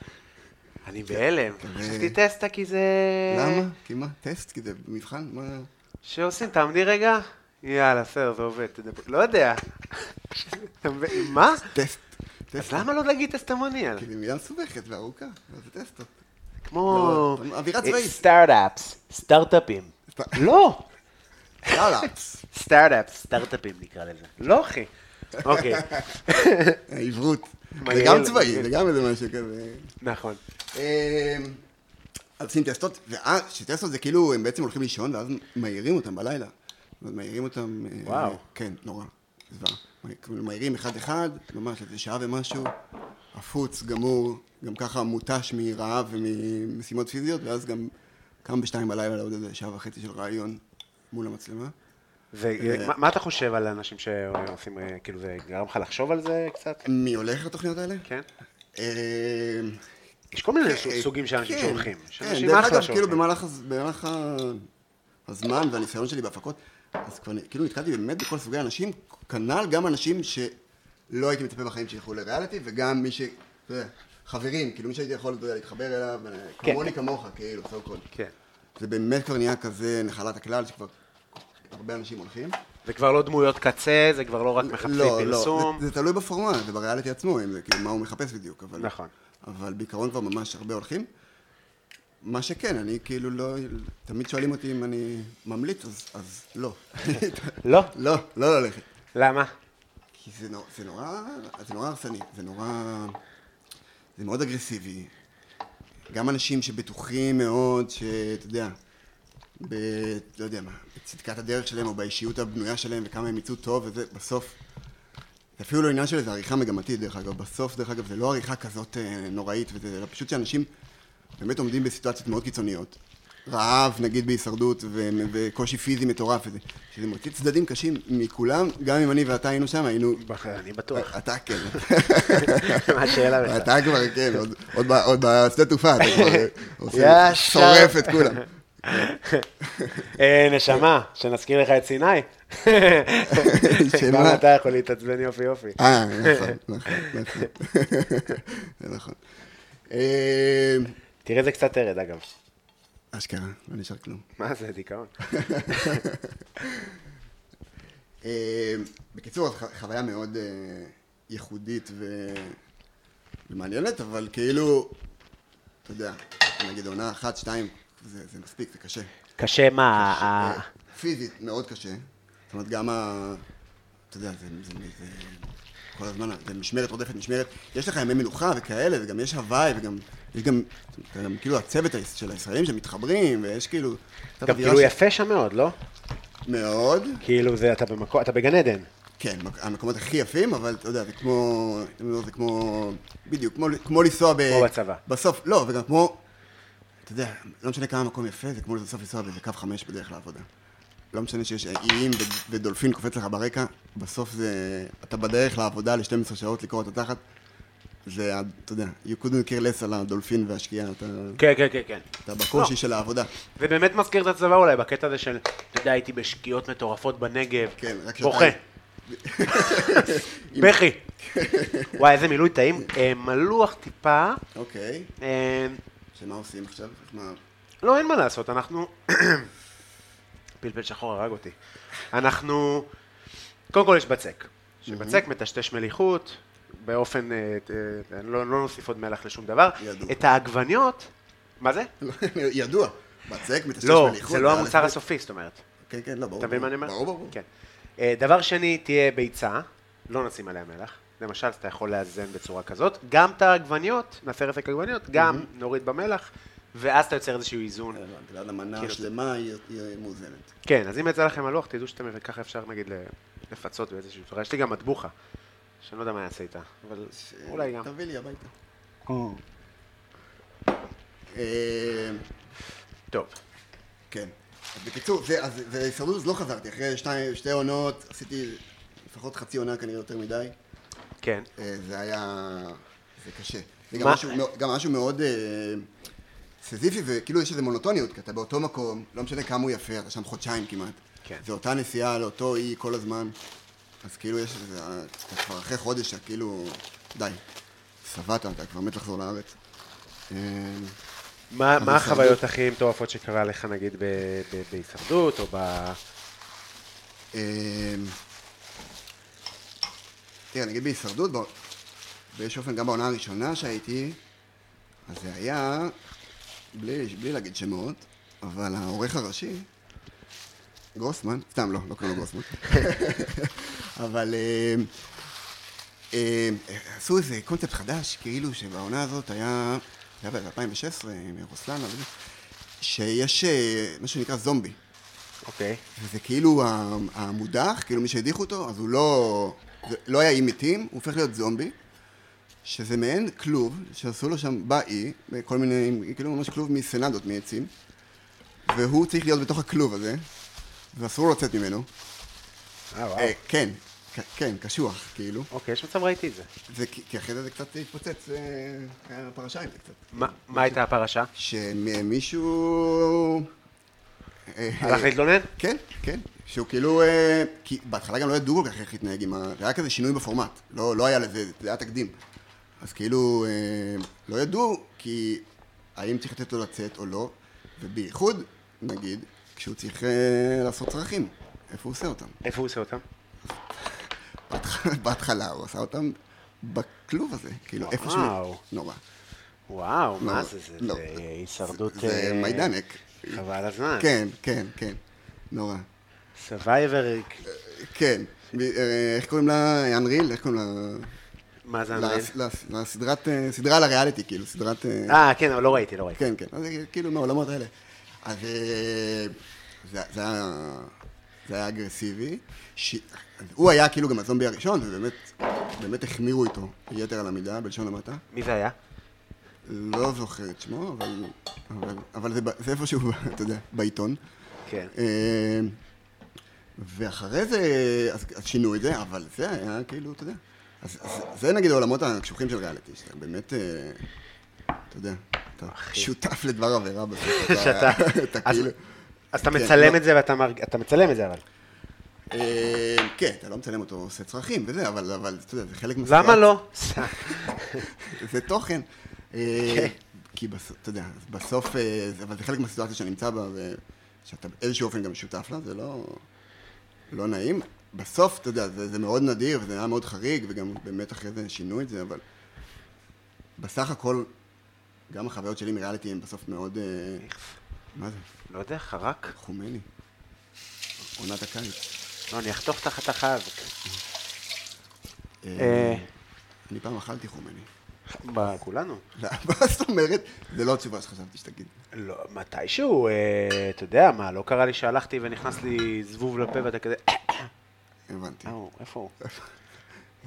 אני בהלם.
כן,
חשבתי
ו-
טסטה כי זה...
למה? כי מה? טסט? כי זה מבחן? מה?
שעושים, תעמדי רגע, יאללה, בסדר, זה עובד, תדבר. לא יודע. אתה מבין? מה?
טסט.
אז
טסט.
למה לא להגיד טסטמוניאל?
כי זו מילה מסובכת וארוכה, אז זה טסטות.
כמו...
לא, אווירה צבאית.
סטארט-אפס, סטארט-אפים.
סט-
לא!
יאללה.
סטארט-אפס, סטארט-אפים נקרא לזה. לא, אחי. אוקיי,
העברות. זה
מגעיל,
גם צבאי,
מגעיל.
זה גם איזה משהו כזה.
נכון.
אה, אז עושים טסטות, ואז, שטסטות זה כאילו, הם בעצם הולכים לישון, ואז מעירים אותם בלילה. ואז מעירים אותם... אה,
וואו.
כן, נורא. זוועה. כאילו, מעירים אחד-אחד, ממש איזה שעה ומשהו, עפוץ, גמור, גם ככה מותש מרעב וממשימות פיזיות, ואז גם קם בשתיים בלילה לעוד איזה שעה וחצי של רעיון מול המצלמה.
ומה מה אתה חושב על אנשים שעושים, אה, כאילו זה גרם לך לחשוב על זה קצת?
מי הולך לתוכניות האלה?
כן?
אה,
יש כל מיני
אה,
סוגים של אנשים
כן,
שהולכים. יש
כן,
אנשים
דרך
אחלה
אגב, כאילו
שהולכים.
במהלך, הז- במהלך ה- הזמן והניסיון שלי בהפקות, אז כבר נ- כאילו נתקלתי באמת בכל סוגי האנשים, כנ"ל גם אנשים שלא הייתי מצפה בחיים שילכו לריאליטי, וגם מי ש... אתה יודע, חברים, כאילו מי שהייתי יכול אתה יודע, להתחבר אליו, אה,
כן.
כמוני כמוך, כאילו, סו קול.
כן.
זה באמת כבר נהיה כזה נחלת הכלל, שכבר הרבה אנשים הולכים.
זה כבר לא דמויות קצה, זה כבר לא רק מחפשי
לא,
פרסום.
לא, זה, זה תלוי בפורמט ובריאליטי עצמו, אם זה כאילו מה הוא מחפש בדיוק, אבל...
נכון.
אבל בעיקרון כבר ממש הרבה הולכים. מה שכן, אני כאילו לא... תמיד שואלים אותי אם אני ממליץ, אז, אז לא.
לא?
לא, לא ללכת.
למה?
כי זה, נור, זה נורא... זה נורא הרסני, זה נורא... זה מאוד אגרסיבי. גם אנשים שבטוחים מאוד, שאתה יודע, ב... לא יודע מה, בצדקת הדרך שלהם או באישיות הבנויה שלהם וכמה הם יצאו טוב וזה, בסוף... זה אפילו לא עניין של איזה עריכה מגמתית, דרך אגב. בסוף, דרך אגב, זה לא עריכה כזאת אה, נוראית וזה, אלא פשוט שאנשים באמת עומדים בסיטואציות מאוד קיצוניות. רעב, נגיד בהישרדות, ו- וקושי פיזי מטורף וזה. שזה מוציא צדדים קשים מכולם, גם אם אני ואתה היינו שם, היינו...
אני בטוח.
אתה כן.
מה השאלה בכלל?
אתה כבר, כן, עוד- עוד ב- עוד בשדה תעופה, אתה כבר אה,
ישר.
עושה- שורף את כולם.
אה, נשמה, שנזכיר לך את סיני.
שמה?
גם אתה יכול להתעצבן יופי יופי.
אה, נכון, נכון, נכון. זה נכון. אה,
תראה זה קצת ארד אגב.
אשכרה, לא נשאר כלום.
מה זה דיכאון?
אה, בקיצור, אז ח- חוויה מאוד אה, ייחודית ו- ומעניינת, אבל כאילו, אתה יודע, נגיד עונה אחת, שתיים, זה זה מספיק, זה קשה.
קשה מה, ה-
אה, פיזית מאוד קשה. זאת אומרת, גם ה... אתה יודע, זה... זה, זה כל הזמן, זה משמרת רודפת משמרת. יש לך ימי מנוחה וכאלה, וגם יש הוואי, וגם... יש גם... אתה גם כאילו הצוות היש- של הישראלים שמתחברים, ויש כאילו...
גם כאילו יפה שם מאוד, לא?
מאוד.
כאילו זה, אתה במקום, אתה בגן עדן.
כן, מק- המקומות הכי יפים, אבל אתה יודע, זה כמו... זה כמו... בדיוק, כמו, כמו לנסוע ב...
כמו בצבא.
בסוף, לא, וגם כמו... אתה יודע, לא משנה כמה מקום יפה, זה כמו בסוף לנסוע באיזה קו חמש בדרך לעבודה. לא משנה שיש איים ו- ודולפין קופץ לך ברקע, בסוף זה... אתה בדרך לעבודה ל-12 שעות לקרוא את התחת, זה, ה- אתה יודע, you couldn't care less על הדולפין והשקיעה, אתה,
כן, כן, כן, כן.
אתה בקושי
לא.
של העבודה.
זה באמת מזכיר את הצבא אולי, בקטע הזה של, אתה יודע, הייתי בשקיעות מטורפות בנגב.
כן, רק שאתה-
בוכה. בכי. וואי, איזה מילוי טעים. אה, מלוח טיפה.
אוקיי,
אה,
שמה עושים עכשיו? מה...
לא, אין מה לעשות, אנחנו... פלפל שחור הרג אותי. אנחנו... קודם כל יש בצק. שבצק מטשטש מליחות, באופן... אה, אה, לא לא נוסיף עוד מלח לשום דבר.
ידוע.
את העגבניות... מה זה?
ידוע. בצק, מטשטש
לא,
מליחות,
זה לא
באלף
המוצר
בית.
הסופי, זאת אומרת.
כן, כן, לא, ברור.
אתה מבין מה אני
ברור,
אומר?
ברור, ברור.
כן. אה, דבר שני, תהיה ביצה, לא נשים עליה מלח. למשל, אתה יכול לאזן בצורה כזאת. גם את העגבניות, נעשה רפק עגבניות, גם נוריד במלח, ואז אתה יוצר איזשהו איזון.
הבנתי, ואז המנה
כאילו-
השלמה היא- היא מאוזנת.
כן, אז אם יצא לכם הלוח, תדעו שאתם, וככה אפשר נגיד ל- לפצות באיזושהי צורה. יש לי גם מטבוחה, שאני לא יודע מה יעשה איתה, אבל אולי גם.
תביא לי הביתה. אה,
טוב.
כן. אז בקיצור, זה- אז- זה הישרדות, אז לא חזרתי. אחרי שתי- שתי עונות, עשיתי לפחות חצי עונה כנראה יותר מדי.
כן.
אה, זה היה... זה קשה. זה גם
מה-
משהו מאוד- גם משהו מאוד אה, סזיפי, וכאילו יש איזו מונוטוניות, כי אתה באותו מקום, לא משנה כמה הוא יפה, אתה שם חודשיים כמעט.
כן.
זה אותה נסיעה לאותו אי כל הזמן. אז כאילו יש איזה... אתה כבר אחרי חודש, אתה כאילו... די. שבעת, אתה כבר מת לחזור לארץ. אה,
מה מה
בהישרדות-
החוויות הכי מטורפות שקרה לך, נגיד, ב- ב- בהישרדות, או ב...
אמ, תראה, נגיד בהישרדות, בא- באיזשהו אופן גם בעונה הראשונה שהייתי, אז זה היה, בלי, בלי להגיד שמות, אבל העורך הראשי, גרוסמן, סתם לא, לא קוראים לו גרוסמן, אבל אמ, אמ, עשו איזה קונספט חדש, כאילו שבעונה הזאת היה, זה היה ב-2016, עם רוסלנה, וזה, שיש אה, מה שנקרא זומבי.
אוקיי.
וזה כאילו ה- המודח, כאילו מי שהדיחו אותו, אז הוא לא, זה לא היה אי מתים, הוא הופך להיות זומבי, שזה מעין כלוב שעשו לו שם באי, כל מיני, כאילו ממש כלוב מסנדות, מעצים, והוא צריך להיות בתוך הכלוב הזה, ואסור לו לצאת ממנו.
אה, וואו.
אה, כן, כ- כן, קשוח, כאילו.
אוקיי, יש מצב ראיתי את זה.
זה כי כי אחרי זה זה קצת התפוצץ, אה, היה פרשה עם זה קצת.
מה- מה הייתה הפרשה?
שמישהו... אה,
הלך להתלונן?
כן, כן. שהוא כאילו, אה, כי בהתחלה גם לא ידעו כל כך איך להתנהג עם ה... זה היה כזה שינוי בפורמט. לא, לא היה לזה, זה היה תקדים. אז כאילו, אה, לא ידעו כי האם צריך לתת לו לצאת או לא, ובייחוד, נגיד, כשהוא צריך אה, לעשות צרכים, איפה הוא עושה אותם?
איפה הוא עושה אותם?
בהתחלה, בהתחלה הוא עשה אותם בכלוב הזה, כאילו, איפה שהוא...
וואו.
נורא.
וואו, מה
לא,
זה? זה
לא.
זה אה, הישרדות...
זה
אה,
מיידנק.
חבל על הזמן.
כן, כן, כן. נורא.
סווייבר,
כן. מ- אה, איך קוראים לה? אנריל? איך קוראים לה?
מה זה אנריל?
לס- לס- לסדרת, אה, סדרה על הריאליטי, כאילו, סדרת... אה,
אה, כן, אבל לא ראיתי, לא ראיתי.
כן, כן, אז זה כאילו מהעולמות האלה. אז אה, זה זה היה... זה היה אגרסיבי. ש- הוא היה כאילו גם הזומבי הראשון, ובאמת באמת החמירו איתו יתר על המידה, בלשון המעטה.
מי זה היה?
לא זוכר את שמו, אבל, אבל, אבל זה, ב- זה איפשהו, אתה יודע, בעיתון.
כן.
אה, ואחרי זה, אז, אז שינו את זה, אבל זה היה כאילו, אתה יודע. אז, אז זה נגיד העולמות הקשוחים של ריאליטי, שאתה באמת, אה, אתה יודע, אתה שותף לדבר עבירה בסוף.
שאתה...
אתה
אז-
כאילו...
אז אתה
כן,
מצלם
לא.
את זה ואתה מרג... אתה מצלם את זה אבל.
אה, כן, אתה לא מצלם אותו, עושה צרכים וזה, אבל, אבל אתה יודע, זה חלק
למה לא?
זה תוכן. אה,
כן.
כי בסוף, אתה יודע, אז בסוף, אה, זה- אבל זה חלק מהסיטואציה שאני נמצא בה, ושאתה באיזשהו אופן גם שותף לה, זה לא, לא נעים. בסוף, אתה יודע, זה, זה מאוד נדיר, וזה היה מאוד חריג, וגם באמת אחרי זה שינו את זה, אבל בסך הכל, גם החוויות שלי מריאליטי הן בסוף מאוד, אה, מה זה,
לא יודע, חרק?
חומני. עונת הקיץ.
לא, אני אחתוך תחת החג.
אה,
אה.
אני פעם אכלתי חומני.
מה, כולנו.
לא, מה זאת אומרת? זה לא התשובה שחשבתי שתגיד.
לא, מתישהו, אה, אתה יודע מה, לא קרה לי שהלכתי ונכנס לי זבוב לפה ואתה כזה...
הבנתי.
אה, הוא, איפה הוא?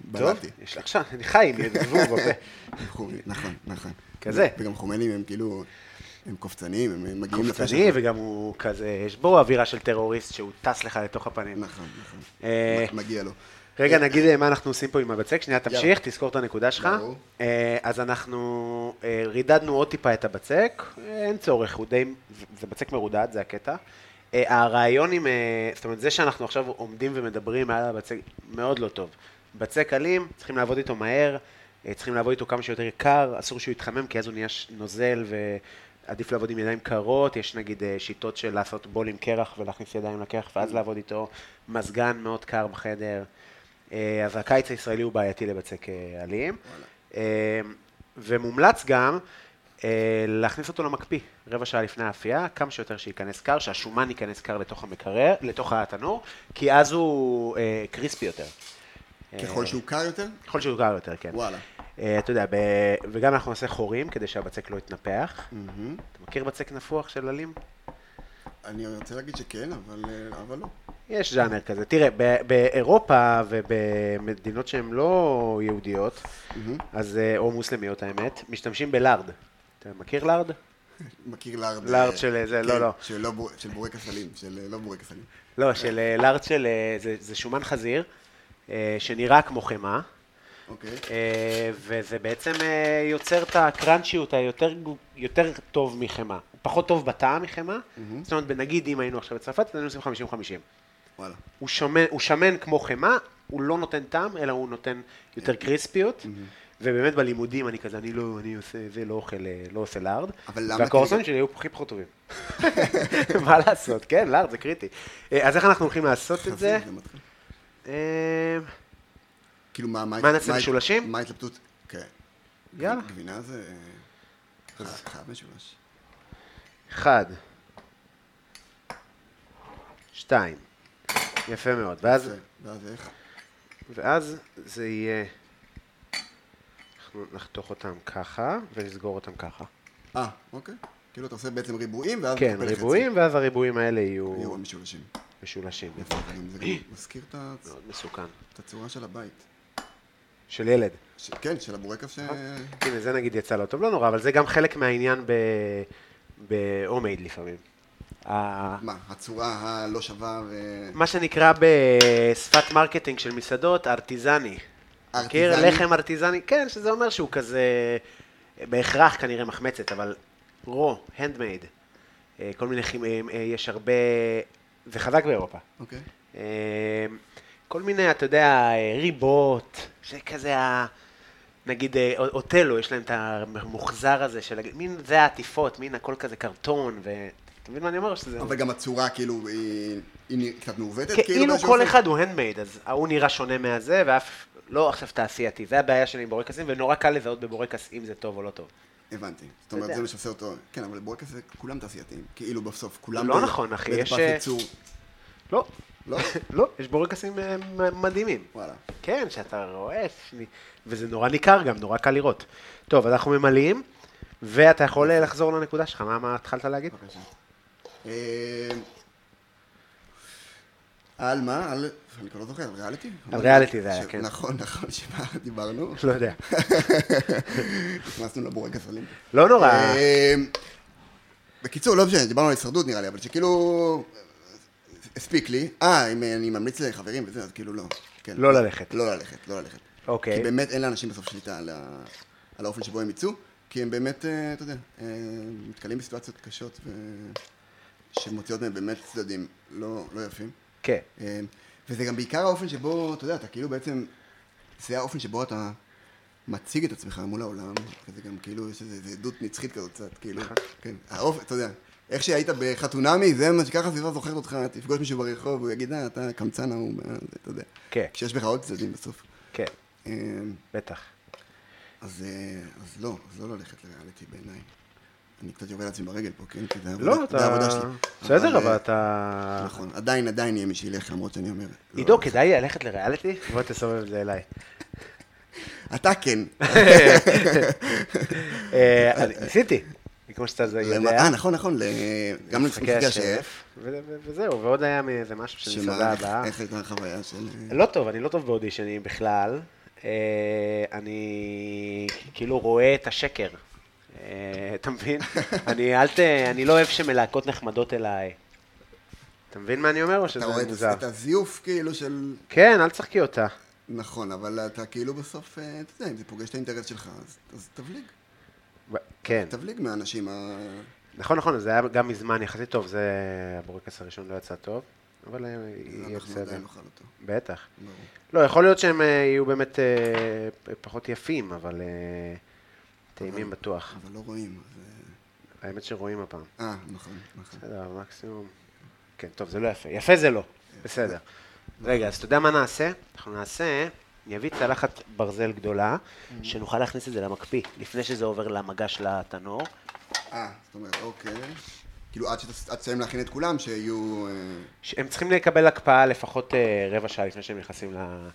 בלעתי.
טוב, יש לך עכשיו, אני חי עם זבוב בפה.
חומי, נכון, נכון.
כזה.
וגם חומלים הם כאילו, הם קופצניים, הם- הם מגיעים לפשע.
קופצני, וגם הוא כזה, יש בו אווירה של טרוריסט שהוא טס לך לתוך הפנים.
נכון, נכון.
אה,
מ- מגיע לו.
רגע, נגיד אה, מה אנחנו עושים פה עם הבצק, שנייה תמשיך,
יאללה.
תזכור את הנקודה שלך.
ברור.
אה, אז אנחנו אה, רידדנו עוד טיפה את הבצק, אה, אין צורך, הוא די, זה- זה בצק מרודד, זה הקטע. אה, הרעיון עם, אה, זאת אומרת, זה שאנחנו עכשיו עומדים ומדברים מעל הבצק, מאוד לא טוב. בצק אלים, צריכים לעבוד איתו מהר, אה, צריכים לעבוד איתו כמה שיותר קר, אסור שהוא יתחמם, כי אז הוא נהיה ש- נוזל ו... עדיף לעבוד עם ידיים קרות, יש נגיד אה, שיטות של לעשות בול עם קרח ולהכניס ידיים לקרח ואז לעבוד איתו, מזגן מאוד קר בחדר, אה, אז הקיץ הישראלי הוא בעייתי לבצק אה, עלים. אה, ומומלץ גם אה, להכניס אותו למקפיא רבע שעה לפני האפייה, כמה שיותר שייכנס קר, שהשומן ייכנס קר לתוך המקרר, לתוך התנור, כי אז הוא אה, קריספי יותר.
ככל שהוא קר יותר,
ככל שהוא קר יותר, כן.
וואלה.
אה, אתה יודע, ב... וגם אנחנו נעשה חורים כדי שהבצק לא יתנפח.
מהמם.
אתה מכיר בצק נפוח של עלים?
אני רוצה להגיד שכן, אבל אה, אבל לא.
יש ז'אנר כזה. תראה, ב- באירופה ובמדינות שהן לא יהודיות, אז, אה, או מוסלמיות האמת, משתמשים בלארד. אתה מכיר לארד?
מכיר לארד.
לארד
אה,
של זה,
כן,
לא, לא.
של לא בור- של בורקס סלים, של אה, לא בורקס סלים.
לא, של אה, לארד של... אה, זה, זה שומן חזיר, אה, שנראה כמו חמאה,
אוקיי.
אה, וזה בעצם אה, יוצר את הקראנצ'יות היותר גו- יותר טוב מחמאה. הוא פחות טוב בטעם מחמאה. זאת אומרת, נגיד אם היינו עכשיו בצרפת, אז היינו עושים 50-50.
וואלה.
הוא שמן, הוא שמן כמו חמאה, הוא לא נותן טעם, אלא הוא נותן יותר קריספיות, ובאמת בלימודים אני כזה, אני לא, אני עושה זה, לא אוכל, אה, לא עושה לארד.
אבל למה
והקורסונים
אתה-
שלי היו הכי פחות טובים. מה לעשות, כן, לארד זה קריטי. אה, אז איך אנחנו הולכים לעשות את זה?
מתחיל.
אה,
כאילו, מה...
מה, נעשה משולשים?
מה ההתלבטות? כן.
יאללה.
גבינה זה... אה, חייב משולש.
אחד. שתיים. יפה מאוד. ואז,
זה, ואז איך?
ואז זה יהיה... אנחנו נחתוך אותם ככה, ונסגור אותם ככה.
אה, אוקיי. כאילו, אתה עושה בעצם ריבועים, ואז...
כן,
מקפל חצי.
ריבועים, ואז הריבועים האלה
יהיו
יהיו
המשולשים.
משולשים.
יפה, זה גם- זה גם מזכיר את ה-
מאוד מסוכן.
את הצורה של הבית.
של ילד.
ש- כן, של הבורקף ש...
הנה, זה נגיד יצא לא טוב, לא נורא, אבל זה גם חלק מהעניין ב- בהומייד לפעמים. ה-
מה, הצורה הלא שווה ו...
מה שנקרא בשפת מרקטינג של מסעדות, ארטיזני. מכיר?
ארטיזני?
לחם ארטיזני, כן, שזה אומר שהוא כזה, בהכרח כנראה מחמצת, אבל רו, הנדמייד. כל מיני, חימ- אה, אה, יש הרבה, זה חזק באירופה.
אוקיי.
אה, כל מיני, אתה יודע, אה, ריבות, שכזה ה... נגיד אה, א- אוטלו, יש להם את המוחזר הזה של... הג- מין זה העטיפות, מין הכל כזה קרטון, ו... אתה מבין מה אני אומר? שזה...
אבל גם הצורה, כאילו, היא- היא נראית קצת מעוותת?
כאילו
באיזשהו
כל
אופן?
אחד הוא הנדמייד, אז ההוא נראה שונה מהזה, ואף לא עכשיו תעשייתי. זה הבעיה שלי עם בורקסים, ונורא קל לזהות בבורקס אם זה טוב או לא טוב.
הבנתי. זאת אומרת,
יודע.
זה מה שעושה אותו... כן, אבל בורקס זה כולם תעשייתיים. כאילו, בסוף, כולם...
לא
באיזה-
נכון, אחי,
באיזה
יש,
פס
אה,
ייצור.
לא.
לא?
לא, יש בורקסים אה, מ- מדהימים.
וואלה.
כן, שאתה רואה, וזה נורא ניכר גם, נורא קל לראות. טוב, אז אנחנו ממלאים, ואתה יכול אה, לחזור לנקודה שלך, מה, מה התחלת להגיד?
בבקשה. אה, על מה? על... אני כבר לא זוכר, על ריאליטי?
על ריאליטי זה היה,
ש-
כן.
נכון, נכון, שמה דיברנו?
לא יודע.
נכנסנו לבורקס אולימפי.
לא נורא.
אה, בקיצור, לא משנה, דיברנו על הישרדות נראה לי, אבל שכאילו... הספיק לי. אה, אם אני ממליץ לחברים וזה, אז כאילו לא. כן.
לא ללכת.
לא ללכת, לא ללכת.
אוקיי.
כי באמת אין לאנשים בסוף שליטה על ה- על האופן שבו הם יצאו, כי הם באמת, אה, אתה יודע, אה, נתקלים בסיטואציות קשות ו... שמוציאות מהם באמת צדדים לא לא יפים.
כן.
אה, וזה גם בעיקר האופן שבו, אתה יודע, אתה כאילו בעצם, זה האופן שבו אתה מציג את עצמך מול העולם, וזה גם כאילו, יש איזו איזו עדות נצחית כזאת קצת, כאילו,
נכון.
כן, האופן, אתה יודע, איך שהיית בחתונמי, זה מה שככה הסביבה זוכרת אותך, תפגוש מישהו ברחוב, הוא יגיד, אה, אתה קמצן ההוא, אה, זה", אתה יודע.
כן.
כשיש בך עוד צדדים בסוף.
כן,
אה,
בטח.
אז, אה, אז לא, אז לא ללכת לריאליטי בעיניי. אני קצת יורד לעצמי ברגל פה, כן? כי זה העבודה-
לא,
זה
אתה...
העבודה שלי.
בסדר, אבל
אה,
אתה...
נכון, עדיין, עדיין יהיה מי שילך, למרות שאני אומר... לא.
עידו, כדאי ללכת לריאליטי? בוא תסובב את זה אליי.
אתה כן.
אה, אני- ניסיתי, כמו שאתה זה יודע.
אה, נכון, נכון, ל- גם
משחקי
למשחקי השף.
השף. ו- ו- וזהו, ועוד היה מאיזה משהו של מסעדה
שמה, איך-
הבאה.
איך הייתה החוויה של...
לא טוב, אני לא טוב באודישנים בכלל. אה, אני כאילו רואה את השקר. אה, אתה מבין? אני, אל ת... אני לא אוהב שמלהקות נחמדות אליי. אתה מבין מה אני אומר, או
אתה
שזה
רואה את-
מוזר?
את הזיוף כאילו של...
כן, אל תשחקי אותה.
נכון, אבל אתה כאילו בסוף, אה, אתה יודע, אם זה פוגש את האינטרס שלך, אז- אז תבליג.
ב- כן.
תבליג מהאנשים ה...
נכון, נכון, זה היה גם מזמן יחסית טוב, זה... הבורקס הראשון לא יצא טוב, אבל אה, יהיה
אנחנו
בסדר.
עדיין נאכל אותו.
בטח.
ברור.
לא, יכול להיות שהם אה, יהיו באמת אה, פ- פחות יפים, אבל אה, טעימים בטוח.
אבל לא רואים. אז,
האמת שרואים הפעם.
אה, אה, נכון, נכון.
בסדר, אבל מקסימום. כן, טוב, זה לא יפה. יפה זה לא. בסדר. רגע, אז אתה יודע מה נעשה? אנחנו נעשה, אני אביא צלחת ברזל גדולה, שנוכל להכניס את זה למקפיא, לפני שזה עובר למגש לתנור.
אה, זאת אומרת, אוקיי. כאילו, עד שת- עד שתסיים להכין את כולם, שיהיו... אה,
ש- הם צריכים לקבל הקפאה לפחות אה, רבע שעה לפני שהם נכנסים ל-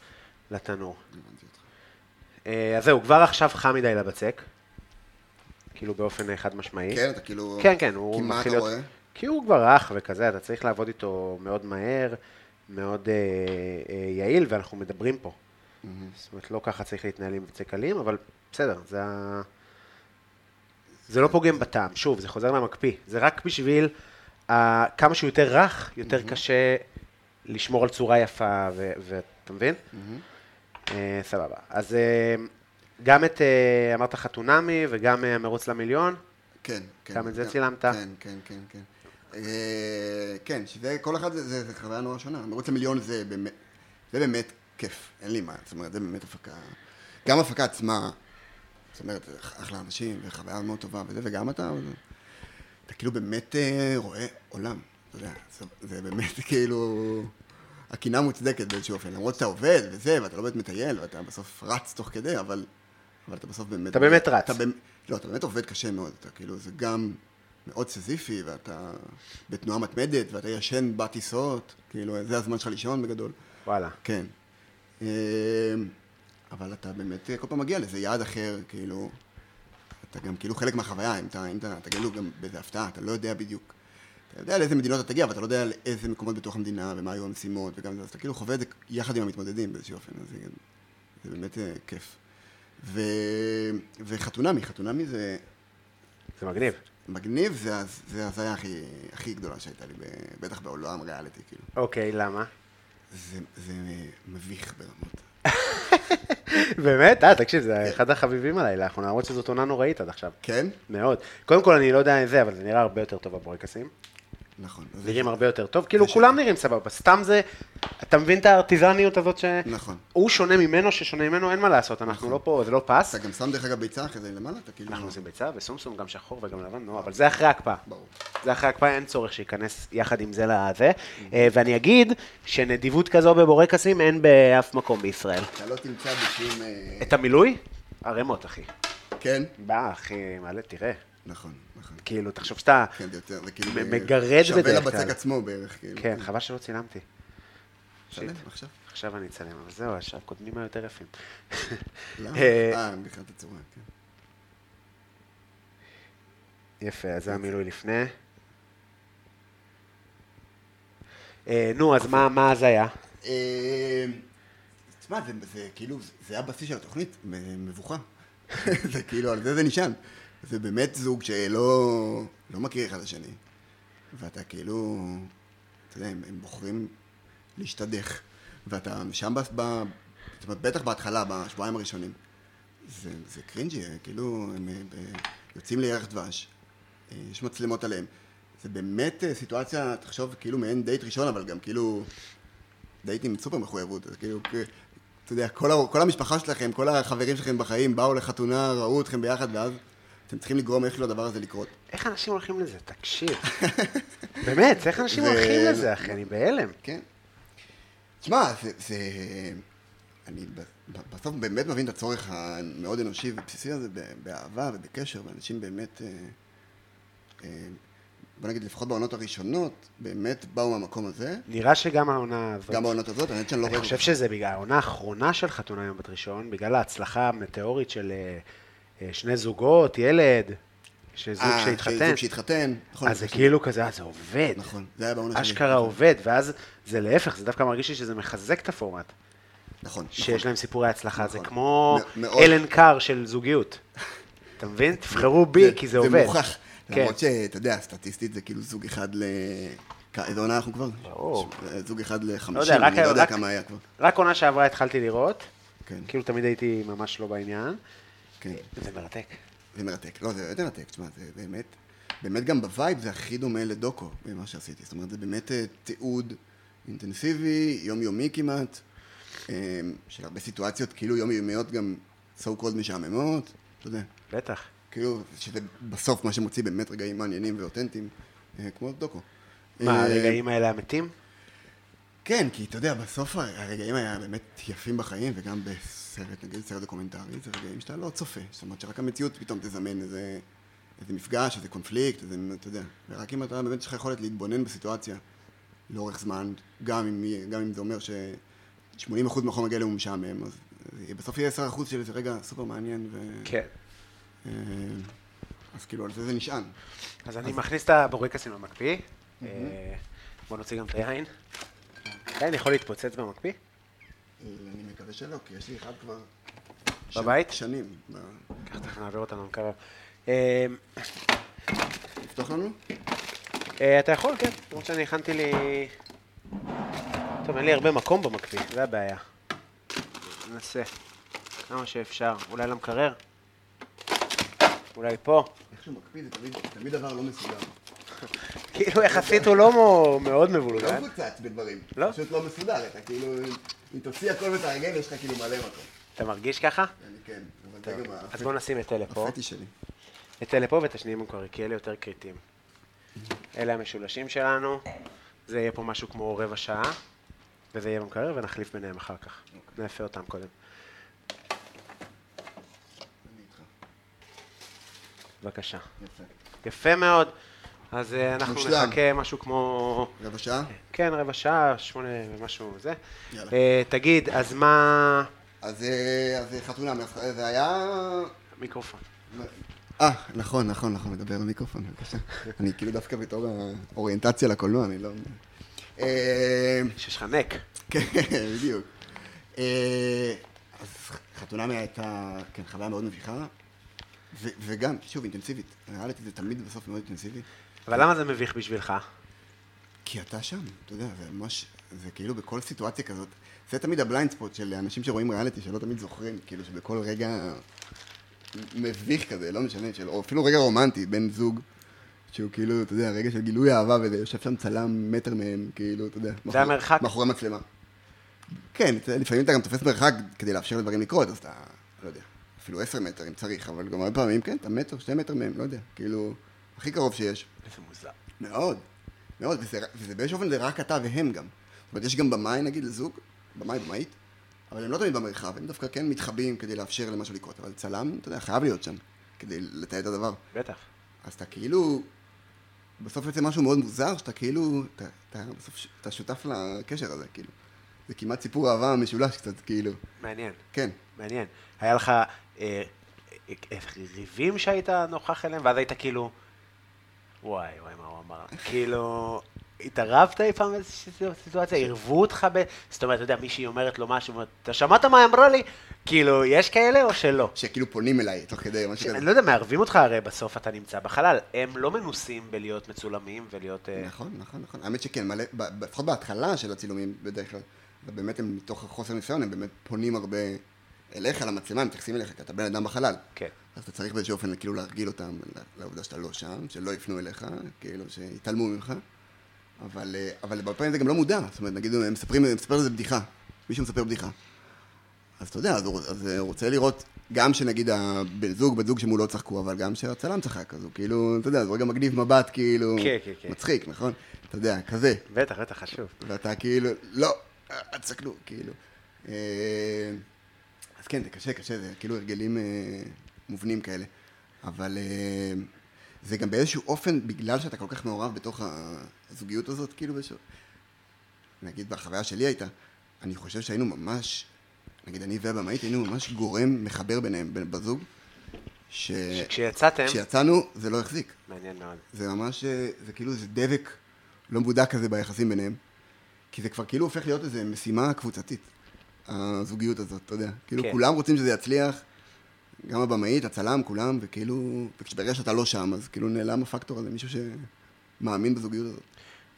לתנור.
הבנתי אותך.
אה, אז זהו, כבר עכשיו חם מדי לבצק, כאילו באופן אה, חד משמעי.
כן, אתה כאילו...
כן, כן, הוא
כי מה
מתחיל
אתה
להיות...
רואה?
כי הוא כבר רך וכזה, אתה צריך לעבוד איתו מאוד מהר, מאוד אה, אה, יעיל, ואנחנו מדברים פה. זאת אומרת, לא ככה צריך להתנהל עם בצק קלים, אבל בסדר, זה ה... זה לא פוגם בטעם, שוב, זה חוזר למקפיא. זה רק בשביל ה... כמה שהוא יותר רך, יותר קשה לשמור על צורה יפה, ו- ואתה מבין? אה, סבבה. אז אה, גם את, אה, אמרת חתונמי, וגם אה, המרוץ למיליון.
כן, כן.
גם את זה צילמת?
כן, כן, כן, כן. אה, כן, שזה, כל אחד, זה- זה זה חוויה נורא שונה. מרוץ למיליון זה באמת, זה באמת כיף, אין לי מה, זאת אומרת, זה באמת הפקה. גם ההפקה עצמה, זאת אומרת, אחלה אנשים, וחוויה מאוד טובה וזה, וגם אתה, אבל- אתה כאילו באמת אה, רואה עולם, אתה יודע, זה- זה באמת כאילו, הקינה מוצדקת באיזשהו אופן, למרות שאתה עובד וזה, ואתה לא באמת מטייל, ואתה בסוף רץ תוך כדי, אבל, אבל אתה בסוף באמת...
אתה באמת רץ.
אתה באמת- לא, אתה באמת עובד קשה מאוד, אתה כאילו, זה גם מאוד סזיפי, ואתה בתנועה מתמדת, ואתה ישן בטיסות, כאילו, זה הזמן שלך לישון בגדול.
וואלה.
כן. אמ, אבל אתה באמת כל פעם מגיע לאיזה יעד אחר, כאילו, אתה גם כאילו חלק מהחוויה, אם אתה, אם אתה, אתה כאילו גם באיזה הפתעה, אתה לא יודע בדיוק. אתה יודע לאיזה מדינות אתה תגיע, אבל אתה לא יודע לאיזה מקומות בתוך המדינה, ומה היו המשימות, וגם זה, אז אתה כאילו חווה את זה יחד עם המתמודדים באיזשהו אופן, אז זה, גם- זה באמת אה, כיף. ו, וחתונמי, חתונמי זה
זה מגניב.
מגניב, זה הז- זה ההזיה הכי, הכי גדולה שהייתה לי, ב- בטח בעולם ריאליטי, כאילו.
אוקיי, למה?
זה, זה מביך ברמות.
באמת? אה, תקשיב, זה אחד החביבים עליי לאחרונה, למרות שזאת עונה נוראית עד עכשיו.
כן?
מאוד. קודם כל, אני לא יודע אם זה, אבל זה נראה הרבה יותר טוב בבורקסים.
נכון. אז
נראים
יש-
הרבה יותר טוב. כאילו,
זה
כולם
שקר.
נראים סבבה. סתם זה... אתה מבין את הארטיזניות הזאת ש...
נכון.
הוא שונה ממנו, ששונה ממנו, אין מה לעשות, אנחנו לא פה, זה לא פס.
אתה גם שם דרך אגב ביצה אחרי זה למעלה, אתה כאילו...
אנחנו עושים ביצה וסומסום, גם שחור וגם לבן, נו, אבל זה אחרי ההקפאה.
ברור.
זה אחרי ההקפאה, אין צורך שייכנס יחד עם זה לזה.
Mm-hmm.
אה, ואני אגיד שנדיבות כזו בבורקסים אין באף מקום בישראל.
אתה לא תמצא בשום... אה,
את המילוי? ערימות, אחי.
כן?
בא, אחי, מעלה, תראה.
נכון, נכון.
כאילו, תחשוב שאתה...
כן, זה יותר, זה כאילו...
מ-
אה,
מגרד
שווה
בדרך כלל.
לבצק עצמו בערך, כאילו.
כן, חבל שלא צילמתי.
שלם, עכשיו.
עכשיו אני אצלם, אבל זהו, עכשיו קודמים היותר יפים.
למה?
אה,
אה, מבחינת הצורה, כן.
יפה, אז זה המילוי לפני. אה, נו, אז מה- מה אז היה?
אה, תשמע, זה- זה כאילו, זה היה הבסיס של התוכנית, מ- מבוכה. זה כאילו, על זה זה נשען. זה באמת זוג שלא לא מכיר אחד את השני. ואתה כאילו, אתה יודע, הם, הם בוחרים להשתדך. ואתה שם, ב, ב, זאת אומרת, בטח בהתחלה, בשבועיים הראשונים. זה, זה קרינג'י, כאילו, הם אה, ב- יוצאים לירח דבש, אה, יש מצלמות עליהם. זה באמת אה, סיטואציה, תחשוב, כאילו מעין דייט ראשון, אבל גם כאילו דייט עם סופר מחויבות, אז כאילו, כ- אתה יודע, כל, ה- כל המשפחה שלכם, כל החברים שלכם בחיים, באו לחתונה, ראו אתכם ביחד, ואז אתם צריכים לגרום איך לדבר הזה לקרות.
איך אנשים הולכים לזה? תקשיב. באמת, איך אנשים
זה-
הולכים לזה, אחי? אני בהלם.
כן. תשמע, זה, זה... אני ב- ב- בסוף באמת מבין את הצורך המאוד אנושי ובסיסי הזה ב- באהבה ובקשר, ואנשים באמת... אה, אה, בוא נגיד, לפחות בעונות הראשונות, באמת באו מהמקום הזה,
נראה שגם העונה הזאת.
גם בעונות הזאת, האמת שאני לא
אני
רואה...
חושב שזה בגלל העונה האחרונה של חתונה יום בת ראשון, בגלל ההצלחה המטאורית של אה, אה, שני זוגות, ילד, שזוג
אה,
שהתחתן.
שזוג שהתחתן, נכון.
אז זה כאילו כזה, אה, זה עובד.
נכון, זה היה בעונה שלי.
אשכרה עובד, ואז זה להפך, זה דווקא מרגיש לי שזה מחזק את הפורמט.
נכון, נכון.
שיש להם סיפורי הצלחה, זה
נכון.
כמו
מ- מאוד.
אלן קאר של זוגיות. אתה מבין? תבחרו בי, כי זה עובד.
זה מוכח.
כן.
למרות שאתה יודע, סטטיסטית זה כאילו זוג אחד ל... כ- איזה עונה אנחנו כבר?
ברור.
ש- זוג אחד
לא יודע,
לחמישים,
רק-
אני לא יודע
רק-
כמה היה כבר.
רק עונה שעברה התחלתי לראות,
כן,
כאילו תמיד הייתי ממש לא בעניין.
כן.
זה מרתק.
זה מרתק. לא, זה יותר מרתק, תשמע, זה באמת... באמת גם בווייב זה הכי דומה לדוקו, במה שעשיתי. זאת אומרת, זה באמת אה, תיעוד אינטנסיבי, יומיומי כמעט, אה, של הרבה סיטואציות כאילו יומיומיות גם so called משעממות, אתה יודע.
בטח.
כאילו, שזה בסוף מה שמוציא באמת רגעים מעניינים ואותנטיים, אה, כמו דוקו.
מה,
אה,
הרגעים האלה המתים?
כן, כי אתה יודע, בסוף הרגעים היה באמת יפים בחיים, וגם בסרט, נגיד סרט דוקומנטרי, זה רגעים שאתה לא צופה. זאת אומרת שרק המציאות פתאום תזמן איזה, איזה מפגש, איזה קונפליקט, איזה, אתה יודע. ורק אם אתה באמת יש לך יכולת להתבונן בסיטואציה לאורך זמן, גם אם, גם אם זה אומר ש-80% מהחומר גלם הוא משעמם, אז בסוף יהיה 10% של איזה רגע סופר מעניין, ו...
כן.
אה, אז כאילו, על זה זה נשען.
אז אני מכניס את הבורקסים למקפיא. אה, בוא נוציא גם את היין. היין יכול להתפוצץ במקפיא?
אה, אני מקווה שלא, כי יש לי אחד כבר... ש-
בבית?
שנים. ב-
ככה תכף נעביר אותנו מקרוב. אה,
לפתוח לנו?
אה, אתה יכול, כן. למרות שאני הכנתי לי... טוב, אין לי הרבה מקום במקפיא, זה הבעיה. ננסה. כמה שאפשר. אולי למקרר? אולי פה?
איך שהוא מקפיא, זה תמיד- תמיד דבר לא מסודר.
כאילו, יחסית הוא לא מו- מאוד
לא
מבולגן.
מפוצץ בדברים.
לא?
פשוט לא מסודר, אתה כאילו... אם תוציא הכל ותארגן, יש לך כאילו מלא מקום.
אתה מרגיש ככה?
אני כן, אבל
טוב.
גם ה-
אז בואו נשים את אלה פה.
הפטיש שלי.
את אלה פה ואת השניים במקורי, כי אלה יותר קריטיים. אלה המשולשים שלנו, זה יהיה פה משהו כמו רבע שעה, וזה יהיה במקרר, ונחליף ביניהם אחר כך.
אוקיי.
נאפה אותם קודם.
אני איתך.
בבקשה.
יפה.
יפה מאוד. אז אה, אנחנו
מושלם.
נחכה משהו כמו...
רבע שעה?
כן, רבע שעה, שמונה ומשהו זה.
יאללה.
אה, תגיד, אז מה...
אז אה, אז, אה, חתונה, מאח- אה, זה היה...
מיקרופון.
אה, נכון, נכון, נכון, מדבר למיקרופון, בבקשה. אני כאילו דווקא בתור האוריינטציה לקולנוע, אני לא... אה,
שיש לך נק.
כן, בדיוק. אה, אז חתונה מה- הייתה, כן, חוויה מאוד מביכה, ו- וגם, שוב, אינטנסיבית. ריאליטי זה תמיד בסוף מאוד אינטנסיבי,
אבל למה זה מביך בשבילך?
כי אתה שם, אתה יודע, זה ממש, זה כאילו בכל סיטואציה כזאת, זה תמיד הבליינד ספוט של אנשים שרואים ריאליטי, שלא תמיד זוכרים, כאילו שבכל רגע מביך כזה, לא משנה, של, או אפילו רגע רומנטי, בן זוג. שהוא כאילו, אתה יודע, רגע של גילוי אהבה, וזה יושב שם צלם מטר מהם, כאילו, אתה יודע. מאחורי-
המרחק?
מאחורי מצלמה. כן, אתה- לפעמים אתה גם תופס מרחק כדי לאפשר לדברים לקרות, אז אתה, לא יודע, אפילו עשר מטר אם צריך, אבל גם הרבה פעמים, כן, אתה מטר, שני מטר מהם, לא יודע, כאילו, הכי קרוב שיש.
איזה מוזר.
מאוד, מאוד, וזה, וזה באיזשהו אופן זה רק אתה והם גם. זאת אומרת, יש גם במאי נגיד לזוג, במאי במאית, אבל הם לא תמיד במרחב, הם דווקא כן מתחבאים כדי לאפשר למשהו לקרות, אבל צלם, אתה יודע, חייב להיות שם, כדי לתעד את הדבר.
בטח.
אז אתה כאילו, בסוף יוצא משהו מאוד מוזר, שאתה כאילו, אתה, אתה בסוף, ש- אתה שותף לקשר הזה, כאילו. זה כמעט סיפור אהבה משולש קצת, כאילו.
מעניין.
כן.
מעניין. היה לך אה, אה, אה, ריבים שהיית נוכח אליהם, ואז היית כאילו, וואי, וואי, מה הוא אמר? כאילו, התערבת אי פעם באיזושהי סיטואציה? עירבו אותך ב... זאת אומרת, אתה יודע, מישהי אומרת לו משהו, ואומרת, אתה שמעת מה היא אמרה לי? כאילו, יש כאלה או שלא?
שכאילו פונים אליי תוך כדי משהו
אני
כזה.
לא יודע, מערבים אותך הרי בסוף אתה נמצא בחלל. הם לא מנוסים בלהיות מצולמים ולהיות... אה,
נכון, נכון, נכון. האמת שכן, מלא, ב- ב- לפחות בהתחלה של הצילומים בדרך כלל, אבל באמת הם מתוך החוסר ניסיון, הם באמת פונים הרבה אליך למצלמה, הם מתייחסים אליך, כי אתה בן אדם בחלל.
כן.
אז אתה צריך באיזשהו אופן כאילו להרגיל אותם ל- לעובדה שאתה לא שם, שלא יפנו אליך, כאילו שיתעלמו ממך. אבל, אה, אבל הרבה פעמים זה גם לא מודע, זאת אומרת, נגיד, הם מספרים, הם מספר איזה בדיחה, מישהו מספר בדיחה. אז אתה יודע, אז הוא, אז הוא רוצה לראות, גם שנגיד הבן זוג, בת זוג שמולו צחקו, אבל גם שהצלם צחק, אז הוא כאילו, אתה יודע, אז הוא רגע מגניב מבט, כאילו,
כן, כן, כן.
מצחיק, נכון? אתה יודע, כזה,
בטח, בטח, חשוב.
ואתה כאילו, לא, אה, אל תסתכלו, כאילו. אה, אז כן, זה קשה, קשה, זה כאילו הרגלים אה, מובנים כאלה. אבל אה, זה גם באיזשהו אופן, בגלל שאתה כל כך מעורב בתוך הזוגיות הזאת, כאילו באיזשהו... נגיד, בחוויה שלי הייתה, אני חושב שהיינו ממש, נגיד, אני והבמאית היינו ממש גורם מחבר ביניהם, בין- בזוג, ש...
כשיצאתם,
כשיצאנו, זה לא החזיק.
מעניין מאוד.
זה ממש, אה, זה כאילו, זה דבק לא מודע כזה ביחסים ביניהם. כי זה כבר כאילו הופך להיות איזו משימה קבוצתית, הזוגיות הזאת, אתה יודע. כאילו,
כן.
כן. כולם רוצים שזה יצליח, גם הבמאית, הצלם, כולם, וכאילו, וכשברגע שאתה לא שם, אז כאילו נעלם הפקטור הזה, מישהו שמאמין בזוגיות הזאת.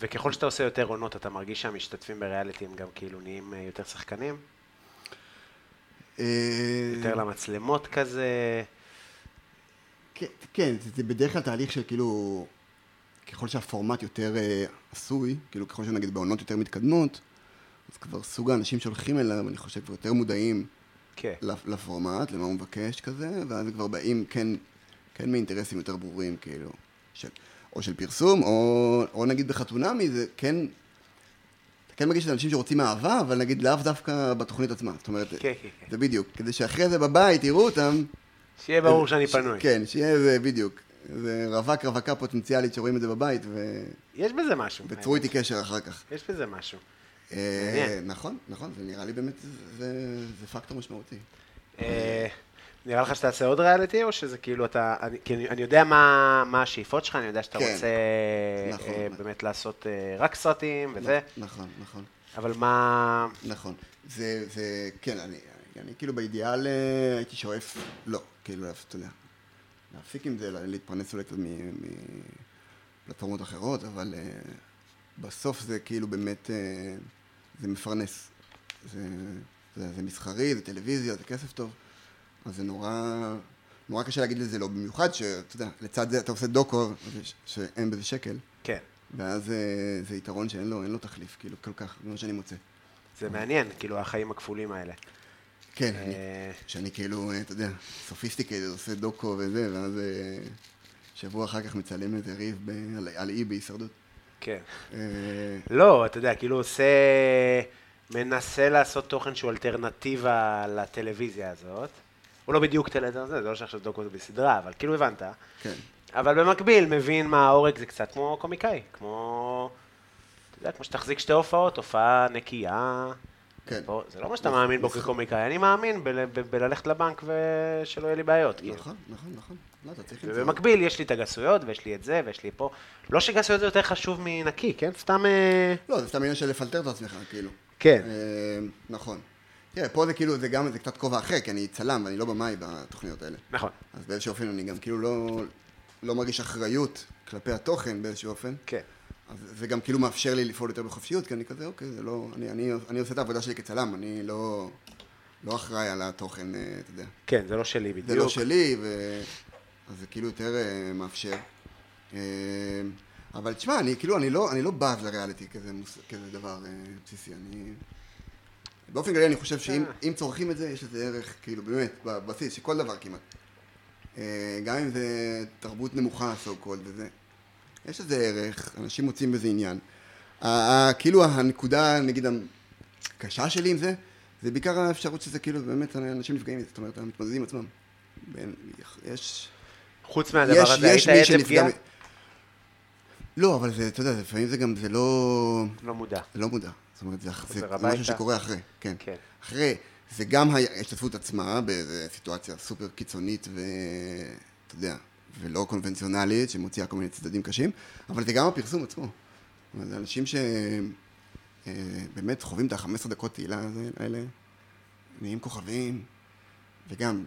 וככל שאתה עושה יותר עונות, אתה מרגיש שהמשתתפים בריאליטי הם גם כאילו נהיים אה, יותר שחקנים?
אה,
יותר למצלמות כזה.
כן, כן, זה, זה בדרך כלל תהליך של כאילו, ככל שהפורמט יותר אה, עשוי, כאילו ככל שנגיד בעונות יותר מתקדמות, אז כבר סוג האנשים שהולכים אליו, אני חושב, כבר יותר מודעים
כן.
לפ- לפורמט, למה הוא מבקש כזה, ואז כבר באים כן, כן מאינטרסים יותר ברורים, כאילו, של, או של פרסום, או, או נגיד בחתונמי, זה כן, אתה כן מרגיש שזה אנשים שרוצים אהבה, אבל נגיד לאו דווקא בתוכנית עצמה, זאת אומרת,
כן, כן, כן.
זה בדיוק, כדי שאחרי זה בבית יראו אותם.
שיהיה ברור
ש-
שאני
ש-
פנוי.
כן, שיהיה איזה, בדיוק. זה רווק, רווקה פוטנציאלית שרואים את זה בבית, ו-
יש בזה משהו.
ויצרו איתי כן. קשר אחר כך.
יש בזה משהו.
אה,
מעניין.
נכון, נכון, זה נראה לי באמת, זה- זה פקטור משמעותי.
אה, נראה לך שתעשה עוד ריאליטי, או שזה כאילו אתה... אני- כי אני אני יודע מה מה השאיפות שלך, אני יודע שאתה
כן.
רוצה אה,
נכון.
באמת לעשות אה, רק סרטים וזה,
נכון, נכון.
אבל מה...
נכון. זה, זה, כן, אני, אני, אני כאילו באידיאל אה, הייתי שואף, לא, כאילו, אתה יודע, להפסיק עם זה, לה- להתפרנס אולי קצת מפלטפורמות אחרות, אבל אה, בסוף זה כאילו באמת, אה, זה מפרנס. זה, זה, זה מסחרי, זה טלוויזיה, זה כסף טוב, אז זה נורא, נורא קשה להגיד לזה לא, במיוחד שאתה יודע, לצד זה אתה עושה דוקו, אז יש- שאין בזה שקל,
כן.
ואז אה, זה יתרון שאין לו, אין לו תחליף, כאילו, כל כך, זה מה שאני מוצא.
זה מעניין, כאילו, החיים הכפולים האלה.
כן, אני-
אה,
שאני כאילו, אה, אתה יודע, סופיסטיקטד, עושה דוקו וזה, ואז אה, שבוע אחר כך מצלם איזה ריב ב- על- על אי בהישרדות.
כן.
אה,
לא, אתה יודע, כאילו עושה... מנסה לעשות תוכן שהוא אלטרנטיבה לטלוויזיה הזאת. הוא לא בדיוק טלוויזיה, זה לא שעכשיו דוקו זה בסדרה, אבל כאילו הבנת.
כן.
אבל במקביל, מבין מה העורק זה קצת כמו קומיקאי, כמו... אתה יודע, כמו שתחזיק שתי הופעות, הופעה נקייה.
כן.
פה- זה לא מה שאתה מאמין בו
נכון.
כקומיקאי, אני מאמין בל- ב- בללכת לבנק ושלא יהיה לי בעיות. כאילו.
נכון, נכון, נכון. לא, אתה צריך למצוא.
ובמקביל יש לי את הגסויות, ויש לי את זה, ויש לי פה. לא שגסויות זה יותר חשוב מנקי, כן? סתם... אה,
לא, זה סתם עניין של לפלטר את עצמך, כאילו.
כן.
אה, נכון. תראה, פה זה כאילו, זה גם, זה קצת כובע אחר, כי אני צלם ואני לא במאי בתוכניות האלה.
נכון.
אז באיזשהו אופן אני גם כאילו לא, לא מרגיש אחריות כלפי התוכן באיזשהו אופן.
כן.
אז זה גם כאילו מאפשר לי לפעול יותר בחופשיות, כי אני כזה, אוקיי, זה לא... אני, אני, אני עושה את העבודה שלי כצלם, אני לא, לא אחראי על התוכן, אה, אתה יודע.
כן, זה לא שלי
זה לא
בדיוק.
שלי, ו... אז זה כאילו יותר אה, מאפשר. אה, אבל תשמע, אני כאילו, אני לא, אני לא בז לריאליטי כזה, מוס... כזה דבר אה, בסיסי, אני... באופן כללי אני חושב שאם אם צורכים את זה, יש לזה ערך, כאילו, באמת, בבסיס, שכל דבר כמעט. אה, גם אם זה תרבות נמוכה, so called, וזה. יש לזה ערך, אנשים מוצאים בזה עניין. ה- ה- כאילו הנקודה, נגיד, הקשה שלי עם זה, זה בעיקר האפשרות שזה כאילו, באמת, אנשים נפגעים מזה, זאת אומרת, המתמודדים עצמם. בין- יש...
חוץ מהדבר הזה, היית עד לפגיעה?
לא, אבל זה, אתה יודע, לפעמים זה גם, זה לא...
לא מודע.
זה לא מודע. זאת אומרת, זה, זה,
חוזר
זה משהו
הביתה.
שקורה אחרי, כן.
כן.
אחרי, זה גם ההשתתפות עצמה באיזו סיטואציה סופר קיצונית ו... אתה יודע, ולא קונבנציונלית, שמוציאה כל מיני צדדים קשים, אבל זה גם הפרסום עצמו. זאת אומרת, זה אנשים שבאמת חווים את ה-15 דקות תהילה הזה- האלה, נהיים כוכבים, וגם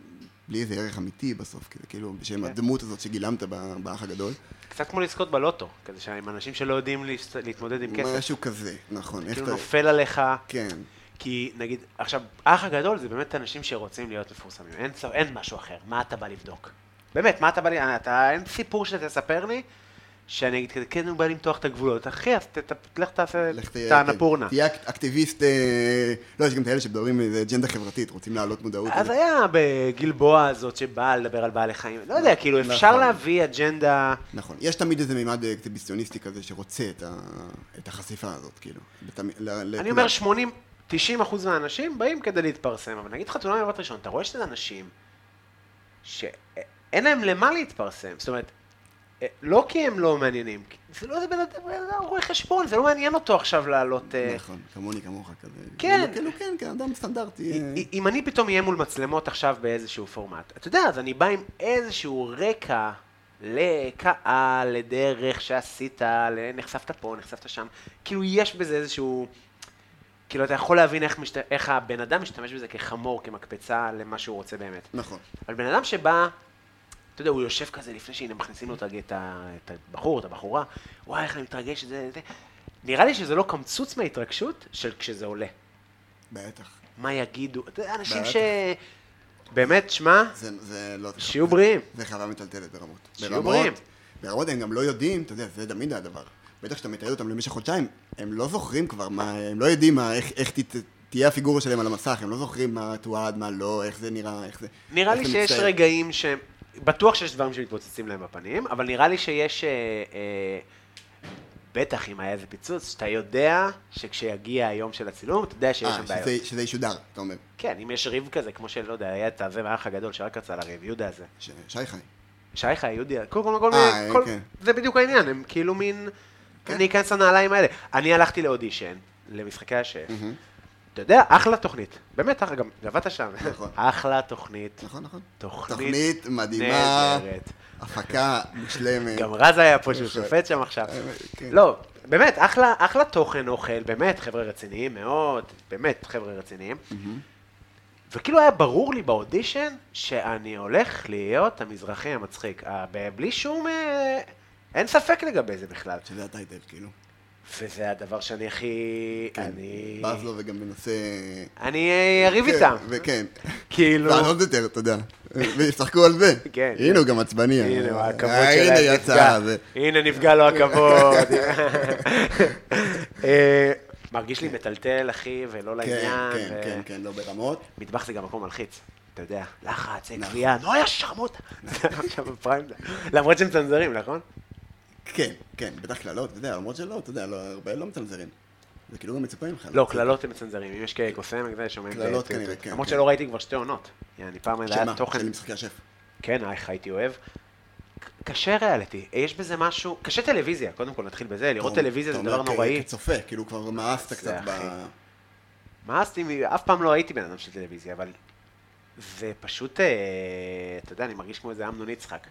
בלי איזה ערך אמיתי בסוף, כי זה כאילו
כן.
בשם הדמות הזאת שגילמת ב- באח הגדול.
קצת כמו לזכות בלוטו, כזה שהם אנשים שלא יודעים להסת- להתמודד עם כסף.
משהו כזה, נכון. איך
כאילו
אתה-
נופל עליך.
כן.
כי נגיד, עכשיו, האח הגדול זה באמת אנשים שרוצים להיות מפורסמים, אין, צו- אין משהו אחר, מה אתה בא לבדוק? באמת, מה אתה בא, ל- אתה, אין סיפור שאתה תספר לי, שאני אגיד כזה, כן, הוא בא למתוח את הגבולות, אחי, אז ת- ת- לך תעשה
לך
את האנפורנה.
תהיה כן, אק- אקטיביסט, אה, לא, יש גם את האלה שמדברים איזה אג'נדה חברתית, רוצים להעלות מודעות.
אז היה בגלבוע הזאת שבאה לדבר על בעלי חיים, לא יודע, כאילו, אפשר
נכון.
להביא אג'נדה,
נכון, יש תמיד איזה מימד אקטיביסטיוניסטי כזה שרוצה את, ה... את החשיפה הזאת, כאילו. בתמ... ל...
אני
לכולם.
אומר 80, 90 אחוז מהאנשים באים כדי להתפרסם, אבל נגיד חתונה מבט ראשון, אתה רואה שזה אנשים שאין להם למה להתפרסם, זאת אומרת, אה, לא כי הם לא מעניינים, כי זה לא איזה בן אדם, בן אדם רואה חשבון, זה לא מעניין אותו עכשיו לעלות... אה,
נכון, כמוני כמוך כזה.
כן.
כאילו, כאילו, כן, כן, אדם סטנדרטי. אה,
אם- אם אני פתאום אהיה מול מצלמות עכשיו באיזשהו פורמט, אתה יודע, אז אני בא עם איזשהו רקע לקהל, לדרך שעשית, ל- נחשפת פה, נחשפת שם, כאילו יש בזה איזשהו... כאילו אתה יכול להבין איך, משת... איך הבן אדם משתמש בזה כחמור, כמקפצה למה שהוא רוצה באמת.
נכון.
אבל בן אדם שבא, אתה יודע, הוא יושב כזה לפני שהנה מכניסים לו את הג- את ה- את הבחור, את הבחורה, וואי, איך אני מתרגש, זה, זה. נראה לי שזה לא קמצוץ מההתרגשות של כשזה עולה.
בטח.
מה יגידו, אתה יודע, אנשים
בטח.
ש... באמת, שמע,
זה, זה לא...
שיהיו
זה-
בריאים.
זה חוויה מטלטלת ברמות.
שיהיו
ברמות-
בריאים.
ברמות הם גם לא יודעים, אתה יודע, זה תמיד הדבר. בטח כשאתה מתעד אותם למשך חודשיים, הם לא זוכרים כבר מה, הם לא יודעים מה, איך, איך ת, תהיה הפיגורה שלהם על המסך, הם לא זוכרים מה תועד, מה לא, איך זה נראה, איך זה...
נראה
איך
לי
זה
שיש
מצטייר.
רגעים ש... בטוח שיש דברים שמתפוצצים להם בפנים, אבל נראה לי שיש... אה, אה, בטח אם היה איזה פיצוץ, שאתה יודע שכשיגיע היום של הצילום, אתה יודע שיש
אה,
שם בעיות.
שזה, שזה ישודר, אתה אומר.
כן, אם יש ריב כזה, כמו שלא יודע, היה את הזה מהאח הגדול שרק רצה לריב, יהודה הזה.
ש... שי חי.
שייך היהודי, כל כל כל
אה,
כל...
כן.
זה בדיוק העניין, הם כאילו מין...
כן.
אני אכנס לנעליים האלה. אני הלכתי לאודישן, למשחקי השף. אתה יודע, אחלה תוכנית. באמת, אחלה, גם עבדת שם.
נכון.
אחלה תוכנית.
נכון, נכון.
תוכנית
תוכנית מדהימה,
נהדרת.
הפקה מושלמת.
גם רז היה פה שהוא
נכון.
שופט שם עכשיו.
כן.
לא, באמת, אחלה, אחלה תוכן אוכל, באמת, חבר'ה רציניים מאוד, באמת, חבר'ה רציניים. וכאילו היה ברור לי באודישן שאני הולך להיות המזרחי המצחיק, אה, ב- בלי שום... אה, אין ספק לגבי זה בכלל.
שזה הטייטל, כאילו.
וזה הדבר שאני הכי...
כן.
אני...
בז לו וגם מנסה...
אני אה, אריב איתם.
כן, וכן.
כאילו...
ועוד יותר, אתה יודע. וישחקו על זה.
כן.
הנה, הוא גם עצבני.
הנה, מה, הכבוד
אה,
שלהם
הנה,
נפגע.
יצא. זה.
הנה, נפגע לו הכבוד. אה, מרגיש לי מטלטל, אחי, ולא לעניין.
כן,
ו-
כן, כן, לא ברמות.
מטבח זה גם מקום מלחיץ, אתה יודע, לחץ,
נכון.
קביעה, נו, היה שרמוטה. זה היה עכשיו בפריים, למרות שהם צנזרים, נכון?
כן, כן, בטח קללות, אתה יודע, למרות שלא, אתה יודע, לא- הרבה לא מצנזרים. זה כאילו גם מצפה ממך.
לא, קללות הם מצנזרים, אם יש כאלה קוסם, זה שומעים... את-
קללות
את-
כנראה,
את-
כן,
למרות
כן.
שלא ראיתי כבר שתי עונות. יעני, פעם היה
שמה,
תוכן...
של משחקי השף.
כן, איך הייתי אוהב. ק- קשה ריאליטי, יש בזה משהו... קשה טלוויזיה, קודם כל נתחיל בזה, לראות
אתה-
טלוויזיה
אתה
זה
אומר
דבר
כ-
נוראי.
כצופה, כאילו כבר מאסת קצת ב...
אחי. מאסתי, אף פעם לא הייתי בן אדם של טלוויזיה, אבל זה פשוט, אה, אתה יודע, אני מרגיש כמו איזה אמנון יצחק.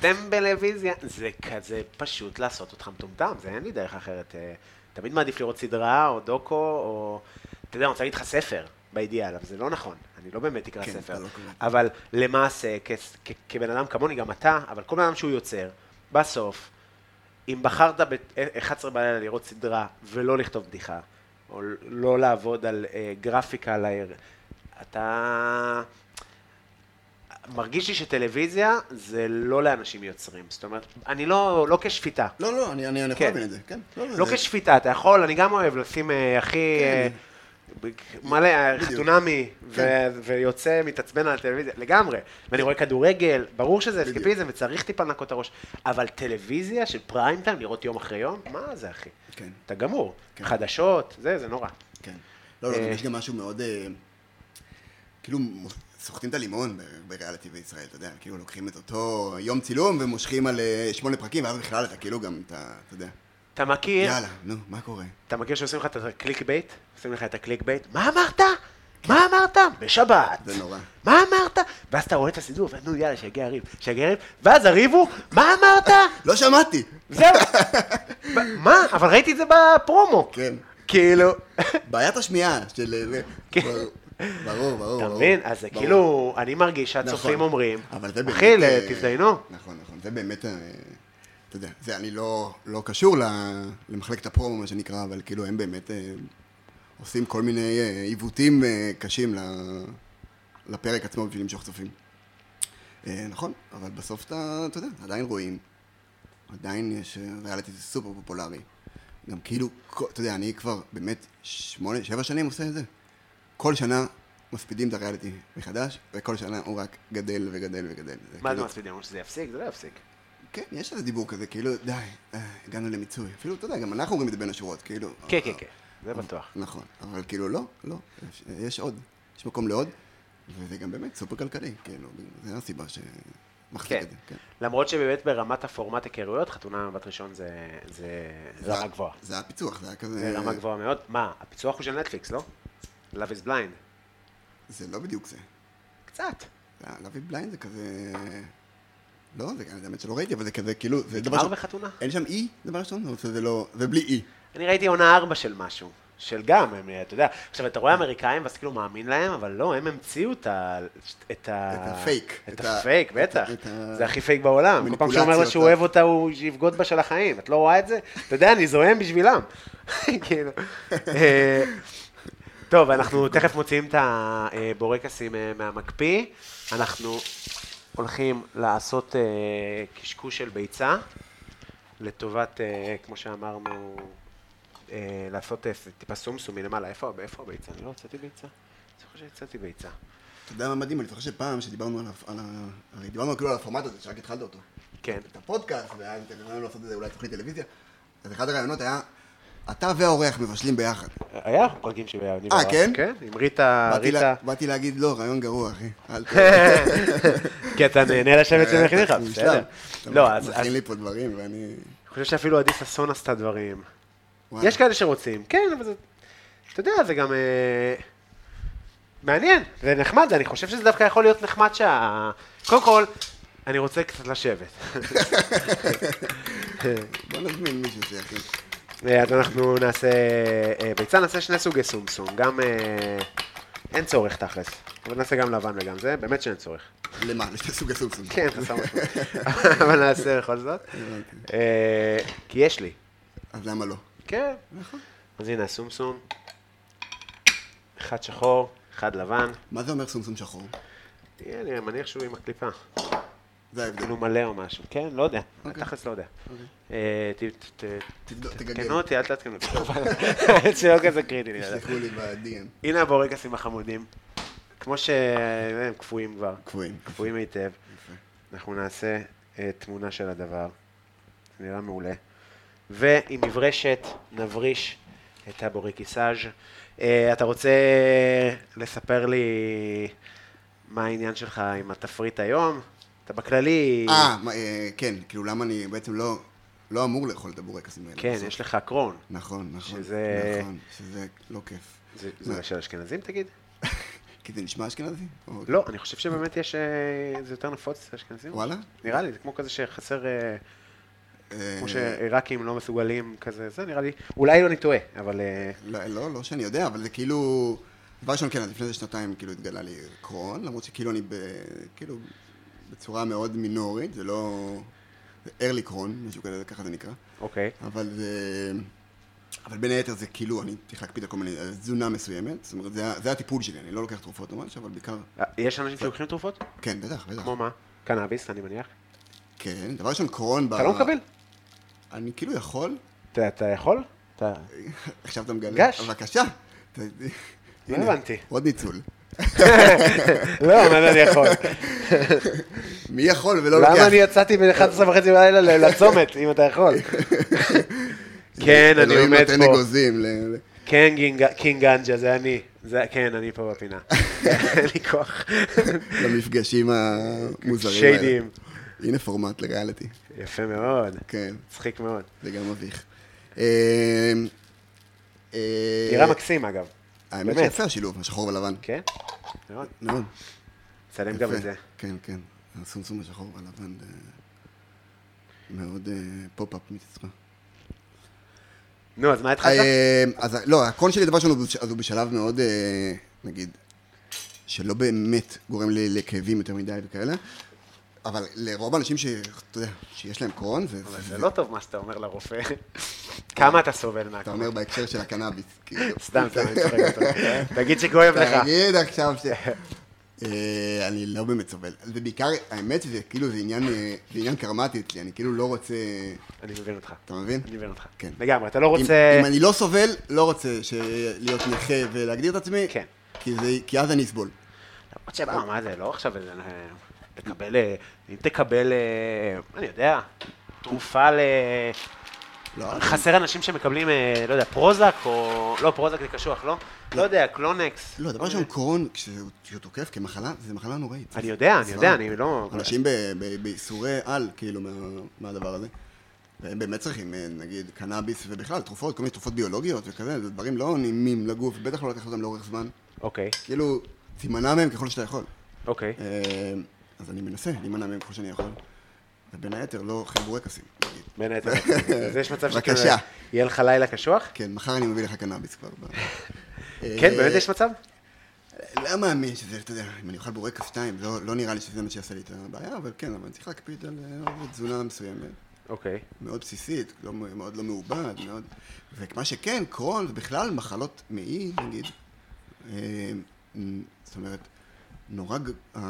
טמבלוויזיה, זה כזה פשוט לעשות אותך מטומטם, זה אין לי דרך אחרת. אה, תמיד מעדיף לראות סדרה או דוקו, או, אתה יודע, אני רוצה להגיד לך ספר באידיאל, אבל זה לא נכון, אני לא באמת אקרא
כן,
ספר.
אתה לא קורא.
אבל למעשה, כ- כ- כבן אדם כמוני, גם אתה, אבל כל בן אדם שהוא יוצר, בסוף, אם בחרת ב-11 בלילה לראות סדרה ולא לכתוב בדיחה, או ל- לא לעבוד על אה, גרפיקה על העיר, אתה... מרגיש לי שטלוויזיה זה לא לאנשים יוצרים. זאת אומרת, אני לא, לא כשפיטה.
לא, לא, אני אני- אני יכול
כן.
להבין את זה, כן.
לא
זה- כן.
כשפיטה, אתה יכול, אני גם אוהב לשים אה, הכי... אה, ב- מלא, אה,
בדיוק. כן.
חתונמי, ו- ויוצא, מתעצבן על הטלוויזיה, לגמרי. ואני רואה כדורגל, ברור שזה
בדיוק.
אסקפיזם וצריך טיפה לנקות את הראש, אבל טלוויזיה של פריים טיים, לראות יום אחרי יום, מה זה אחי?
כן.
אתה גמור.
כן.
חדשות, זה, זה נורא.
כן. לא, לא,
אה,
גם יש גם משהו מאוד... אה, כאילו, מוס- סוחטים את הלימון ב- בריאליטי בישראל, אתה יודע, כאילו לוקחים את אותו יום צילום ומושכים על אה, שמונה פרקים, ואז בכלל אתה כאילו גם, אתה אתה יודע,
אתה מכיר,
יאללה, נו, מה קורה?
אתה מכיר שעושים לך את הקליק בייט? עושים לך את הקליק בייט, מה אמרת? מה אמרת? בשבת.
זה נורא.
מה אמרת? ואז אתה רואה את הסידור, ואז נו יאללה, שיגיע הריב, שיגיע הריב, ואז הריב הוא, מה אמרת?
לא שמעתי!
זהו. ב- מה? אבל ראיתי את זה בפרומו.
כן.
כאילו,
בעיית השמיעה של... אה, זה.
כן.
ברור, ברור, ברור.
אתה מבין? אז זה
ברור.
כאילו, אני מרגיש שהצופים
נכון.
אומרים,
אבל זה באמת,
אחי,
אה,
תזדיינו.
נכון, נכון, זה באמת, אה, אתה יודע, זה אני לא, לא קשור ל- למחלקת הפרומו, מה שנקרא, אבל כאילו הם באמת אה, עושים כל מיני אה, עיוותים אה, קשים ל- לפרק עצמו בשביל למשוך צופים. אה, נכון, אבל בסוף אתה, אתה יודע, עדיין רואים, עדיין יש אה, ריאליטי זה סופר פופולרי. גם כאילו, כל- אתה יודע, אני כבר באמת שמונה, שבע שנים עושה את זה. כל שנה מספידים את הריאליטי מחדש, וכל שנה הוא רק גדל וגדל וגדל.
מה זה
כאילו-
מספיק? אמרו שזה יפסיק? זה לא יפסיק.
כן, יש איזה דיבור כזה, כאילו, די, אה, הגענו למיצוי. אפילו, אתה יודע, גם אנחנו אומרים את זה בין השורות, כאילו.
כן,
אה,
כן, כן, זה בטוח.
נכון, אבל כאילו, לא, לא, יש- יש עוד, יש מקום לעוד, וזה גם באמת סופר כלכלי, כאילו, זה הסיבה שמחזיק
כן.
את זה, כן.
למרות שבאמת ברמת הפורמט היכרויות, חתונה בבת ראשון זה- זה זה רמה גבוהה.
זה אה. היה פיצוח, זה היה כזה...
זה רמה גבוהה מאוד. מה, הפיצוח הוא של נטפליקס, לא? Love is blind.
זה לא בדיוק זה.
קצת.
זה היה- להביא בליינד זה כזה... לא, זה זה האמת שלא ראיתי, אבל זה כזה, כאילו, זה דבר
נגמר בחתונה.
אין שם אי, דבר ראשון, או שזה לא... זה בלי אי.
אני ראיתי עונה ארבע של משהו. של גם, הם, אתה יודע, עכשיו אתה רואה אמריקאים ואז כאילו מאמין להם, אבל לא, הם המציאו את ה... את ה...
את הפייק.
את
את ה-
הפייק,
את ה-
בטח.
את ה-
זה הכי פייק בעולם. כל פעם שהוא אומר לה
המניפולציות,
שהוא
ה-
אוהב אותה, הוא יבגוד בה של החיים. את לא רואה את זה? אתה יודע, אני זועם בשבילם. כאילו. אה, טוב, אנחנו תכף מוציאים את הבורקסים אה, מהמקפיא. אנחנו הולכים לעשות אה, קשקוש של ביצה, לטובת, אה, כמו שאמרנו, אה, לעשות אה, טיפה סומסום מלמעלה. איפה איפה הביצה? אני לא הוצאתי ביצה? אני זוכר שהצאתי ביצה.
אתה יודע מה מדהים? אני זוכר שפעם שדיברנו על ה- על ה... הרי דיברנו כאילו על הפורמט הזה, שרק התחלנו אותו.
כן.
את הפודקאסט, ואז אתם יכולים לעשות את זה אולי תוכנית טלוויזיה. אז אחד הרעיונות היה, אתה והאורח מבשלים ביחד.
היה אנחנו פרקים שהיה אני
אה,
ורז,
כן?
כן, עם ריטה,
באתי
ריטה.
לה- באתי להגיד, לא, רעיון גרוע, אחי. אל ת-
כן. כי אתה נהנה לשבת
אה,
שמכין לך,
אתה
בסדר.
מושלם.
לא,
אתה
אז אז
מכין לי פה דברים, ואני...
אני חושב שאפילו עדי ששון עשתה דברים.
וואלה.
יש כאלה שרוצים, כן, אבל זה... אתה יודע, זה גם... אה, מעניין, זה נחמד, אני חושב שזה דווקא יכול להיות נחמד שה... קודם כל, אני רוצה קצת לשבת.
בוא נזמין מישהו שיכין.
אה, אז אנחנו נעשה אה, ביצה, נעשה שני סוגי סומסום, גם... אה, אין צורך תכלס, אבל נעשה גם לבן וגם זה, באמת שאין צורך.
למה? לשתי סוגי סומסום.
כן, אתה שם משהו. אבל נעשה בכל זאת. אה, כי יש לי.
אז למה לא?
כן. אז הנה הסומסום. אחד שחור, אחד לבן.
מה זה אומר סומסום שחור?
תהיה, אני מניח שהוא עם הקליפה.
זה ההבדל.
כאילו מלא או משהו, כן? לא יודע,
אוקיי.
תכלס לא יודע. אה, ת- ת- ת-
תבדוק, תגגל.
תקנו אותי, אל תעדכנו אותי, אבל זה לא כזה קריטי נראה לי.
תשלחו לי ב-DM.
הנה הבורקסים החמודים, כמו שהם קפואים כבר,
קפואים.
קפואים היטב. אנחנו נעשה אה, תמונה של הדבר, זה נראה מעולה. ועם מברשת נבריש את הבורקיסאז'. אה, אתה רוצה אה, לספר לי מה העניין שלך עם התפריט היום? אתה בכללי...
אה, מה, אה, כן, כאילו למה אני בעצם לא, לא אמור לאכול את הבורקסים האלה.
כן,
בסוף.
יש לך קרון.
נכון, נכון.
שזה-
נכון, שזה לא כיף.
זה זה של אשכנזים תגיד?
כי זה נשמע אשכנזי? או-
לא, אני חושב שבאמת יש... אה, זה יותר נפוץ אצל אשכנזים.
וואלה?
נראה לי, זה כמו כזה שחסר... אה,
אה,
כמו שעיראקים לא מסוגלים כזה, זה נראה לי, אולי לא אני טועה, אבל אה,
לא, לא, לא שאני יודע, אבל זה כאילו... דבר ראשון, כן, אז לפני איזה שנתיים כאילו התגלה לי קרון, למרות שכאילו אני ב... כאילו בצורה מאוד מינורית, זה לא... זה early קרון, משהו כזה, ככה זה נקרא.
אוקיי,
אבל זה... אבל בין היתר זה כאילו, אני צריך להקפיד על כל מיני... על תזונה מסוימת, זאת אומרת, זה, ה- זה הטיפול שלי, אני לא לוקח תרופות ממש, אבל בעיקר...
אה, יש אנשים שלוקחים תרופות?
כן, בטח, בטח.
כמו מה? קנאביס, אני מניח.
כן, דבר ראשון, קרון... ב-
אתה לא מקבל?
אני כאילו יכול,
אתה- אתה יכול? אתה...
עכשיו אתה מגלה.
גש.
בבקשה. ת-
לא
הנה,
הבנתי.
עוד ניצול.
לא, מה זה אני יכול?
מי יכול ולא לא לוקח?
למה אני יצאתי ב-11 וחצי בלילה ל- לצומת, אם אתה יכול? כן, אני
אלוהים
עומד
נותן
פה.
אגוזים. ל- ל-
כן, גינג- קינג גנג'ה, זה אני. זה- כן, אני פה בפינה. אין לי כוח.
למפגשים המוזרים האלה.
שיידיים.
הנה פורמט לריאליטי.
יפה מאוד.
כן,
מצחיק מאוד.
זה גם מביך. אה, אה,
נראה מקסים, אגב.
האמת
באמת.
שיפה השילוב, השחור ולבן.
כן? מאוד.
מאוד.
צלם גם את
יפה.
זה.
כן, כן. הסומסום השחור והלבן זה מאוד אה, פופ-אפ מצדך.
נו, אז מה התחלת?
אה, אז ה- לא, הקול שלי דבר ראשון הוא בש- אז הוא בשלב מאוד, אה, נגיד, שלא באמת גורם לי לכאבים יותר מדי וכאלה, אבל לרוב האנשים ש... אתה יודע, שיש להם קרון, זה...
אבל
זה-
זה לא טוב מה שאתה אומר לרופא. כמה אתה סובל
אתה
מהקורונה?
אומר בהקשר של הקנאביס, כאילו.
סתם, סתם, אני צוחק אותו. תגיד שכואב לך.
תגיד עכשיו ש... אה, אני לא באמת סובל. זה בעיקר, האמת שזה כאילו, זה עניין, אה, זה עניין קרמטי אצלי, אני כאילו לא רוצה...
אני מבין אותך.
אתה מבין?
אני מבין אותך.
כן.
לגמרי, אתה לא
אם-
רוצה...
אם אני לא סובל, לא רוצה ש- להיות נכה ולהגדיר את עצמי,
כן.
כי זה- כי אז אני אסבול.
למרות שבא, מה זה, לא עכשיו איזה... אה, תקבל... אה, אם תקבל... אה, אני יודע, תרופה ל...
לא, אני-
חסר אנשים שמקבלים, אה, לא יודע, פרוזק או... לא, פרוזק זה קשוח, לא? לא יודע, קלונקס.
לא, דבר ראשון, קורון, כשהוא כשהוא תוקף כמחלה, זו מחלה נוראית.
אני יודע, אני יודע,
זוועה.
אני לא-
אנשים ב- ב- בייסורי על, כאילו, מה- מהדבר הזה. והם באמת צריכים, אה, נגיד, קנאביס ובכלל, תרופות, כל מיני תרופות ביולוגיות וכזה, זה דברים לא נעימים לגוף, בטח לא לקחת אותם לאורך זמן.
אוקיי,
כאילו, תימנע מהם ככל שאתה יכול.
אוקיי.
אה, אז אני מנסה להימנע מהם ככל שאני יכול. ובין היתר, לא אוכל בורקסים. נגיד.
בין היתר. אה, אז יש מצב שכאילו
בבקשה.
יהיה לך לילה קשוח?
כן, מחר אני מביא לך קנאביס כבר. ב-
כן, באמת
אה,
יש מצב?
לא מאמין שזה, אתה יודע, אם אני אוכל בורקס שתיים, לא, לא נראה לי שזה מה שיעשה לי את הבעיה, אבל כן, אבל אני צריך להקפיד על אה, תזונה מסוימת,
אוקיי.
מאוד בסיסית, לא, מ- מאוד לא מעובד, מאוד... ומה שכן, קרון זה בכלל מחלות מעי, נגיד. אה, מ- זאת אומרת, נורא, ג- אה,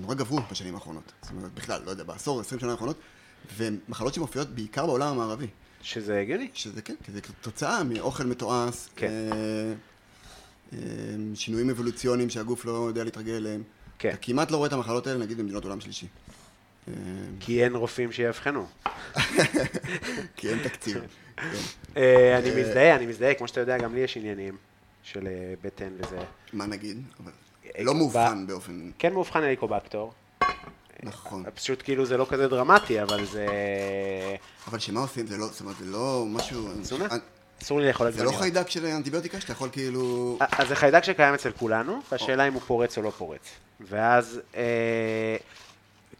נורא גברו בשנים האחרונות. זאת אומרת, בכלל, לא יודע, בעשור, עשרים שנה האחרונות, ומחלות שמופיעות בעיקר בעולם המערבי.
שזה הגיוני?
שזה כן, כי זה תוצאה מאוכל מתועש,
כן.
אה, אה, שינויים אבולוציוניים שהגוף לא יודע להתרגל אליהם.
כן.
אתה כמעט לא רואה את המחלות האלה, נגיד, במדינות עולם שלישי. אה,
כי אין רופאים שיאבחנו.
כי אין תקציב. כן.
אה, אני מזדהה, אני מזדהה, כמו שאתה יודע, גם לי יש עניינים של אה, בטן וזה.
מה נגיד? אבל
אה,
לא
ב-
מאובחן באופן
כן מאובחן אליקובקטור,
נכון.
פשוט כאילו זה לא כזה דרמטי, אבל זה... אה,
אבל שמה עושים? זה לא, זאת אומרת, זה לא משהו...
תזונה?
אה,
אסור לי לאכול
זה לא
עגבניות.
חיידק של אנטיביוטיקה שאתה יכול כאילו...
אה, אז זה חיידק שקיים אצל כולנו, והשאלה אם הוא פורץ או לא פורץ. ואז, אה,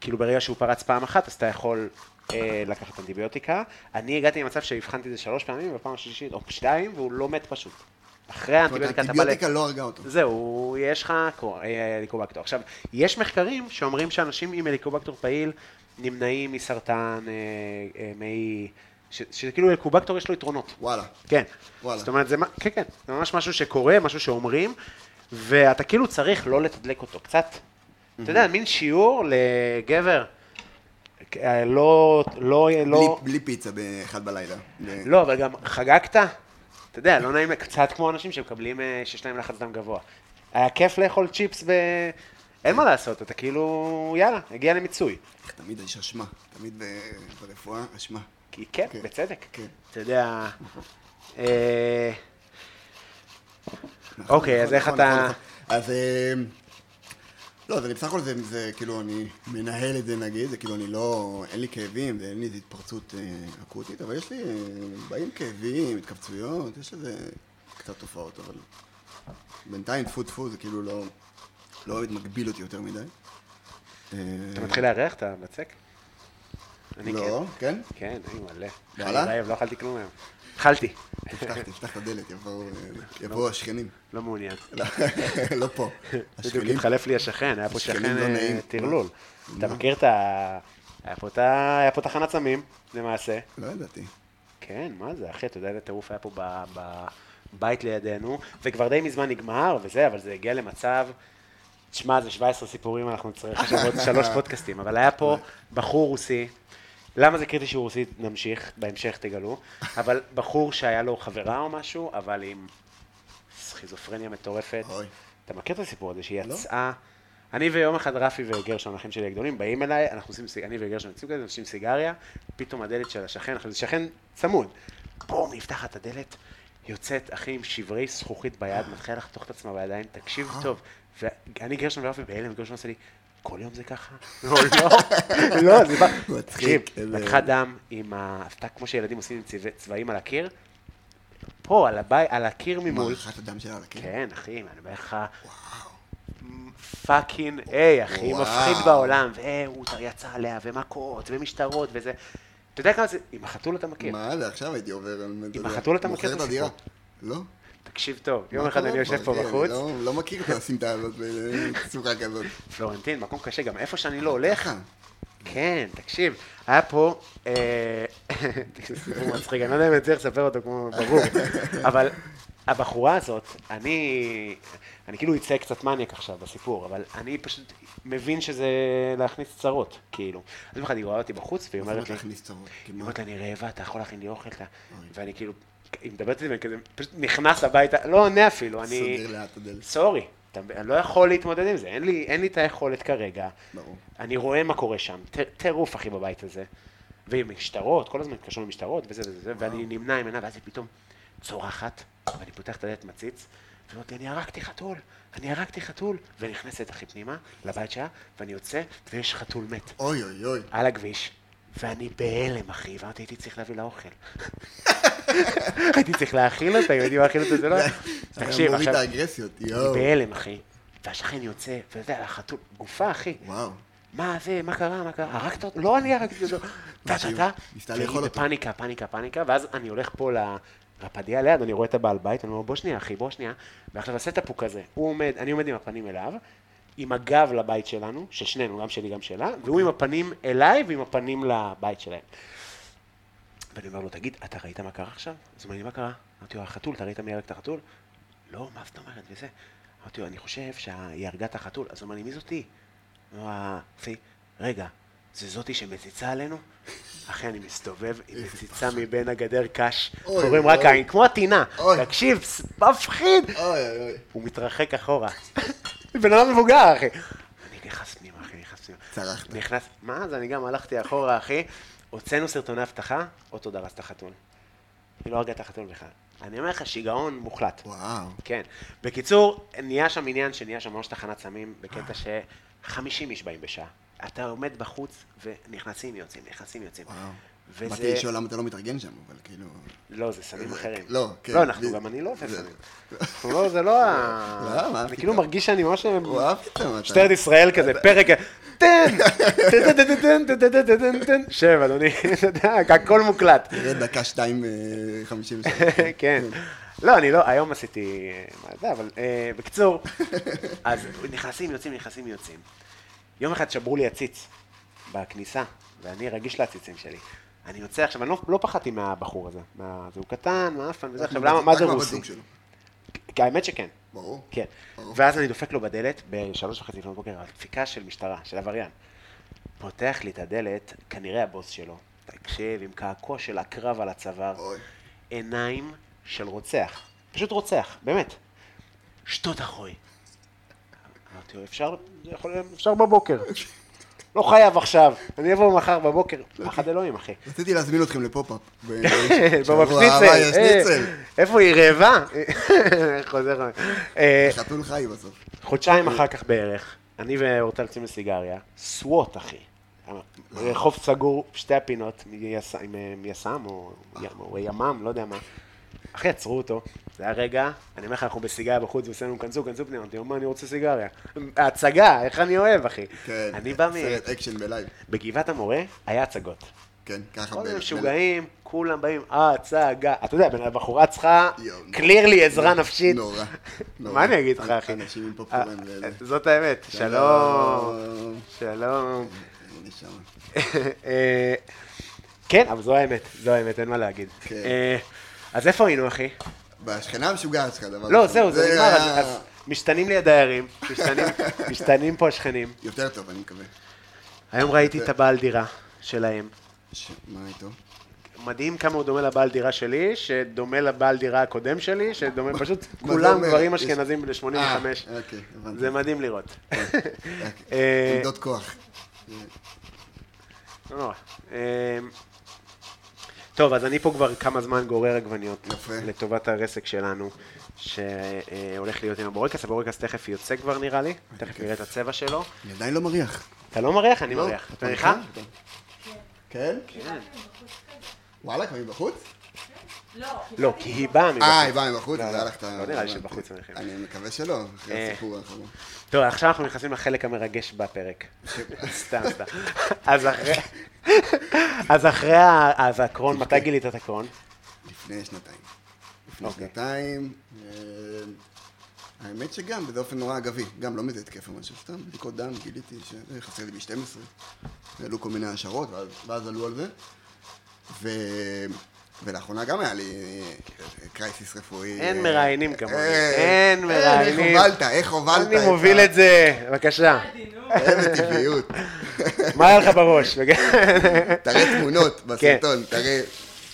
כאילו ברגע שהוא פרץ פעם אחת, אז אתה יכול אה, לקחת אנטיביוטיקה. אני הגעתי למצב שהבחנתי את זה שלוש פעמים, בפעם השלישית, או שתיים, והוא לא מת פשוט. אחרי
זאת אומרת,
האנטיביוטיקה אתה בא ל...
האנטיביוטיקה לא הרגה אותו.
זהו, יש לך קור- אה, הליקובקטור. עכשיו, יש מחקרים שאומרים שאנשים עם הליקובקטור פעיל נמנעים מסרטן, אה, אה, מעי... ש- שכאילו הליקובקטור יש לו יתרונות.
וואלה.
כן.
וואלה.
זאת אומרת, זה, מה- כן, כן, זה ממש משהו שקורה, משהו שאומרים, ואתה כאילו צריך לא לתדלק אותו קצת. אתה יודע, מין שיעור לגבר, אה, לא, לא,
בלי-
לא,
בלי פיצה באחד בלילה. ב-
לא, אבל גם חגגת, אתה יודע, לא נעים, קצת כמו אנשים שמקבלים, אה, שיש להם לחץ דם גבוה. היה כיף לאכול צ'יפס ב... אין מה לעשות, אתה כאילו, יאללה, הגיע למיצוי.
תמיד יש אשמה, תמיד ב- ברפואה אשמה.
כי כן,
כן,
בצדק.
כן.
אתה יודע... אה,
נכון,
אוקיי, אז
נכון,
איך
נכון,
אתה...
נכון, נכון. אז... אמ, לא, זה בסך הכל זה, זה כאילו אני מנהל את זה נגיד, זה כאילו אני לא, אין לי כאבים ואין לי איזו התפרצות אה, אקוטית, אבל יש לי, אה, באים כאבים, התכווצויות, יש איזה קצת תופעות, אבל בינתיים טפו טפו זה כאילו לא, לא מגביל אותי יותר מדי. אה,
אתה מתחיל לארח? אתה מצק? אני
לא, כן?
כן, אני מלא.
וואלה?
אני רעב, לא אכלתי כלום היום. אכלתי.
תפתח, כן? תפתח את הדלת, יבואו, אה, יבואו השכנים.
לא מעוניין.
לא, לא פה.
בדיוק
השכנים,
התחלף לי השכן, היה פה
השכנים
שכן
לא
אה,
נעים. אה.
טרלול. אתה
מה?
מכיר את ה... היה פה את ה- היה פה תחנת סמים, למעשה.
לא ידעתי.
כן, מה זה, אחי, אתה יודע איזה טירוף היה פה ב- בבית לידינו, וכבר די מזמן נגמר וזה, אבל זה הגיע למצב, תשמע, זה 17 סיפורים, אנחנו נצטרך עכשיו עוד שלוש פודקאסטים, אבל היה פה בחור רוסי, למה זה קריטי שהוא רוסי, נמשיך, בהמשך תגלו, אבל בחור שהיה לו חברה או משהו, אבל עם סכיזופרניה מטורפת.
אוי.
אתה מכיר את הסיפור הזה
לא.
שהיא יצאה? אני ויום אחד רפי וגרשון, האחים שלי הגדולים, באים אליי, אנחנו עושים, סיג- אני וגרשון יוצאים כזה, עושים סיגריה, פתאום הדלת של השכן, עכשיו זה שכן צמוד, בום, נפתחת הדלת, יוצאת, אחי, עם שברי זכוכית ביד,
אה.
מתחילה לחתוך את עצמה בידיים, תקשיב טוב, ואני גרשון ורפי בהלם, גרשון עושה לי, כל יום זה ככה? לא, לא, לא, זה בא,
מצחיק,
תקשיב,
איזה-
לקחה דם עם ה... עשתה כמו שילדים עושים עם צבע- צבעים על הקיר, פה, על הבית, על הקיר ממול,
מערכת הדם שלה על הקיר.
כן, אחי, אני אומר לך, פאקינג איי, אחי,
וואו.
מפחיד בעולם, והי, הוא יצא עליה, ומכות, ומשטרות, וזה. אתה יודע כמה זה, עם החתול אתה מכיר.
מה זה, עכשיו הייתי עובר... עם
החתול אתה מכיר את הסיפור?
לא.
תקשיב טוב, יום
מה
אחד
קרה
אני יושב פה
אחי? אני
בחוץ,
לא- לא מכיר את הסמטה הזאת בצורה כזאת.
פלורנטין, מקום קשה, גם איפה שאני לא הולך,
ככה.
כן, תקשיב, היה פה, אה, זה סיפור מצחיק, אני לא יודע אם אני צריך לספר אותו כמו ברור, אבל הבחורה הזאת, אני, אני כאילו אצא קצת מניאק עכשיו בסיפור, אבל אני פשוט מבין שזה להכניס צרות, כאילו. אז יום אחד היא רואה אותי בחוץ, והיא
מה זאת אומרת
אומרת לי,
להכניס צרות? כי
היא
מה?
אומרת לי, אני רעבה, אתה יכול להכין לי אוכל? אתה-" ואני כאילו, היא מדברת איתי, ואני כזה פשוט נכנס הביתה, לא עונה אפילו, אני...
סוגר לאט את הדלת.
סורי, אתה- אני לא יכול להתמודד עם זה, אין לי, אין לי את היכולת כרגע.
ברור.
אני רואה מה קורה שם, ט- טירוף אחי בבית הזה. ועם משטרות, כל הזמן מתקשרים למשטרות וזה וזה וזה, ואני נמנע ממנה, ואז היא פתאום צורחת, ואני פותח את הדלת מציץ, והיא אומרת לי, אני הרגתי חתול, אני הרגתי חתול, ונכנסת אחי פנימה, לבית שלה, ואני יוצא, ויש חתול מת.
אוי אוי אוי.
על הכביש, ואני בהלם, אחי, ואמרתי, הייתי צריך להביא לה אוכל. הייתי צריך להאכיל אותה, אם הייתי מאכיל אותה זה לא... תקשיב,
מוריד את
עכשיו,
האגרסיות,
אני
יואו.
בהלם, אחי. והשכן יוצא, ואתה יודע, החתול, גופה, אחי.
וואו.
מה זה, מה קרה, מה קרה, הרגת אותו? לא, אני הרגתי אותו. טה, טה, טה.
ניסתה
והיא
לאכול אותו.
בפאניקה, פאניקה, פאניקה, ואז אני הולך פה ל- לפדיה ליד, אני רואה את הבעל בית, אני אומר, בוא שנייה, אחי, בוא שנייה. ועכשיו הסטאפוק הזה, הוא עומד, אני עומד עם הפנים אליו, עם הגב לבית שלנו, של שנינו, גם שלי, גם שלה, והוא עם הפנים אליי ועם הפנים לבית שלהם. ואני אומר לו, תגיד, אתה ראית מה קרה עכשיו? אז הוא אומר לי, מה קרה? אמרתי לו, החתול, אתה ראית מי הרג את החתול? לא, מה זאת אומרת, וזה. אמרתי לו, אני חושב שהיא הרגה את החתול. אז הוא אומר לי, מי זאתי? אמר, "אה, רגע, זה זאתי שמציצה עלינו? אחי, אני מסתובב, היא מציצה מבין הגדר קש,
אוי,
קוראים רק
אוי.
עין, כמו הטינה.
אוי.
תקשיב, פס, מפחיד.
אוי אוי אוי.
הוא מתרחק אחורה. בן אדם מבוגר, אחי. אני נכנס פנימה, אחי, נכנס פנימה.
צרחת.
נכנס, מה זה, אני גם הלכתי אחורה, אחי. הוצאנו סרטוני אבטחה, אוטו דרס את החתול. היא לא הרגה את החתול בכלל. אני אומר לך, שיגעון מוחלט.
וואו.
כן. בקיצור, נהיה שם עניין שנהיה שם ממש תחנת סמים, בקטע
אה.
ש-50 איש באים בשעה. אתה עומד בחוץ, ונכנסים, יוצאים, נכנסים, יוצאים.
וואו. באתי
וזה...
לשאול למה אתה לא מתארגן שם, אבל כאילו...
לא, זה סמים אחרים.
לא, כן.
לא, אנחנו
זה-
גם, אני לא אוהב
זה- אה,
סמים. אנחנו לא, זה לא ה...
למה?
אני כאילו מרגיש שאני ממש...
וואו, פתאום אתה...
משטרת ישראל
אה,
כזה, פרק, תן, תן, תן, תן, תן, תן, תן, תן, תן, שב, אדוני, אתה יודע, הכל מוקלט.
תראה דקה שתיים אה, חמישים ושלוש.
כן. לא, אני לא, היום עשיתי... אה, מה זה, אבל אה, בקיצור, אז נכנסים, יוצאים, נכנסים, יוצאים. יום אחד שברו לי עציץ בכניסה, ואני רגיש לעציצים שלי. אני יוצא עכשיו, אני לא, לא פחדתי מהבחור הזה, מה, זה הוא קטן, מעפן וזה, עכשיו למה, מה זה
רק מהבת
רוסי?
זוג שלו. אוקיי.
כי האמת שכן.
ברור.
כן.
ברור.
ואז אני דופק לו בדלת, בשלוש וחצי לפנות בוקר, על דפיקה של משטרה, של עבריין. פותח לי את הדלת, כנראה הבוס שלו, תקשיב, עם קעקוע של הקרב על הצוואר,
אוי.
עיניים של רוצח, פשוט רוצח, באמת. שטות אחוי. אמרתי לו, אפשר, זה יכול- אפשר בבוקר. לא חייב עכשיו, אני אבוא מחר בבוקר. פחד אלוהים, אחי.
רציתי להזמין אתכם לפופ-אפ. ב- שבוע הבא יש
במפניצל. אה,
שניצל.
איפה היא רעבה? חוזר. אה,
חתול חי בסוף.
חודשיים
אוקיי.
אחר כך בערך, אני ואורטל יוצאים לסיגריה, סוואט אחי. רחוב סגור, שתי הפינות, מיס- עם אה, יס"מ או י- או ימ"מ, לא יודע מה. אחי, עצרו אותו, זה היה רגע, אני אומר לך, אנחנו בסיגריה בחוץ, ועושים לנו, כנסו, כנסו פנימה, אמרתי, מה, אני רוצה סיגריה. ההצגה, איך אני אוהב, אחי.
כן.
אני בא מ...
סרט אקשן בלייב.
בגבעת המורה, היה הצגות.
כן, ככה.
כל מיני
בערך.
משוגעים, כולם באים, אה, הצגה. אתה יודע, בן- הבחורה צריכה,
יואו,
קלירלי עזרה נפשית.
נורא. נורא.
מה אני אגיד לך, אחי?
אנשים עם
אה,
פופקורן. ו-
זאת האמת, שלום, שלום.
נשמה.
אה, כן, אבל זו האמת, זו האמת, אין מה להגיד.
כן.
אה, אז איפה היינו, אחי?
והשכנה המשוגעת שלך, דבר
לא,
ראשון.
זהו, זה נגמר, אז-
היה-
אז משתנים לי הדיירים, משתנים- משתנים פה השכנים.
יותר טוב, אני מקווה.
היום ראיתי את הבעל דירה שלהם.
ש- מה איתו?
מדהים כמה הוא דומה לבעל דירה שלי, שדומה לבעל דירה הקודם שלי, שדומה פשוט,
מה זה
כולם
אומר?
גברים
יש-
אשכנזים בני 85.
אה, אוקיי, הבנתי.
זה אה, מדהים לראות.
אוקיי, עמדות כוח.
לא נורא. אמ, טוב, אז אני פה כבר כמה זמן גורר עגבניות.
יפה.
לטובת הרסק שלנו, שהולך להיות עם הבורקס. הבורקס תכף יוצא כבר נראה לי, תכף
כיף.
נראה את הצבע שלו.
אני עדיין לא מריח.
אתה לא מריח? אני
לא,
מריח. אתה
אתה
מריחה?
אתה- כן? וואלה, כבר מבחוץ?
לא, כי היא באה מבחוץ.
אה, היא באה מבחוץ,
לא,
אז
לא,
היה לך את ה...
לא נראה לי
הבנתי.
שבחוץ מריחים.
אני מקווה שלא,
אה.
אחרי הסיפור האחרון.
טוב, עכשיו אנחנו נכנסים לחלק המרגש בפרק. סתם, סתם. אז אחרי... אז אחרי ה- אז הקרון, מתי גילית את הקרון?
לפני שנתיים. לפני
אוקיי.
שנתיים, אה, האמת שגם, וזה אופן נורא אגבי, גם לא מאיזה התקף או משהו, סתם בדיקות דם, גיליתי שחסר לי ב-12, עלו כל מיני השערות, ואז, ואז עלו על זה, ו... ולאחרונה גם היה לי אה, קרייסיס רפואי.
אין
אה,
מראיינים כמוני.
אה,
אין מראיינים.
איך הובלת, איך הובלת.
אני מוביל את זה, בבקשה.
זה. בטבעיות.
מה היה לך בראש?
תראה
כן.
תמונות בסרטון, תראה.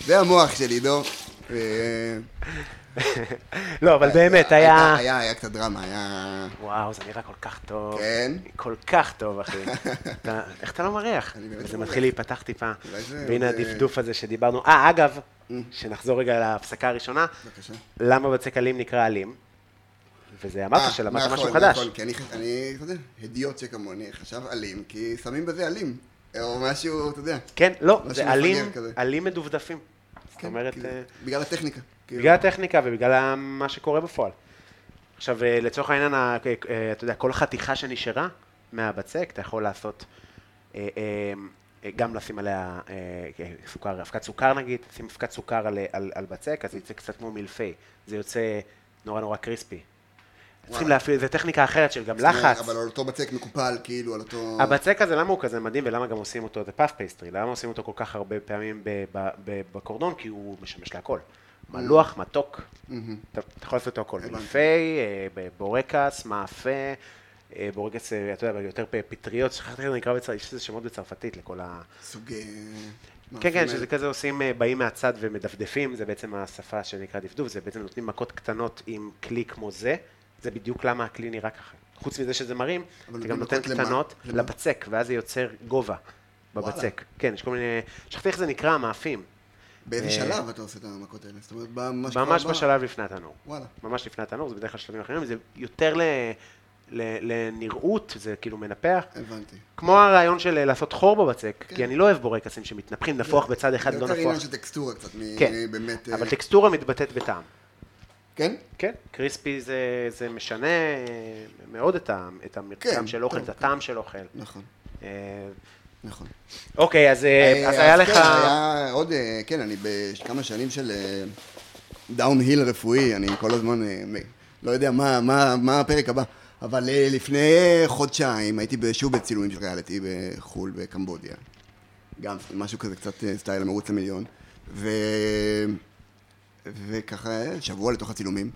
זה המוח של עידו. אה,
לא, אבל באמת, היה...
הייתה- היה, היה קצת דרמה, היה...
וואו, זה נראה כל כך טוב.
כן.
כל כך טוב, אחי. אתה- איך אתה לא מריח?
אני באמת
זה
לא
מתחיל להיפתח טיפה.
אולי זה- אה, Mm.
והנה
זה-
הדפדוף הזה שדיברנו. אה, אגב, שנחזור רגע להפסקה הראשונה,
בבקשה.
למה בצק אלים נקרא אלים? וזה אמרת
אה,
שלמדת
נכון,
משהו חדש.
נכון, כי אני, חש- אני, אתה יודע, הדיוט שכמוני חשב אלים, כי שמים בזה אלים. או משהו, אתה יודע.
כן, לא,
משהו
זה
מפגר
אלים,
כזה.
אלים מדופדפים. זאת
כן,
אומרת...
כאילו,
אה,
בגלל הטכניקה. כאילו.
בגלל הטכניקה ובגלל ה- מה שקורה בפועל. עכשיו, אה, לצורך העניין, ה- אה, אה, אתה יודע, כל חתיכה שנשארה מהבצק, אתה יכול לעשות, אה, אה, אה, גם לשים עליה אה, אה, סוכר, אבקת סוכר נגיד, שים אבקת סוכר על, אה, על, על בצק, אז זה יוצא קצת כמו מלפי, זה יוצא נורא נורא קריספי. צריכים להפעיל, זו טכניקה אחרת של גם
זאת אומרת,
לחץ.
אבל לא- על אותו בצק מקופל, כאילו, על אותו...
הבצק הזה, למה הוא כזה מדהים ולמה גם עושים אותו, זה פאף פייסטרי, למה עושים אותו כל כך הרבה פעמים ב- ב- ב- בקורדון? כי הוא משמש להכל. מלוח, מתוק, אתה אתה יכול לעשות אותו הכל.
הבנתי.
מלפי, אה, ב- בורקס, מאפה, אה, בורקס, אה, אתה יודע, יותר פ- פטריות, שכחתי איך זה נקרא, בצרפתית, יש לזה שמות בצרפתית לכל ה...
סוג... אה,
כן,
מאפים
כן,
האלה.
שזה כזה עושים, אה, באים מהצד ומדפדפים, זה בעצם השפה שנקרא דפדוף, זה בעצם נותנים מכות קטנות עם כלי כמו זה, זה בדיוק למה הכלי נראה ככה. חוץ מזה שזה מרים,
אבל
אתה גם
נותנים
נותן
מכות למה?
קטנות
למה?
לבצק, ואז זה יוצר גובה בבצק. כן, יש כל מיני, שכחתי איך זה נקרא, המאפים.
באיזה
אה,
שלב אתה עושה את המכות האלה? זאת אומרת, ממש...
ממש בשלב לפני התנור.
וואלה.
ממש לפני התנור, זה בדרך כלל שלבים אחרים, זה יותר ל... ל- לנראות, זה כאילו מנפח.
הבנתי.
כמו הרעיון של אה, לעשות חור בבצק,
כן.
כי אני לא אוהב בורקסים שמתנפחים, נפוח בצד אחד,
זה
לא
יותר
נפוח.
עניין של טקסטורה קצת, מ-
כן,
באמת... אה,
אבל טקסטורה מתבטאת בטעם.
כן?
כן, קריספי זה, זה משנה אה, מאוד את, ה, את המרקם
כן,
של אוכל,
טוב.
את הטעם של אוכל.
נכון,
אה,
נכון.
אוקיי, אז, אה, אז
אה,
היה
כן,
לך...
היה עוד, אה, כן, אני בכמה שנים של דאון-היל רפואי, אני כל הזמן אה, מ- לא יודע מה- מה מה הפרק הבא, אבל אה, לפני אה, חודשיים הייתי שוב בצילומים של ריאליטי בחו"ל, בקמבודיה. גם משהו כזה קצת אה, סטייל המרוץ למיליון. ו... וככה, אה, שבוע לתוך הצילומים,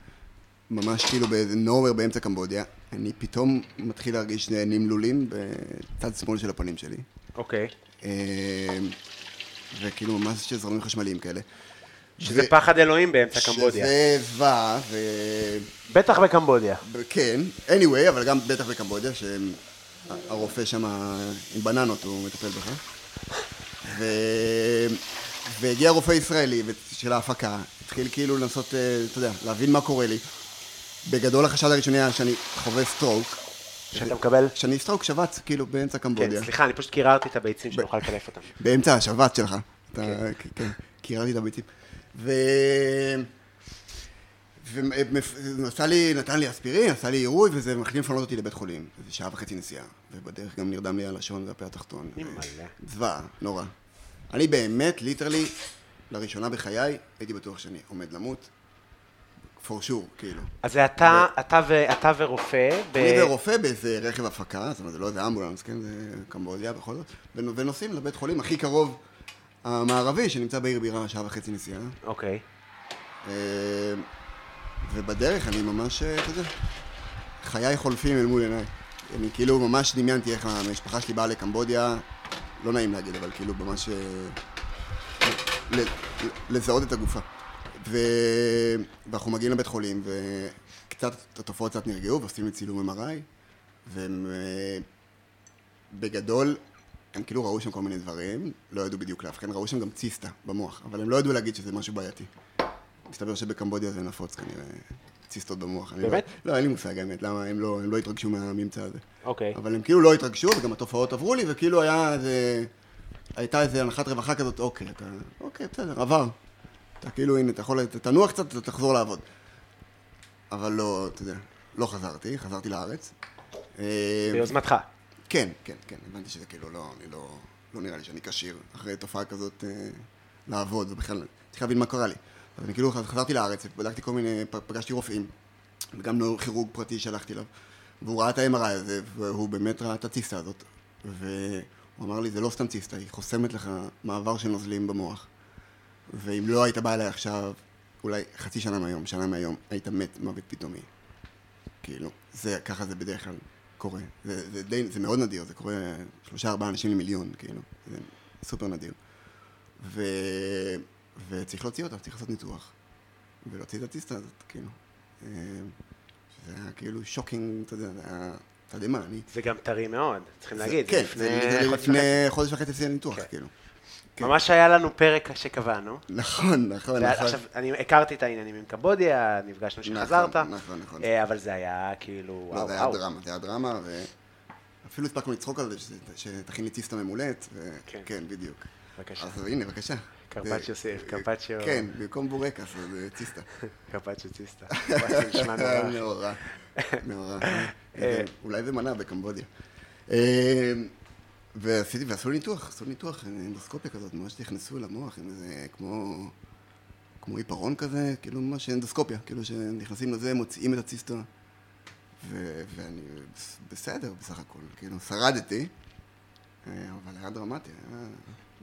ממש כאילו באיזה נובר באמצע קמבודיה, אני פתאום מתחיל להרגיש נמלולים בצד אה, שמאל של הפנים שלי.
אוקיי.
אה, וכאילו ממש שזרמים חשמליים כאלה.
שזה
ו-
פחד אלוהים באמצע קמבודיה.
שזה ווה, ו...
בטח בקמבודיה.
כן, anyway, אבל גם בטח בקמבודיה, שהרופא שם עם בננות הוא מטפל בך. ו... והגיע רופא ישראלי של ההפקה, התחיל כאילו לנסות, אה, אתה יודע, להבין מה קורה לי. בגדול החשד הראשוני היה שאני חווה סטרוק,
שאתה מקבל...
שאני סטרוק שבץ, כאילו, באמצע קמבודיה.
כן, סליחה, אני פשוט קיררתי את הביצים שנוכל לקלף אותם.
באמצע השבת שלך. אתה, כן, כן, קיררתי את הביצים. ו... ועשה לי, נתן לי אספירין, עשה לי עירוי, וזה מחליטים לפנות אותי לבית חולים. זה שעה וחצי נסיעה. ובדרך גם נרדם לי הלשון והפה התחתון.
אימא'לה.
זוועה, נורא. אני באמת, ליטרלי, לראשונה בחיי, הייתי בטוח שאני עומד למות. for sure, כאילו.
אז זה אתה, אתה, ו, אתה ורופא, ב...
אני ורופא באיזה רכב הפקה, זאת אומרת, זה לא איזה אמבולנס, כן, זה קמבודיה בכל זאת, ונ- ונוסעים לבית חולים הכי קרוב המערבי, שנמצא בעיר בירה, שעה וחצי נסיעה.
אוקיי.
אה, ובדרך אני ממש, אה, אתה יודע, חיי חולפים אל מול עיניי. אני כאילו ממש דמיינתי איך המשפחה שלי באה לקמבודיה, לא נעים להגיד, אבל כאילו ממש אה, ל- ל- לזהות את הגופה. ו... ואנחנו מגיעים לבית חולים, וקצת, התופעות קצת נרגעו, ועושים לי צילום MRI, והם אה, בגדול, הם כאילו ראו שם כל מיני דברים, לא ידעו בדיוק לאבחן, ראו שם גם ציסטה במוח, אבל הם לא ידעו להגיד שזה משהו בעייתי. מסתבר שבקמבודיה זה נפוץ כנראה, ציסטות במוח. אני לא-
באמת?
לא, אין לי מושג האמת, למה הם לא, הם לא התרגשו מהממצא הזה.
אוקיי.
אבל הם כאילו לא התרגשו, וגם התופעות עברו לי, וכאילו היה איזה... הייתה איזה הנחת רווחה כזאת, אוקיי, אתה... אוקיי, בסדר, עבר. אתה כאילו, הנה, אתה יכול... ת- תנוח קצת, אתה תחזור לעבוד. אבל לא, אתה יודע, לא חזרתי, חזרתי לארץ. אה,
ביוזמתך.
כן, כן, כן, הבנתי שזה כאילו לא, אני לא, לא נראה לי שאני כשיר אחרי תופעה כזאת אה, לעבוד, ובכלל, צריך להבין מה קרה לי. אז אני כאילו חזרתי לארץ, בדקתי כל מיני, פ- פגשתי רופאים, וגם לא כירורג פרטי שהלכתי אליו, והוא ראה את ה-MRI הזה, והוא באמת ראה את הציסטה הזאת, והוא אמר לי, זה לא סתם ציסטה, היא חוסמת לך מעבר של נוזלים במוח, ואם לא היית בא אליי עכשיו, אולי חצי שנה מהיום, שנה מהיום, היית מת מוות פתאומי. כאילו, זה, ככה זה בדרך כלל קורה. זה, זה, די, זה מאוד נדיר, זה קורה שלושה ארבעה אנשים למיליון, כאילו, זה סופר נדיר. ו, וצריך להוציא אותה, צריך לעשות ניתוח. ולהוציא את הטיסטה הזאת, כאילו. אה, שזה היה כאילו שוקינג, אתה יודע, זה היה תדהמה, אני...
זה גם טרי מאוד, צריכים
זה-
להגיד.
כן,
לפני
זה
חודש
לפני
וחצי.
חודש וחצי עשיתי ניתוח,
כן.
כאילו. כן.
ממש היה לנו פרק שקבענו.
נכון, נכון,
ואז-
נכון.
עכשיו, אני הכרתי את העניינים עם קמבודיה, נפגשנו
נכון,
שחזרת,
נכון, נכון.
אה, אבל זה היה כאילו,
לא,
וואו,
זה היה
וואו.
דרמה, זה היה דרמה, ואפילו הספקנו לצחוק על זה, שזה- שתכין לי ציסטה ממולט, ו-
כן.
כן, בדיוק.
בבקשה.
אז הנה, בבקשה.
קרפצ'יו,
זה-
סיף, קרפצ'יו.
כן, במקום בורקס, אז אה, ציסטה.
קפצ'ו ציסטה. וואי, זה נשמע נורא.
נורא, נורא. אה, אולי זה מנה בקמבודיה. אה, ועשיתי, ועשו לי ניתוח, עשו לי ניתוח, אה, אנדוסקופיה כזאת, ממש נכנסו למוח, עם איזה, כמו, כמו עיפרון כזה, כאילו ממש אנדוסקופיה, כאילו שנכנסים לזה, מוציאים את הציסטה, ו- ואני בס- בסדר בסך הכל, כאילו שרדתי, אה, אבל היה דרמטי, אה, היה...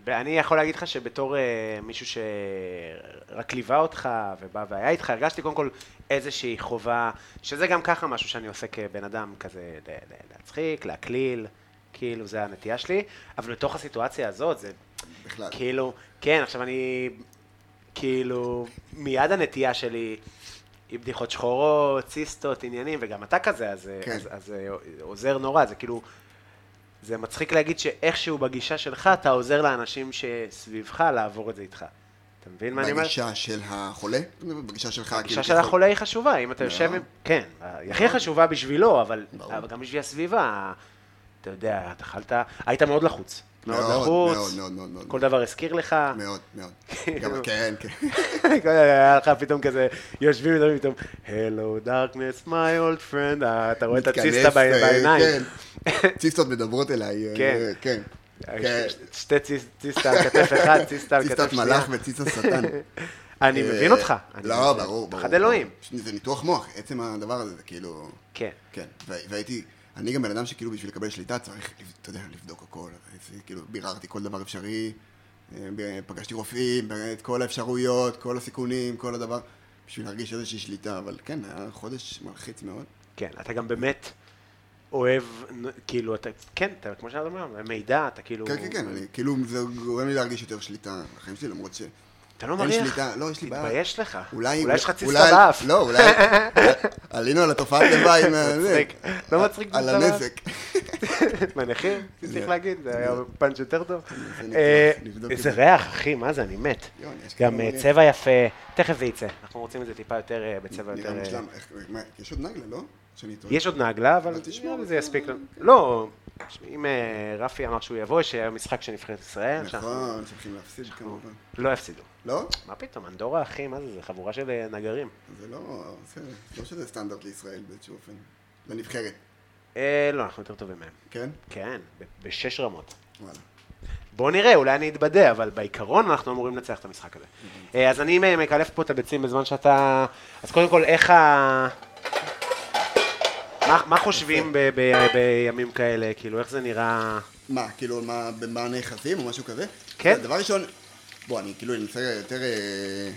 ואני יכול להגיד לך שבתור אה, מישהו שרק ליווה אותך ובא והיה איתך, הרגשתי קודם כל איזושהי חובה, שזה גם ככה משהו שאני עושה כבן אדם, כזה ל- ל- להצחיק, להקליל, כאילו זה הנטייה שלי, אבל בתוך הסיטואציה הזאת זה
בכלל.
כאילו, כן, עכשיו אני, כאילו, מיד הנטייה שלי היא בדיחות שחורות, ציסטות, עניינים, וגם אתה כזה, אז,
כן.
כן. אז, אז זה עוזר נורא, זה כאילו, זה מצחיק להגיד שאיכשהו בגישה שלך, אתה עוזר לאנשים שסביבך לעבור את זה איתך. אתה מבין מה אני אומר?
בגישה של החולה? בגישה שלך, כאילו...
הגישה של
ככל-
החולה היא חשובה, אם אתה יושב
לא.
עם... כן, היא הכי חשובה בשבילו, אבל
ברור.
אבל גם בשביל הסביבה. אתה יודע, אתה אכלת, היית מאוד לחוץ. מאוד
מאוד,
לחוץ,
מאוד, מאוד, מאוד.
כל דבר הזכיר לך.
מאוד, מאוד.
כאילו.
גם, כן, כן.
כל ה- היה לך פתאום כזה, יושבים מדברים פתאום, Hello darkness, my old friend, אה, אתה רואה את הציסטה
מתכנס,
בעי-
אה,
בעיניים.
כן. ציסטות מדברות אליי. אה,
כן.
כן. כן.
ש- ש- שתי ציס- ציסטה על כתף אחד, ציסטה על כתף
ציסטת
שנייה.
מלאך וציסטת שטן.
אני מבין
אה,
אותך. אני
לא,
מבין.
ברור, ברור.
פחד אלוהים.
ברור. זה ניתוח מוח, עצם הדבר הזה, זה כאילו...
כן.
כן. וה- והייתי... אני גם בן אדם שכאילו בשביל לקבל שליטה צריך, לב- אתה יודע, לבדוק הכל. אז כאילו, ביררתי כל דבר אפשרי, אה, ב- פגשתי רופאים, את כל האפשרויות, כל הסיכונים, כל הדבר, בשביל להרגיש איזושהי שליטה, אבל כן, היה חודש מלחיץ מאוד.
כן, אתה גם באמת, אוהב, נ- כאילו, אתה, כן, אתה, כמו שאתה אומר, מידע, אתה כאילו...
כן, כן, כן, אני- כאילו זה גורם לי להרגיש יותר שליטה בחיים שלי, למרות ש...
אתה לא
אין
מריח.
שליטה, לא, יש לי בעיה.
תתבייש לך.
אולי...
אולי יש לך ציסטה
אולי-
באף.
לא, אולי... עלינו על התופעת לוואי מה- זה.
מצחיק. לא מצחיק
על
ציסטה באף.
הנזק.
מנחים, צריך להגיד, זה היה פאנץ' יותר טוב.
נבדוק,
אה,
לא. נבדוק את
איזה
זה.
ריח, אחי, מה זה, אני מת.
יוני, יש
גם
כמה
אה,
מלא.
צבע יפה, תכף זה יצא. אנחנו רוצים את זה טיפה יותר, אה, בצבע יותר...
נראה
אה,
מושלם. איך- מה, יש עוד נגלה, לא? שאני טועה.
יש עוד נגלה, אבל
אבל לא, תשמע,
נראה לי זה
בסדר.
יספיק לנו. לא, אם אה, רפי אמר שהוא יבוא, שהיה משחק של נבחרת ישראל, שאנחנו
נכון, שהולכים להפסיד כמובן.
לא יפסידו.
לא?
מה פתאום, אנדורה, אחי, מה זה, זה חבורה של אה, נגרים.
זה לא... בסדר. לא שזה סטנדרט לישראל באיזשהו אופן. לנבחרת.
אה, לא, אנחנו יותר טובים מהם.
כן?
כן, ב- בשש רמות.
וואלה.
בואו נראה, אולי אני אתבדה, אבל בעיקרון אנחנו אמורים לנצח את המשחק הזה. אה, אז אני מ- מקלף פה את הביצים בזמן שאתה... אז קודם כל, איך ה... מה, מה חושבים ב- ב- בימים כאלה? כאילו, איך זה נראה?
מה, כאילו, מה, במה נאחזים או משהו כזה?
כן.
דבר ראשון, בוא, אני כאילו אנסה יותר אה,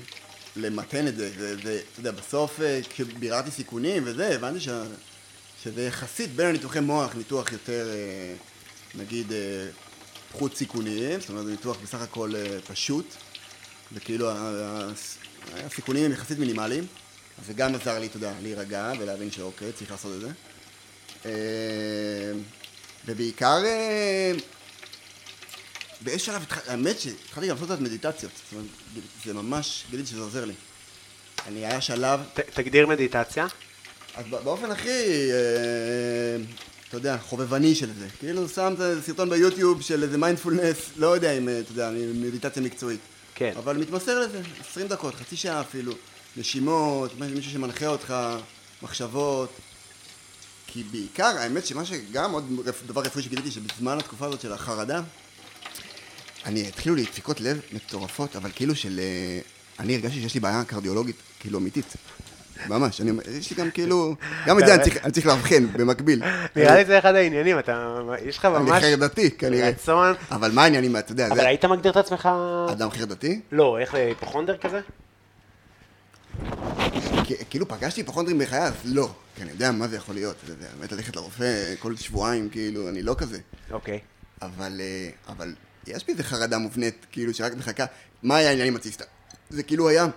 למתן את זה, זה, זה, אתה יודע, בסוף אה, כשביררתי סיכונים וזה, הבנתי ש, שזה יחסית בין הניתוחי מוח, ניתוח יותר, אה, נגיד, אה, חוץ סיכוניים, זאת אומרת, זה ניתוח בסך הכל אה, פשוט, וכאילו ה- ה- הסיכונים הם יחסית מינימליים, אז זה גם עזר לי, אתה יודע, להירגע ולהבין שאוקיי, צריך לעשות את זה. אה, ובעיקר, אה, באיזשהו שלב, התח- האמת שהתחלתי גם לעשות קצת מדיטציות. זאת אומרת, זה ממש, גיליתי שזה עוזר לי. אני, היה שלב,
ת, תגדיר מדיטציה.
אז בא- באופן הכי, אה, אתה יודע, חובבני של זה. כאילו שם איזה סרטון ביוטיוב של איזה מיינדפולנס, לא יודע אם, אה, אתה יודע, אני- מדיטציה מקצועית.
כן.
אבל מתמסר לזה, 20 דקות, חצי שעה אפילו. נשימות, מישהו שמנחה אותך, מחשבות. כי בעיקר, האמת שמה שגם עוד רפ- דבר רפואי שגיליתי, שבזמן התקופה הזאת של החרדה, אני, התחילו לי דפיקות לב מטורפות, אבל כאילו של... אה, אני הרגשתי שיש לי בעיה קרדיולוגית, כאילו אמיתית. ממש, אני אומר, יש לי גם כאילו... גם את זה אני צריך- אני צריך לאבחן במקביל.
נראה לי זה אחד העניינים, אתה... יש לך
אני
ממש
חרדתי כנראה.
רצון.
אבל מה העניינים, אתה יודע,
אבל
זה
היית מגדיר את עצמך...
אדם חרדתי?
לא, איך זה, היפוכונדר כזה?
כי- כאילו פגשתי פחונדרים בחיי, אז לא. כי אני יודע מה זה יכול להיות. אתה יודע, באמת ללכת לרופא כל שבועיים, כאילו, אני לא כזה.
אוקיי.
אבל, אה, אבל יש בי איזה חרדה מובנית, כאילו, שרק מחכה. מה היה העניין עם הציסטה? זה כאילו היה...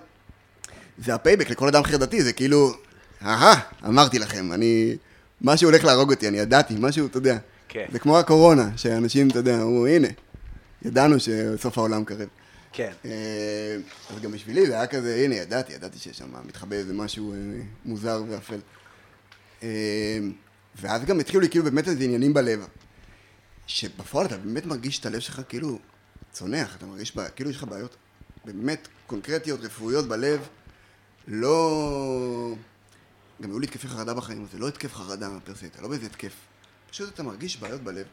זה הפייבק לכל אדם חרדתי, זה כאילו... אהה, אמרתי לכם, אני... משהו הולך להרוג אותי, אני ידעתי, משהו, אתה יודע.
כן.
זה כמו הקורונה, שאנשים, אתה יודע, אמרו, הנה, ידענו שסוף העולם קרב.
כן.
אה, אז גם בשבילי זה היה כזה, הנה, ידעתי, ידעתי שיש שם מתחבא איזה משהו אה, מוזר ואפל. אה, ואז גם התחילו לי כאילו באמת איזה עניינים בלב. שבפועל אתה באמת מרגיש את הלב שלך כאילו צונח, אתה מרגיש בה- כאילו יש לך בעיות באמת קונקרטיות, רפואיות בלב, לא... גם היו לי התקפי חרדה בחיים, אבל זה לא התקף חרדה פרסי, אתה לא באיזה התקף. פשוט אתה מרגיש בעיות בלב,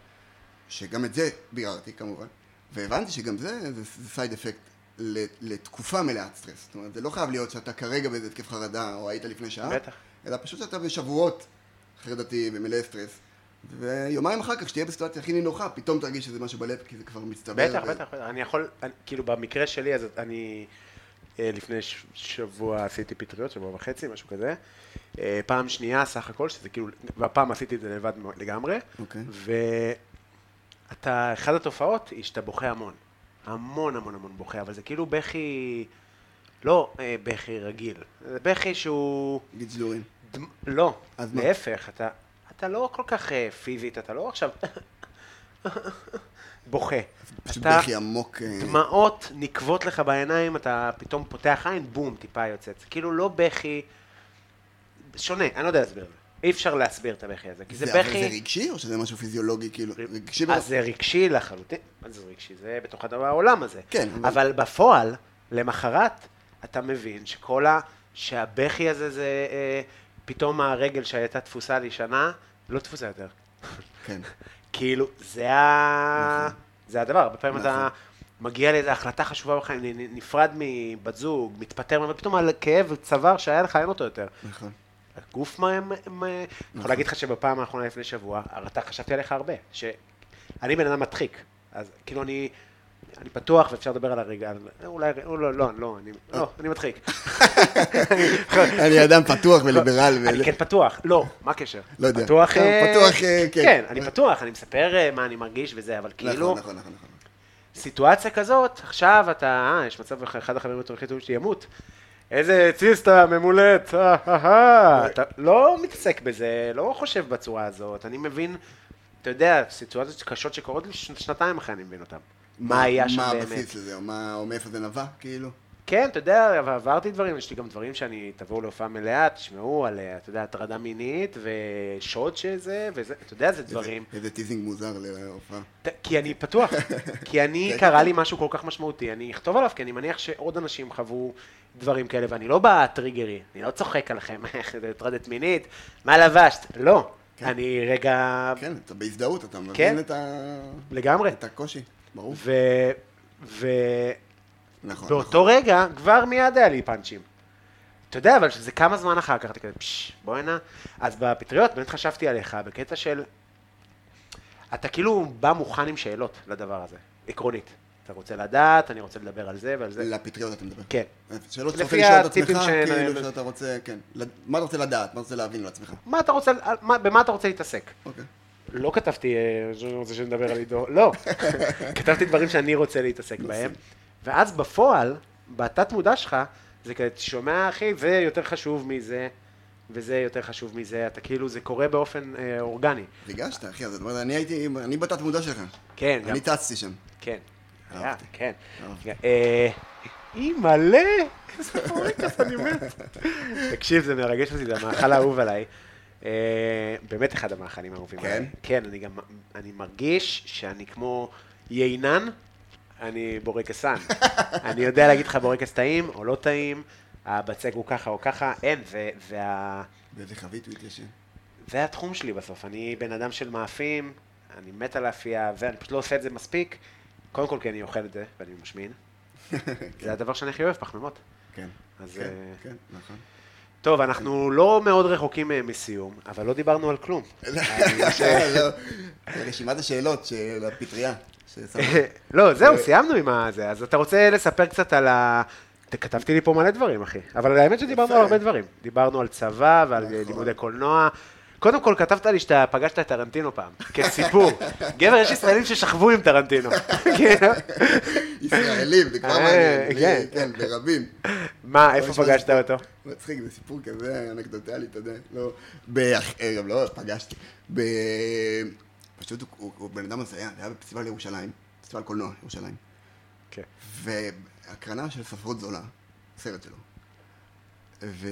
שגם את זה ביררתי כמובן, והבנתי שגם זה, זה, זה סייד אפקט ל- לתקופה מלאת סטרס. זאת אומרת, זה לא חייב להיות שאתה כרגע באיזה התקף חרדה, או היית לפני שעה,
בטח.
אלא פשוט שאתה בשבועות חרדתי ומלא סטרס. ויומיים אחר כך, שתהיה בסיטואציה הכי נינוחה, פתאום תרגיש שזה משהו בלב, כי זה כבר מצטבר.
בטח,
ו-
בטח, בטח. אני יכול, אני- כאילו במקרה שלי, אז אני אה, לפני ש- שבוע עשיתי פטריות, שבוע וחצי, משהו כזה. אה, פעם שנייה סך הכל, שזה כאילו, והפעם עשיתי את זה לבד מ- לגמרי.
אוקיי.
ואתה, אחת התופעות היא שאתה בוכה המון. המון המון המון בוכה, אבל זה כאילו בכי, לא אה, בכי רגיל. זה בכי שהוא...
גדלורים.
דמ... לא,
אז מה?
להפך, אתה, אתה לא כל כך אה, פיזית, אתה לא עכשיו בוכה.
פשוט
אתה,
בכי עמוק. אה,
דמעות נקבות לך בעיניים, אתה פתאום פותח עין, בום, טיפה יוצאת. זה כאילו לא בכי, שונה, אני לא יודע להסביר את זה. אי אפשר להסביר את הבכי הזה, כי זה,
זה- אבל זה
בכי...
רגשי או שזה משהו פיזיולוגי, כאילו? רגשי
אז זה רגשי לחלוטין, מה זה רגשי? זה בתוך הדבר- העולם הזה.
כן, אבל-
אבל בפועל, למחרת, אתה מבין שכל ה... שהבכי הזה זה אה, פתאום הרגל שהייתה תפוסה לשנה, לא תפוסה יותר.
כן.
כאילו, זה ה... זה הדבר, הרבה פעמים אתה
נכון.
מגיע לאיזו החלטה חשובה בחיים, נ- נ- נפרד מבת זוג, מתפטר, ממנו, פתאום על כאב צוואר שהיה לך, אין אותו יותר.
נכון.
הגוף מה... מה- מה- אני יכול להגיד לך שבפעם האחרונה לפני שבוע, אתה חשבתי עליך הרבה, שאני בן אדם מדחיק, אז כאילו אני אני פתוח ואפשר לדבר על הרגע, על- אולי, או לא, לא, לא, אני,
אה.
לא, אני מדחיק.
אני אדם פתוח וליברל. ו-
נכון. אני כן פתוח, לא, מה הקשר?
לא יודע.
פתוח,
לא,
אה,
פתוח, אה, כן.
כן, אני פתוח, אני מספר אה, מה אני מרגיש וזה, אבל כאילו,
נכון, נכון, נכון. נכון.
סיטואציה כזאת, עכשיו אתה, אה, יש מצב, אחד החברים הכי טובים שלי ימות. איזה ציסטה ממולט, אה, אה, אה. אתה לא מתעסק בזה, לא חושב בצורה הזאת, אני מבין, אתה יודע, סיטואציות קשות שקורות לי ש- שנתיים אחרי אני מבין אותן. מה היה שם
מה
באמת?
הבסיס לזה, או מה- או מאיפה זה נבע, כאילו?
כן, אתה יודע, אבל עברתי דברים, יש לי גם דברים שאני, תבואו להופעה מלאה, תשמעו על, אה, אתה יודע, הטרדה מינית ושוד שזה, וזה, אתה יודע, זה דברים.
איזה- איזה טיזינג מוזר להופעה.
ת- כי אני פתוח, כי אני,
כן,
קרה
כן.
לי משהו כל כך משמעותי, אני אכתוב עליו, כי אני מניח שעוד אנשים חוו דברים כאלה, ואני לא בטריגרי, אני לא צוחק עליכם, איך זה הטרדת מינית, מה לבשת, לא,
כן.
אני רגע,
כן, אתה בהזדהות, אתה
אה. כן.
מבין את ה-
לגמרי,
את הקושי, ברור.
ו- ובאותו
נכון.
רגע, כבר מיד היה לי פאנצ'ים. אתה יודע, אבל שזה כמה זמן אחר כך, אתה כזה, פשש, בוא הנה. אז בפטריות באמת חשבתי עליך בקטע של... אתה כאילו בא מוכן עם שאלות לדבר הזה, עקרונית. אתה רוצה לדעת, אני רוצה לדבר על זה ועל זה.
נכון. לפטריות אתה מדבר.
כן.
שאלות שאתה רוצה
לפי
לשאול את עצמך,
הטיפים ש-
כאילו שאתה רוצה, כן. לד- מה אתה רוצה לדעת, מה אתה רוצה להבין לעצמך.
מה אתה רוצה, על מה- במה אתה רוצה להתעסק?
אוקיי.
לא כתבתי, אה, שאני רוצה שנדבר על עידו, לא. כתבתי דברים שאני רוצה להתעסק בהם. ואז בפועל, בתת מודע שלך, זה כזה, שומע אחי, זה יותר חשוב מזה, וזה יותר חשוב מזה, אתה כאילו, זה קורה באופן אה, אורגני.
ריגשת, אחי, אז זאת אומרת, אני הייתי, אני בתת מודע שלך.
כן, גם,
אני טסתי שם.
כן. היה,
אהבתי.
כן.
אהבתי.
אה, אי מלא, איזה פורקס, אני מת. תקשיב, זה מרגש אותי, זה המאכל האהוב עליי. אה, באמת אחד המאכלים האהובים
כן?
עליי. כן, אני גם, אני מרגיש שאני כמו יינן, אני בורקסן. אני יודע להגיד לך בורקס טעים או לא טעים, הבצק הוא ככה או ככה, אין, ו- וה...
באיזה חבית הוא התיישב.
זה התחום שלי בסוף, אני בן אדם של מאפים, אני מת על האפייה, ואני פשוט לא עושה את זה מספיק. קודם כל כי אני אוכל את זה, ואני משמין. זה הדבר שאני הכי אוהב, פחמימות.
כן.
אז,
כן,
אה,
כן, נכון.
טוב, אנחנו לא מאוד רחוקים אה, מסיום, אבל לא דיברנו על כלום. אני ש-
לא. זה רשימת השאלות של הפטריה. ששמנו.
לא, זהו, סיימנו עם הזה. אז אתה רוצה לספר קצת על ה... ת- כתבתי לי פה מלא דברים, אחי. אבל האמת שדיברנו
יפה.
על הרבה דברים. דיברנו על צבא ועל
נכון.
לימודי קולנוע. קודם כל, כתבת לי שאתה פגשת את טרנטינו פעם, כסיפור. גבר, יש ישראלים ששכבו עם טרנטינו. כאילו,
ישראלים, זה כבר
אה,
מעניין.
כן.
כן, ברבים.
מה, איפה
יש מה
פגשת
לספר.
אותו?
מצחיק, זה סיפור כזה אנקדוטלי, אתה יודע. לא, באח- אה, גם לא, פגשתי. ב... פשוט הוא- הוא הוא בן אדם הזיה, זה היה בפסטיבל ירושלים, פסטיבל קולנוע ירושלים.
כן.
והקרנה של ספרות זולה, סרט שלו. ו...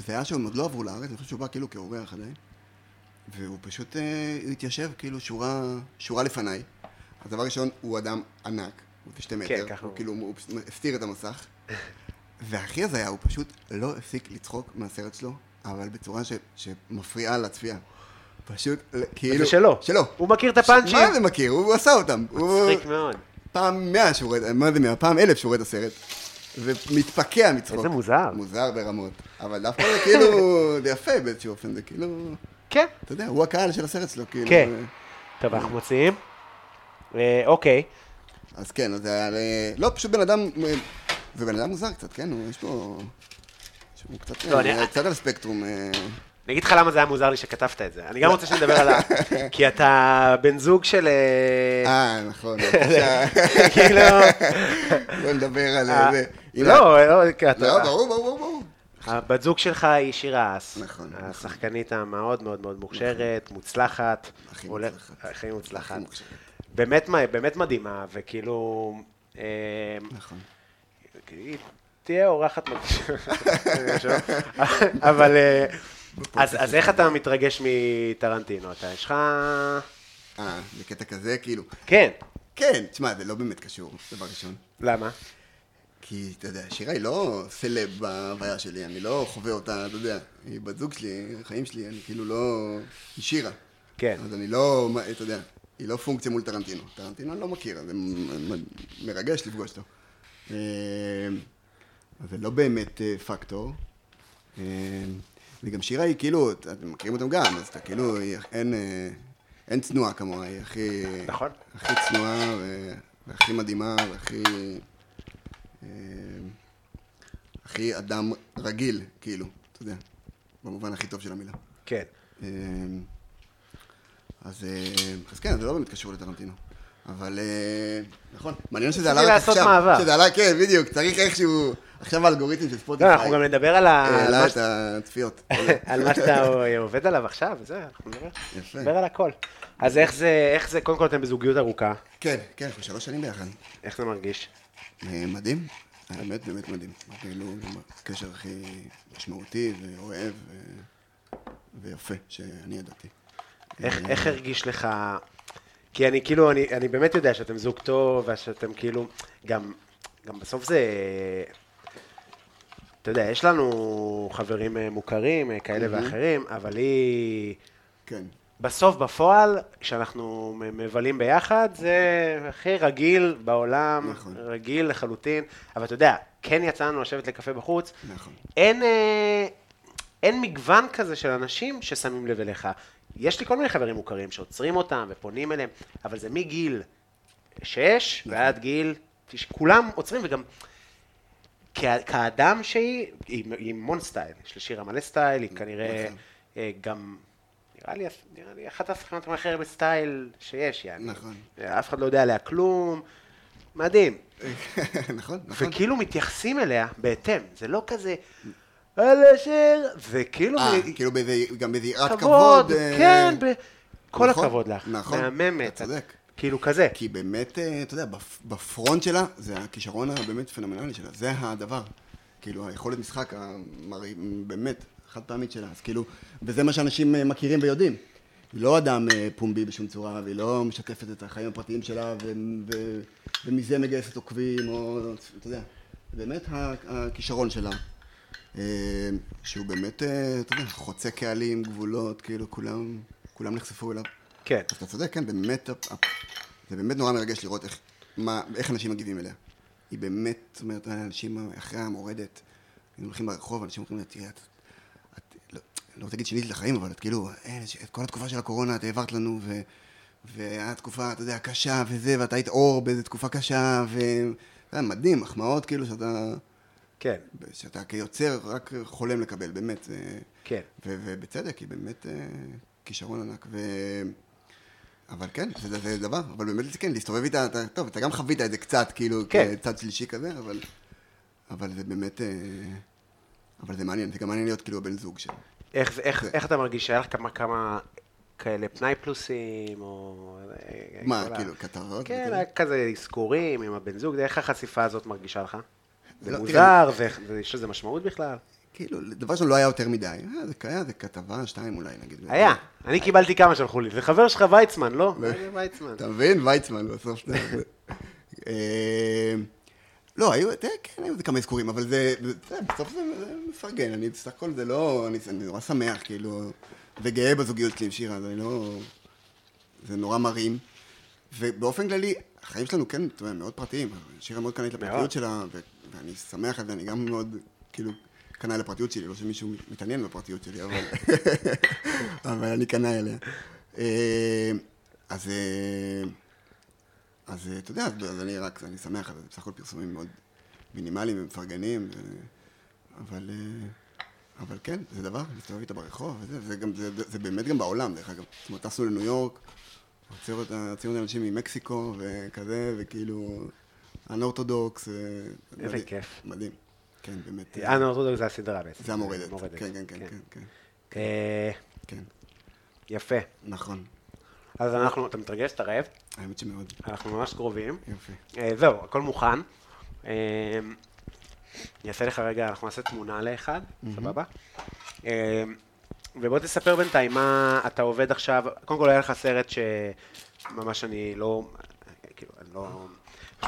וזה היה שהם עוד לא עברו לארץ, אני חושב שהוא בא כאילו כאורח עדיין. והוא פשוט אה, הוא התיישב כאילו שורה, שורה לפניי. אז דבר ראשון, הוא אדם ענק, הוא זה שתי מטר.
כן, ככה
הוא
הוא.
כאילו, הוא פשוט הסתיר את המסך. והכי הזיה, הוא פשוט לא הפסיק לצחוק מהסרט שלו, אבל בצורה ש... שמפריעה לצפייה. פשוט, כאילו...
זה שלו.
שלו.
הוא מכיר את הפאנצ'ים.
מה זה מכיר? הוא עשה אותם. הוא-
מצחיק מאוד.
פעם מאה שהוא רואה, מה זה מאה? פעם אלף שהוא רואה את הסרט. ומתפקע מצחוק.
איזה מוזר.
מוזר ברמות. אבל דווקא זה כאילו, זה יפה באיזשהו אופן, זה כאילו,
כן.
אתה יודע, הוא הקהל של הסרט שלו, כאילו.
כן. טוב, אנחנו מוציאים. אה, אוקיי.
אז כן, אז זה היה, ל- לא, פשוט בן אדם, אה, זה בן אדם מוזר קצת, כן? הוא- יש פה... יש- הוא קצת,
לא,
אה,
אני-
קצת על ספקטרום. אה,
אני אגיד לך למה זה היה מוזר לי שכתבת את זה. אני גם רוצה שנדבר על ה... כי אתה בן זוג של... אה,
אה, נכון, בבקשה.
כאילו...
בוא נדבר על
אה,
זה. הנה,
לא, לא, כי אתה...
לא, ברור, ברור, ברור.
הבת זוג שלך היא שירה אס.
נכון, נכון.
השחקנית המאוד מאוד מאוד מוכשרת, מוצלחת.
הכי
עולה-
מוצלחת.
הכי מוצלחת.
הכי מוכשרת.
באמת מה- באמת מדהימה, וכאילו... אה,
נכון.
היא תהיה אורחת מדהימה. אבל... אה, אז אז איך אתה מתרגש מטרנטינו? אתה יש לך...
אה, בקטע כזה, כאילו.
כן.
כן, תשמע, זה לא באמת קשור, דבר ראשון.
למה?
כי, אתה יודע, שירה היא לא סלב בהוויה שלי, אני לא חווה אותה, אתה יודע, היא בת זוג שלי, החיים שלי, אני כאילו לא... היא שירה.
כן.
אז אני לא, מה, אתה יודע, היא לא פונקציה מול טרנטינו. טרנטינו אני לא מכיר, אז זה מ- מ- מרגש לפגוש אותו. אה, אז זה לא באמת אה, פקטור. אה, וגם שירה היא כאילו, את- אתם מכירים אותם גם, אז אתה כאילו, היא- אין, אה, אין צנועה כמוה, היא הכי...
נכון.
הכי צנועה, ו- והכי מדהימה, והכי... אה, הכי אדם רגיל, כאילו, אתה יודע, במובן הכי טוב של המילה.
כן.
אה, אז, אה, אז כן, זה לא באמת קשור לטרנטינו. אבל אה, נכון, מעניין שזה עלה
רציתי
רק
לעשות
עכשיו.
מעבר.
שזה עלה, כן, בדיוק, צריך איכשהו... עכשיו האלגוריתם של
לא,
ספוטיפיי
אנחנו גם נדבר על ה- על
העלה
מה
את
ש-
הצפיות.
על מה שאתה אה, עובד עליו עכשיו, וזה, אנחנו נדבר.
יפה.
נדבר על הכל. אז איך זה, איך זה, קודם כל אתם בזוגיות ארוכה,
כן, כן, אנחנו שלוש שנים ביחד.
איך זה מרגיש?
אה, מדהים, האמת באמת מדהים. כאילו, גם הקשר הכי משמעותי ואוהב ו- ויפה שאני ידעתי.
איך,
אה.
איך הרגיש לך, כי אני כאילו, אני, אני באמת יודע שאתם זוג טוב, ושאתם כאילו, גם, גם בסוף זה, אתה יודע, יש לנו חברים אה, מוכרים, אה, כאלה ואחרים, אבל היא,
כן.
בסוף בפועל, כשאנחנו מ- מבלים ביחד, זה הכי רגיל בעולם,
נכון.
נכון. רגיל לחלוטין, אבל אתה יודע, כן יצאנו לשבת לקפה בחוץ,
נכון.
אין, אה, אין מגוון כזה של אנשים ששמים לב אליך. יש לי כל מיני חברים מוכרים שעוצרים אותם ופונים אליהם, אבל זה מגיל שש
נכון.
ועד גיל, תש- כולם עוצרים וגם... כ- כאדם שהיא, היא, היא המון סטייל, יש לשירה מלא סטייל, היא כנראה
נכון.
אה, גם, נראה לי, נראה לי אחת השחקנות הכי הרבה סטייל שיש, יעני.
נכון.
אה, אף אחד לא יודע עליה כלום, מדהים.
נכון, נכון.
וכאילו מתייחסים אליה בהתאם, זה לא כזה, אלה שיר, זה כאילו
אה,
ב-
כאילו באיזה- גם ביראת כבוד. אה,
כן, ב- כל
נכון,
הכבוד לך,
נכון,
מהממת,
אתה צודק.
כאילו כזה,
כי באמת, אה, אתה יודע, בפ- בפרונט שלה, זה הכישרון הבאמת פנומנלי שלה, זה הדבר. כאילו, היכולת משחק, המרי, באמת, חד פעמית שלה, אז כאילו, וזה מה שאנשים אה, מכירים ויודעים. היא לא אדם אה, פומבי בשום צורה, והיא לא משתפת את החיים הפרטיים שלה, ו- ו- ומזה מגייסת עוקבים, או, אתה יודע, באמת ה- הכישרון שלה, אה, שהוא באמת, אה, אתה יודע, חוצה קהלים, גבולות, כאילו, כולם, כולם נחשפו אליו.
כן,
אז אתה צודק, כן, באמת, הפ- הפ- זה באמת נורא מרגש לראות איך, מה, איך אנשים מגיבים אליה. היא באמת, זאת אומרת, אנשים אחרי המורדת, הם הולכים ברחוב, אנשים אומרים לה, תראה, את, את לא, לא רוצה להגיד שינית את החיים, אבל את כאילו, אין, ש- את כל התקופה של הקורונה את העברת לנו, ו, והיה תקופה, אתה יודע, קשה וזה, ואתה היית אור באיזו תקופה קשה, ו... אתה יודע, מדהים, מחמאות כאילו שאתה,
כן,
שאתה כיוצר רק חולם לקבל, באמת. זה-
כן.
ו- ובצדק, היא באמת אה, כישרון ענק. ו... אבל כן, זה, זה דבר, אבל באמת, כן, להסתובב איתה, אתה, טוב, אתה גם חווית את זה קצת, כאילו,
כן.
כצד שלישי כזה, אבל, אבל זה באמת, אה, אבל זה מעניין, זה גם מעניין להיות כאילו הבן זוג שלה.
איך, זה- איך,
כן.
איך אתה מרגיש, שהיה לך כמה, כמה כאלה פנאי פלוסים, או...
מה,
כן, כל ה-
כאילו, כתבות?
כן,
וכאלה?
היה כזה אזכורים עם הבן זוג, איך החשיפה הזאת מרגישה לך?
לא,
זה
תראה,
מוזר, זה- זה- יש לזה משמעות בכלל?
כאילו, דבר שלא היה יותר מדי. אה, זה היה, זה כתבה, שתיים אולי, נגיד.
היה, אני קיבלתי כמה שלחו לי, זה חבר שלך ויצמן, לא?
אה. לא.
זה ויצמן.
אתה מבין? ויצמן בסוף. אתה- אה, לא, היו, תראה, כן, היו איזה כמה אזכורים, אבל זה, זה- אתה יודע, בסוף זה זה מפרגן, אני בסך הכל, זה לא, אני אני נורא שמח, כאילו, וגאה בזוגיות שלי עם שירה, זה לא, זה נורא מרים. ובאופן כללי, החיים שלנו כן, אתה יודע, מאוד פרטיים, שירה מאוד קנאית לפרטיות
מאוד.
שלה, ו- ואני שמח על זה, אני גם מאוד, כאילו, קנאי לפרטיות שלי, לא שמישהו מתעניין בפרטיות שלי, אבל, אבל אני קנאי אליה. אה, אז, אה, אז אה, אתה יודע, אז אז אני רק, אני שמח על זה, בסך הכל פרסומים מאוד מינימליים ומפרגנים, ו- אבל, אה, אבל כן, זה דבר, להסתובב איתה ברחוב, וזה, זה, גם, זה, זה באמת גם בעולם, דרך אגב. זאת אומרת, טסנו לניו יורק, הוציאו אותה- הוציאו את האנשים ממקסיקו, וכזה, וכאילו, אנאורתודוקס, אה,
איזה
מדהים,
כיף.
מדהים, כן, באמת. אה,
אנה אורטודוק לא זה הסדרה בעצם.
זה המורדת, כן, כן, כן, כן, כן,
אה,
כן,
יפה.
נכון,
אז אנחנו, אתה מתרגש, אתה רעב?
האמת שמאוד,
אנחנו ממש קרובים.
יופי.
אה, זהו, הכל מוכן. אה, אני אעשה לך רגע, אנחנו נעשה תמונה לאחד, סבבה? אה, ובוא תספר בינתיים מה אתה עובד עכשיו. קודם כל היה לך סרט שממש אני לא, כאילו, אני לא...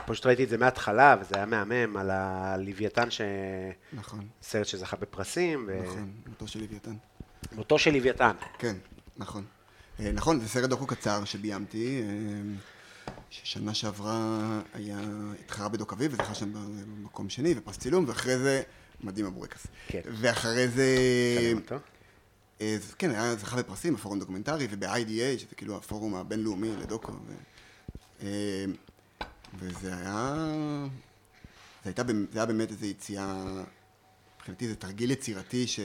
פשוט ראיתי את זה מההתחלה, וזה היה מהמם, על הלוויתן, ש...
נכון,
סרט שזכה בפרסים,
נכון, מותו של לוויתן.
ומותו של לוויתן.
כן, נכון. אה, נכון, זה סרט דוקו קצר שביימתי, אה, ששנה שעברה היה התחרה בדוק אביב, וזכה שם במקום שני, ופרס צילום, ואחרי זה, מדהים הבורקס.
כן.
ואחרי זה...
צלם אותו.
אה, זה- כן, היה זכה בפרסים, בפורום דוקומנטרי, וב-IDA, שזה כאילו הפורום הבינלאומי לדוקו. ו- אה, וזה היה... זה, הייתה, במ- זה היה באמת איזו יציאה, מבחינתי זה תרגיל יצירתי ש...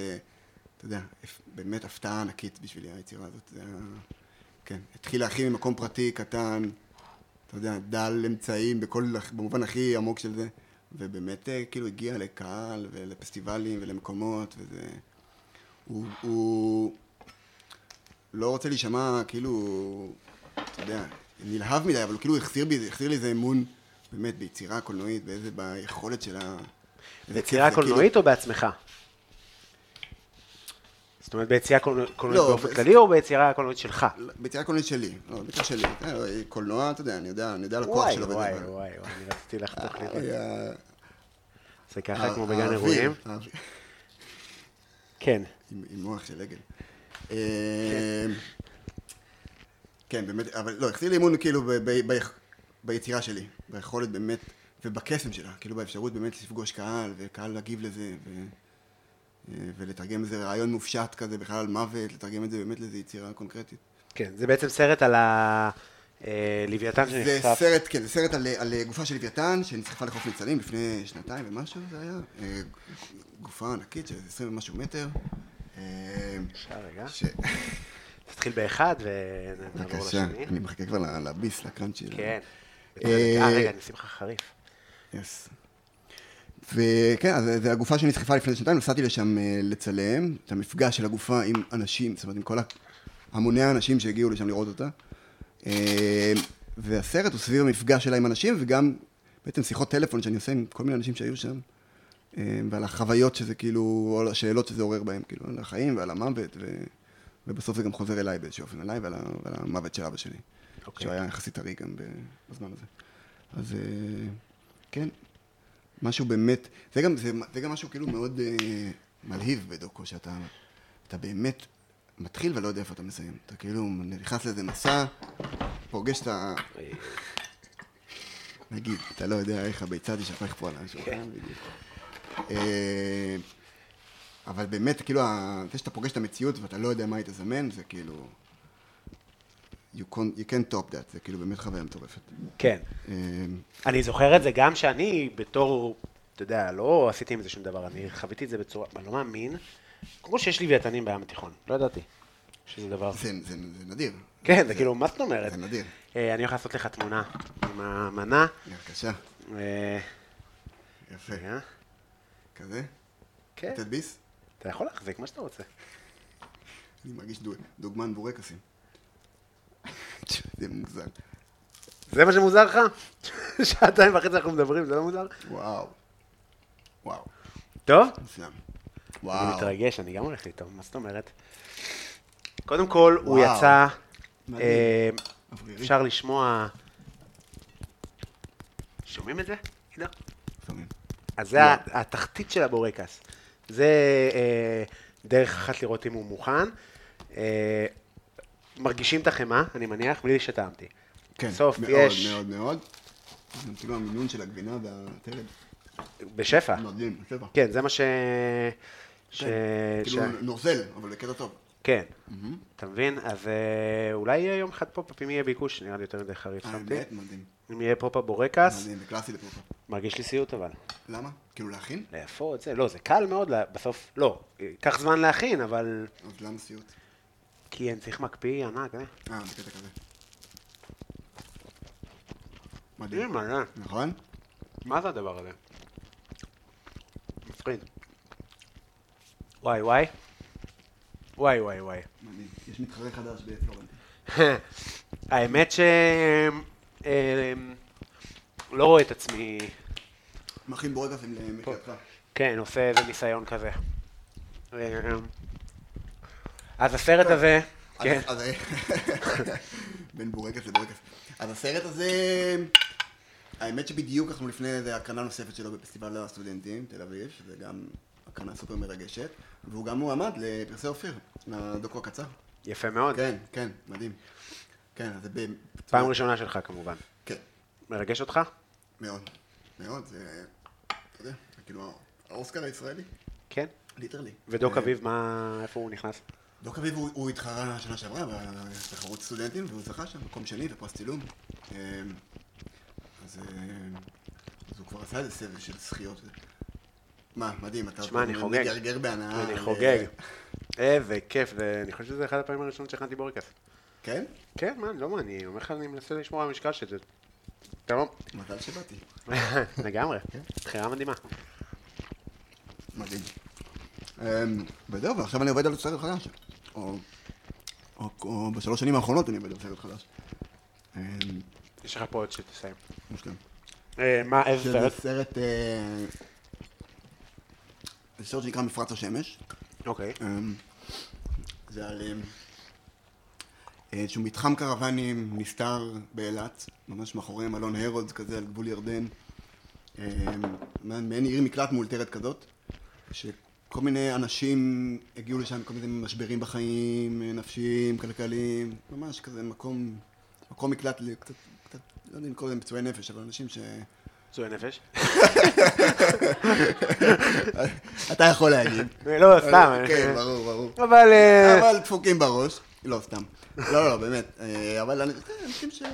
אתה יודע, הפ- באמת הפתעה ענקית בשבילי היצירה הזאת. זה היה... כן, התחיל להכין ממקום פרטי קטן, אתה יודע, דל אמצעים בכל, במובן הכי עמוק של זה, ובאמת אה, כאילו הגיע לקהל ולפסטיבלים ולמקומות, וזה... הוא, הוא לא רוצה להישמע כאילו, אתה יודע, נלהב מדי, אבל הוא כאילו החזיר, בי, החזיר לי איזה אמון באמת ביצירה הקולנועית, באיזה, ביכולת של ה... איזה כיף
ביצירה
זה, כאילו-
קולנועית או בעצמך? זאת אומרת, ביצירה קולנוע- קולנועית
לא,
באופן
ב-
כללי או ביצירה הקולנועית שלך?
ביצירה קולנועית שלי, לא, ביצירה שלי, אה, קולנוע, אתה יודע, אני יודע, אני יודע על הכוח
וואי,
שלו.
וואי,
בדבר.
וואי, וואי, אני רציתי לחתוך לי.
היה-
זה ככה כמו בגן
אה, האוויר,
אירועים?
האוויר.
כן.
עם, עם מוח של עגל. אה, כן, באמת, אבל לא, החזיר לי אמון כאילו ב, ב, ב, ביצירה שלי, ביכולת באמת, ובקסם שלה, כאילו באפשרות באמת לפגוש קהל, וקהל להגיב לזה, ו, אה, ולתרגם איזה רעיון מופשט כזה בכלל על מוות, לתרגם את זה באמת לאיזו יצירה קונקרטית.
כן, זה בעצם סרט על ה... אה, לוויתן
זה
שנחשף.
סרט, כן, זה סרט על, על גופה של לוויתן, שנסחפה לחוף ניצנים לפני שנתיים ומשהו זה היה. אה, גופה ענקית של איזה 20 ומשהו מטר. אה,
שנייה, רגע.
ש...
נתחיל באחד ונעבור
בבקשה,
לשני.
אני מחכה כבר ל- לביס, לקראנצ'י. ל-
כן.
אה,
אה, רגע, אני אשים לך חריף.
יס. וכן, אז זו הגופה שנסחפה לפני שנתיים, נסעתי לשם אה, לצלם את המפגש של הגופה עם אנשים, זאת אומרת עם כל ה- המוני האנשים שהגיעו לשם לראות אותה. אה, והסרט הוא סביב המפגש שלה עם אנשים, וגם בעצם שיחות טלפון שאני עושה עם כל מיני אנשים שהיו שם, אה, ועל החוויות שזה כאילו, או על השאלות שזה עורר בהם, כאילו, על החיים ועל המוות, ו... ובסוף זה גם חוזר אליי באיזשהו אופן, אליי ועל, ה... ועל המוות של אבא שלי,
אוקיי.
שהוא היה יחסית טרי גם ב- בזמן הזה. אז אה, כן, משהו באמת, זה גם, זה, זה גם משהו כאילו מאוד אה, מלהיב בדוקו, שאתה אתה באמת מתחיל ולא יודע איפה אתה מסיים. אתה כאילו נכנס לאיזה מסע, פוגש את ה...
אה,
נגיד, אתה לא יודע איך הביצה תשפך פה על
כן.
השולחן, בדיוק. אה, אבל באמת, כאילו, ה- זה שאתה פוגש את המציאות ואתה לא יודע מה היא תזמן, זה כאילו... You can't, you can't top that, זה כאילו באמת חוויה מטורפת.
כן.
אה,
אני זוכר את זה גם שאני בתור, אתה יודע, לא עשיתי עם זה שום דבר, אני חוויתי את זה בצורה, אני לא מאמין, כמו שיש לוויתנים בים התיכון, לא ידעתי שזה דבר.
זה, זה, זה נדיר.
כן, זה כאילו, מה זאת אומרת?
זה נדיר.
אה, אני הולך לעשות לך תמונה עם המנה.
בבקשה,
אה,
יפה.
רגע.
כזה?
כן,
לתת ביס?
אתה יכול להחזיק מה שאתה רוצה.
אני מרגיש דו- דוגמן בורקסים. זה מוזר.
זה מה שמוזר לך? שעתיים וחצי אנחנו מדברים, זה לא מוזר?
וואו. וואו.
טוב?
מושלם.
אני
וואו.
מתרגש, אני גם הולך לטעום, מה זאת אומרת? קודם כל, הוא
וואו.
יצא,
מדהים.
אה,
אוורירי.
אפשר לשמוע... שומעים את זה? לא.
שומעים.
אז
לא.
זה ה- התחתית של הבורקס. זה אה, דרך אחת לראות אם הוא מוכן. אה, מרגישים את החמאה, אני מניח, בלי שטעמתי.
כן,
בסוף
מאוד,
יש
מאוד מאוד. זה כאילו המינון של הגבינה והטלד.
בשפע.
מדהים, בסדר.
כן, זה מה ש... ש...
כן,
ש...
כאילו נוזל, אבל בקטע טוב.
כן. אתה מבין? אז אה, אולי יהיה יום אחד פופ-אפ, אם יהיה ביקוש, נראה לי יותר מדי חריף שמתי.
האמת, מדהים.
אם יהיה פופ-אפ בורקס,
מדהים, זה קלאסי לפרופר.
מרגיש לי סיוט אבל.
למה? כאילו להכין?
לאפות, זה, לא, זה קל מאוד, לה- בסוף, לא, ייקח זמן להכין, אבל...
אז למה סיוט?
כי אני צריך מקפיא ענק, אה?
אה, בקטע כזה. מדהים.
אימא'לה,
נכון?
אה? מה זה הדבר הזה? מפחיד. וואי וואי. וואי וואי וואי.
מדהים. יש מתחרה חדש בפלורנטין.
האמת ש... אה, לא רואה את עצמי,
מכין אה, בורגסים למחייתך.
כן, עושה איזה ניסיון כזה. אה, אז הסרט הזה, כן,
אז- אז- בין בורקס לבורקס. אז הסרט הזה, האמת שבדיוק אנחנו לפני איזה הקרנה נוספת שלו בפסטיבל הסטודנטים, תל אביב, שזה גם הקרנה סופר מרגשת, והוא גם מועמד לפרסי אופיר, לדוקו הקצר.
יפה מאוד.
כן, כן, מדהים. כן, אז זה ב...
פעם ראשונה שלך כמובן.
כן.
מרגש אותך?
מאוד, מאוד, זה, אתה יודע, זה כאילו האוסקר הישראלי,
כן.
ליטרלי.
ודוק
אה,
אביב, מה, איפה הוא נכנס?
דוק אביב הוא, הוא התחרה שנה שעברה בתחרות סטודנטים, והוא זכה שם מקום שני ופרס צילום. אה, אז אה, עשה איזה סבב של זכיות. מה, מדהים, אתה
תשמע, אני חוגג.
מגרגר בהנאה.
אה, אני
ו-
חוגג. איזה כיף, זה- אני חושב שזה אחת הפעמים הראשונות שהכנתי בורקס.
כן?
כן, מה, לא מה, אני אומר לך, אני מנסה לשמור על המשקל של זה. לא- תמام.
מזל שבאתי.
לגמרי. בחירה מדהימה.
מדהים. אמ, וזהו, ועכשיו אני עובד על סרט חדש. או, או, או בשלוש שנים האחרונות אני עובד על סרט חדש. אמ,
יש לך פה עוד שתסיים.
מושלם.
אה, מה, איזה
שזה
סרט?
סרט... אה, זה סרט שנקרא מפרץ השמש.
אוקיי.
אמ, זה על אמ, אה, איזשהו מתחם קרוונים נסתר באילת, ממש מאחורי מלון הרודס כזה על גבול ירדן. אמ, מעין מעין עיר מקלט מאולתרת כזאת, שכל מיני אנשים הגיעו לשם, כל מיני משברים בחיים, אה, נפשיים, כלכליים, ממש כזה מקום, מקום מקלט, ל- קצת, קצת, לא יודע אם קוראים להם פצועי נפש, אבל אנשים ש...
פצועי נפש?
אתה יכול להגיד.
לא, סתם.
כן, ברור, ברור.
אבל... אה,
אבל דפוקים בראש. לא, סתם. לא, לא, באמת. אה, אבל אני- אה, אנשים ש... אה,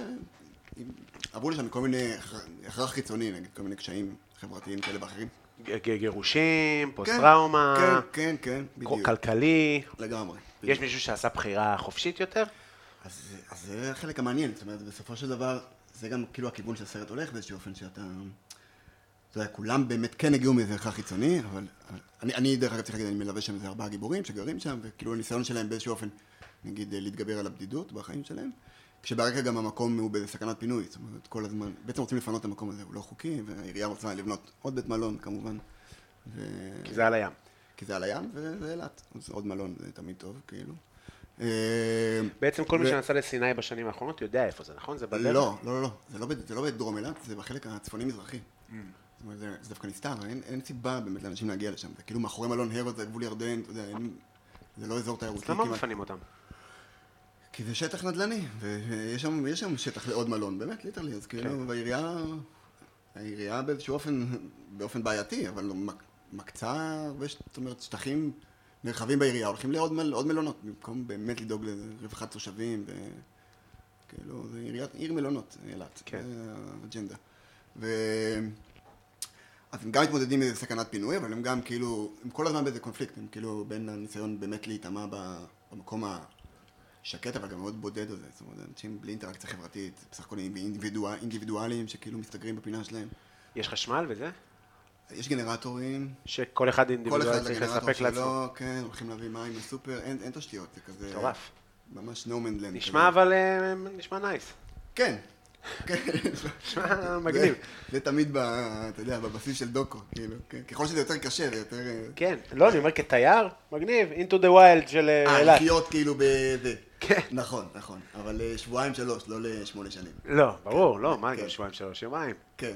עברו לשם כל מיני הכ- הכרח חיצוני, נגיד, כל מיני קשיים חברתיים כאלה ואחרים.
ג- ג- גירושים,
כן,
פוסט-טראומה,
כן, כן, כן, בדיוק.
כלכלי.
לגמרי.
יש מישהו שעשה בחירה חופשית יותר?
אז אז זה החלק המעניין, זאת אומרת, בסופו של דבר, זה גם כאילו הכיוון שהסרט הולך באיזשהו אופן שאתה... אתה יודע, כולם באמת כן הגיעו מאיזה ערכה חיצוני, אבל אני, אני דרך אגב צריך להגיד, אני מלווה שם איזה ארבעה גיבורים שגרים שם, וכאילו הניסיון שלהם באיזשהו אופן, נגיד, אה, להתגבר על הבדידות בחיים שלהם, כשברקע גם המקום הוא בסכנת פינוי, זאת אומרת, כל הזמן, בעצם רוצים לפנות את המקום הזה, הוא לא חוקי, והעירייה רוצה לבנות עוד בית מלון, כמובן. ו...
כי זה על הים.
כי זה על הים, וזה אילת, אז עוד מלון זה תמיד טוב, כאילו. אה,
בעצם כל מי
ו-
שנסע לסיני בשנים האחרונות יודע איפה זה, נכון? זה בדרך?
לא, לא, לא, לא, זה לא, ב- זה לא בדרום אילת, זה בחלק הצפוני-מזרחי.
Mm.
זאת אומרת, זה, זה דווקא נסתר, אין, אין סיבה באמת לאנשים להגיע לשם. זה כאילו מאחורי מלון הרוד, זה גבול ירדן, אתה יודע, אין, זה לא אזור תיירותי
אז למה
כמעט.
מפנים אותם?
כי זה שטח נדל"ני, ויש שם, יש שם שטח לעוד מלון, באמת, ליטרלי, אז כאילו, והעירייה, העירייה באיזשהו אופן, באופן בעייתי, אבל לא, מק- מקצה הרבה, ש- זאת אומרת, שטחים נרחבים בעירייה, הולכים לעוד מל, עוד מלונות, במקום באמת לדאוג לרווחת תושבים, ו... כאילו, זה עיריית, עיר מלונות, אילת,
כן.
זה האג'נדה. ו... אז הם גם מתמודדים עם סכנת פינוי, אבל הם גם כאילו, הם כל הזמן באיזה קונפליקט, הם כאילו בין הניסיון באמת להיטמע ב- במקום השקט, אבל גם מאוד בודד הזה, זאת אומרת, אנשים בלי אינטראקציה חברתית, בסך הכל אינדיבידואל, אינדיבידואלים שכאילו מסתגרים בפינה שלהם.
יש חשמל וזה?
יש גנרטורים,
שכל אחד
כל אחד
אינדיבידואל צריך
לגנרטור
לספק לעצמו.
שלו, כן, הולכים להביא מים מהסופר, אין, אין תשתיות, זה כזה...
מטורף.
ממש נורמנדלנד.
נשמע אבל, אה, נשמע נייס.
כן, כן.
נשמע מגניב.
זה, זה תמיד, ב, אתה יודע, בבסיס של דוקו, כאילו, כן. ככל שזה יותר קשה, זה יותר... אה,
כן, לא, אני אומר כתייר, מגניב, into the wild של אה,
אה,
אילת.
לחיות כאילו בזה.
כן.
נכון, נכון. אבל אה, שבועיים שלוש, לא לשמונה שנים.
לא, ברור, לא, מה,
כן.
גם שבועיים שלוש, יומיים.
כן.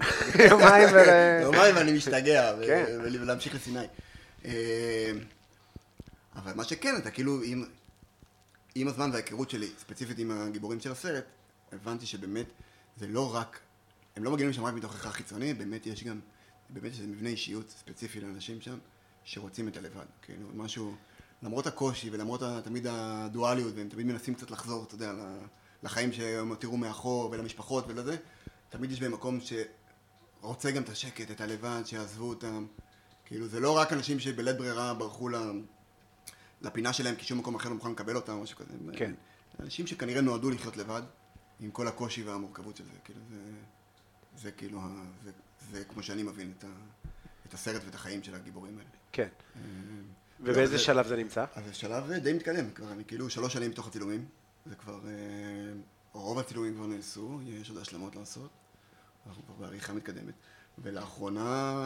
יומיים ול...
יומיים ואני משתגע, ו-
כן.
ולהמשיך לסיני. אה, אבל מה שכן, אתה כאילו, עם, עם הזמן וההיכרות שלי, ספציפית עם הגיבורים של הסרט, הבנתי שבאמת זה לא רק, הם לא מגיעים לשם רק מתוך הכרח חיצוני, באמת יש גם, באמת יש איזה מבנה אישיות ספציפי לאנשים שם, שרוצים את הלבד, כאילו, משהו, למרות הקושי ולמרות ה- תמיד הדואליות, והם תמיד מנסים קצת לחזור, אתה יודע, ל- לחיים שהם הותירו מאחור ולמשפחות ולזה, תמיד יש בהם מקום שרוצה גם את השקט, את הלבד, שיעזבו אותם, כאילו, זה לא רק אנשים שבלית ברירה ברחו ל... לפינה שלהם, כי שום מקום אחר לא מוכן לקבל אותם או משהו כזה. הם-
כן.
אנשים שכנראה נועדו לחיות לבד, עם כל הקושי והמורכבות של זה. כאילו, זה, זה כאילו, ה- זה, זה כמו שאני מבין את, ה, את הסרט ואת החיים של הגיבורים האלה.
כן.
אה,
ובאיזה
לא, זה-
שלב זה נמצא?
אז זה שלב אה, די מתקדם, כבר אני כאילו שלוש שנים בתוך הצילומים, זה כבר, אה, רוב הצילומים כבר נעשו, יש עוד השלמות לעשות, אנחנו כבר בעריכה מתקדמת, ולאחרונה,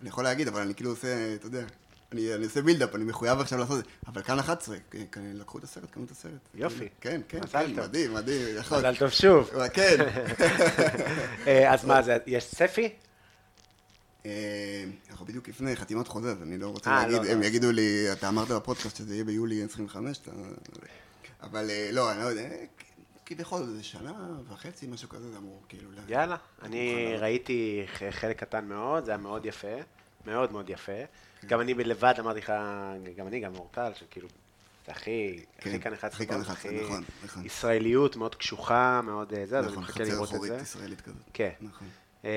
אני יכול להגיד, אבל אני כאילו עושה, אתה יודע, אני, אני עושה בילדאפ, אני מחויב עכשיו לעשות את זה, אבל כאן 11, כן, כן, לקחו את הסרט, קנו את הסרט.
יופי.
כן, כן,
מזל
כן,
טוב.
מדהים, מדהים, נכון.
מזל טוב שוב.
כן.
אה, אז מה, זה- יש צפי?
אה, אנחנו בדיוק לפני חתימת חוזה, אז אני לא רוצה
אה,
להגיד,
לא,
הם
לא.
יגידו לי, אתה אמרת בפודקאסט שזה יהיה ביולי 25, אתה... אבל אה, לא, אני לא יודע, אה, כביכול זה שנה וחצי, משהו כזה, זה אמור כאילו... לה-
יאללה.
מוכן
אני
לעלות.
ראיתי ח- חלק קטן מאוד, זה היה מאוד יפה. מאוד מאוד יפה.
כן.
גם אני לבד אמרתי לך, גם אני, גם אורטל, שכאילו, זה הכי,
כן,
הכי כאן 11,
הכי כאן
בעולם,
11,
הכי
נכון, נכון.
ישראליות מאוד קשוחה, מאוד אה, זה, אז אני
נכון,
מחכה
חצר
לראות את
אחורית
זה.
ישראלית כזאת.
כן.
נכון.
אמ,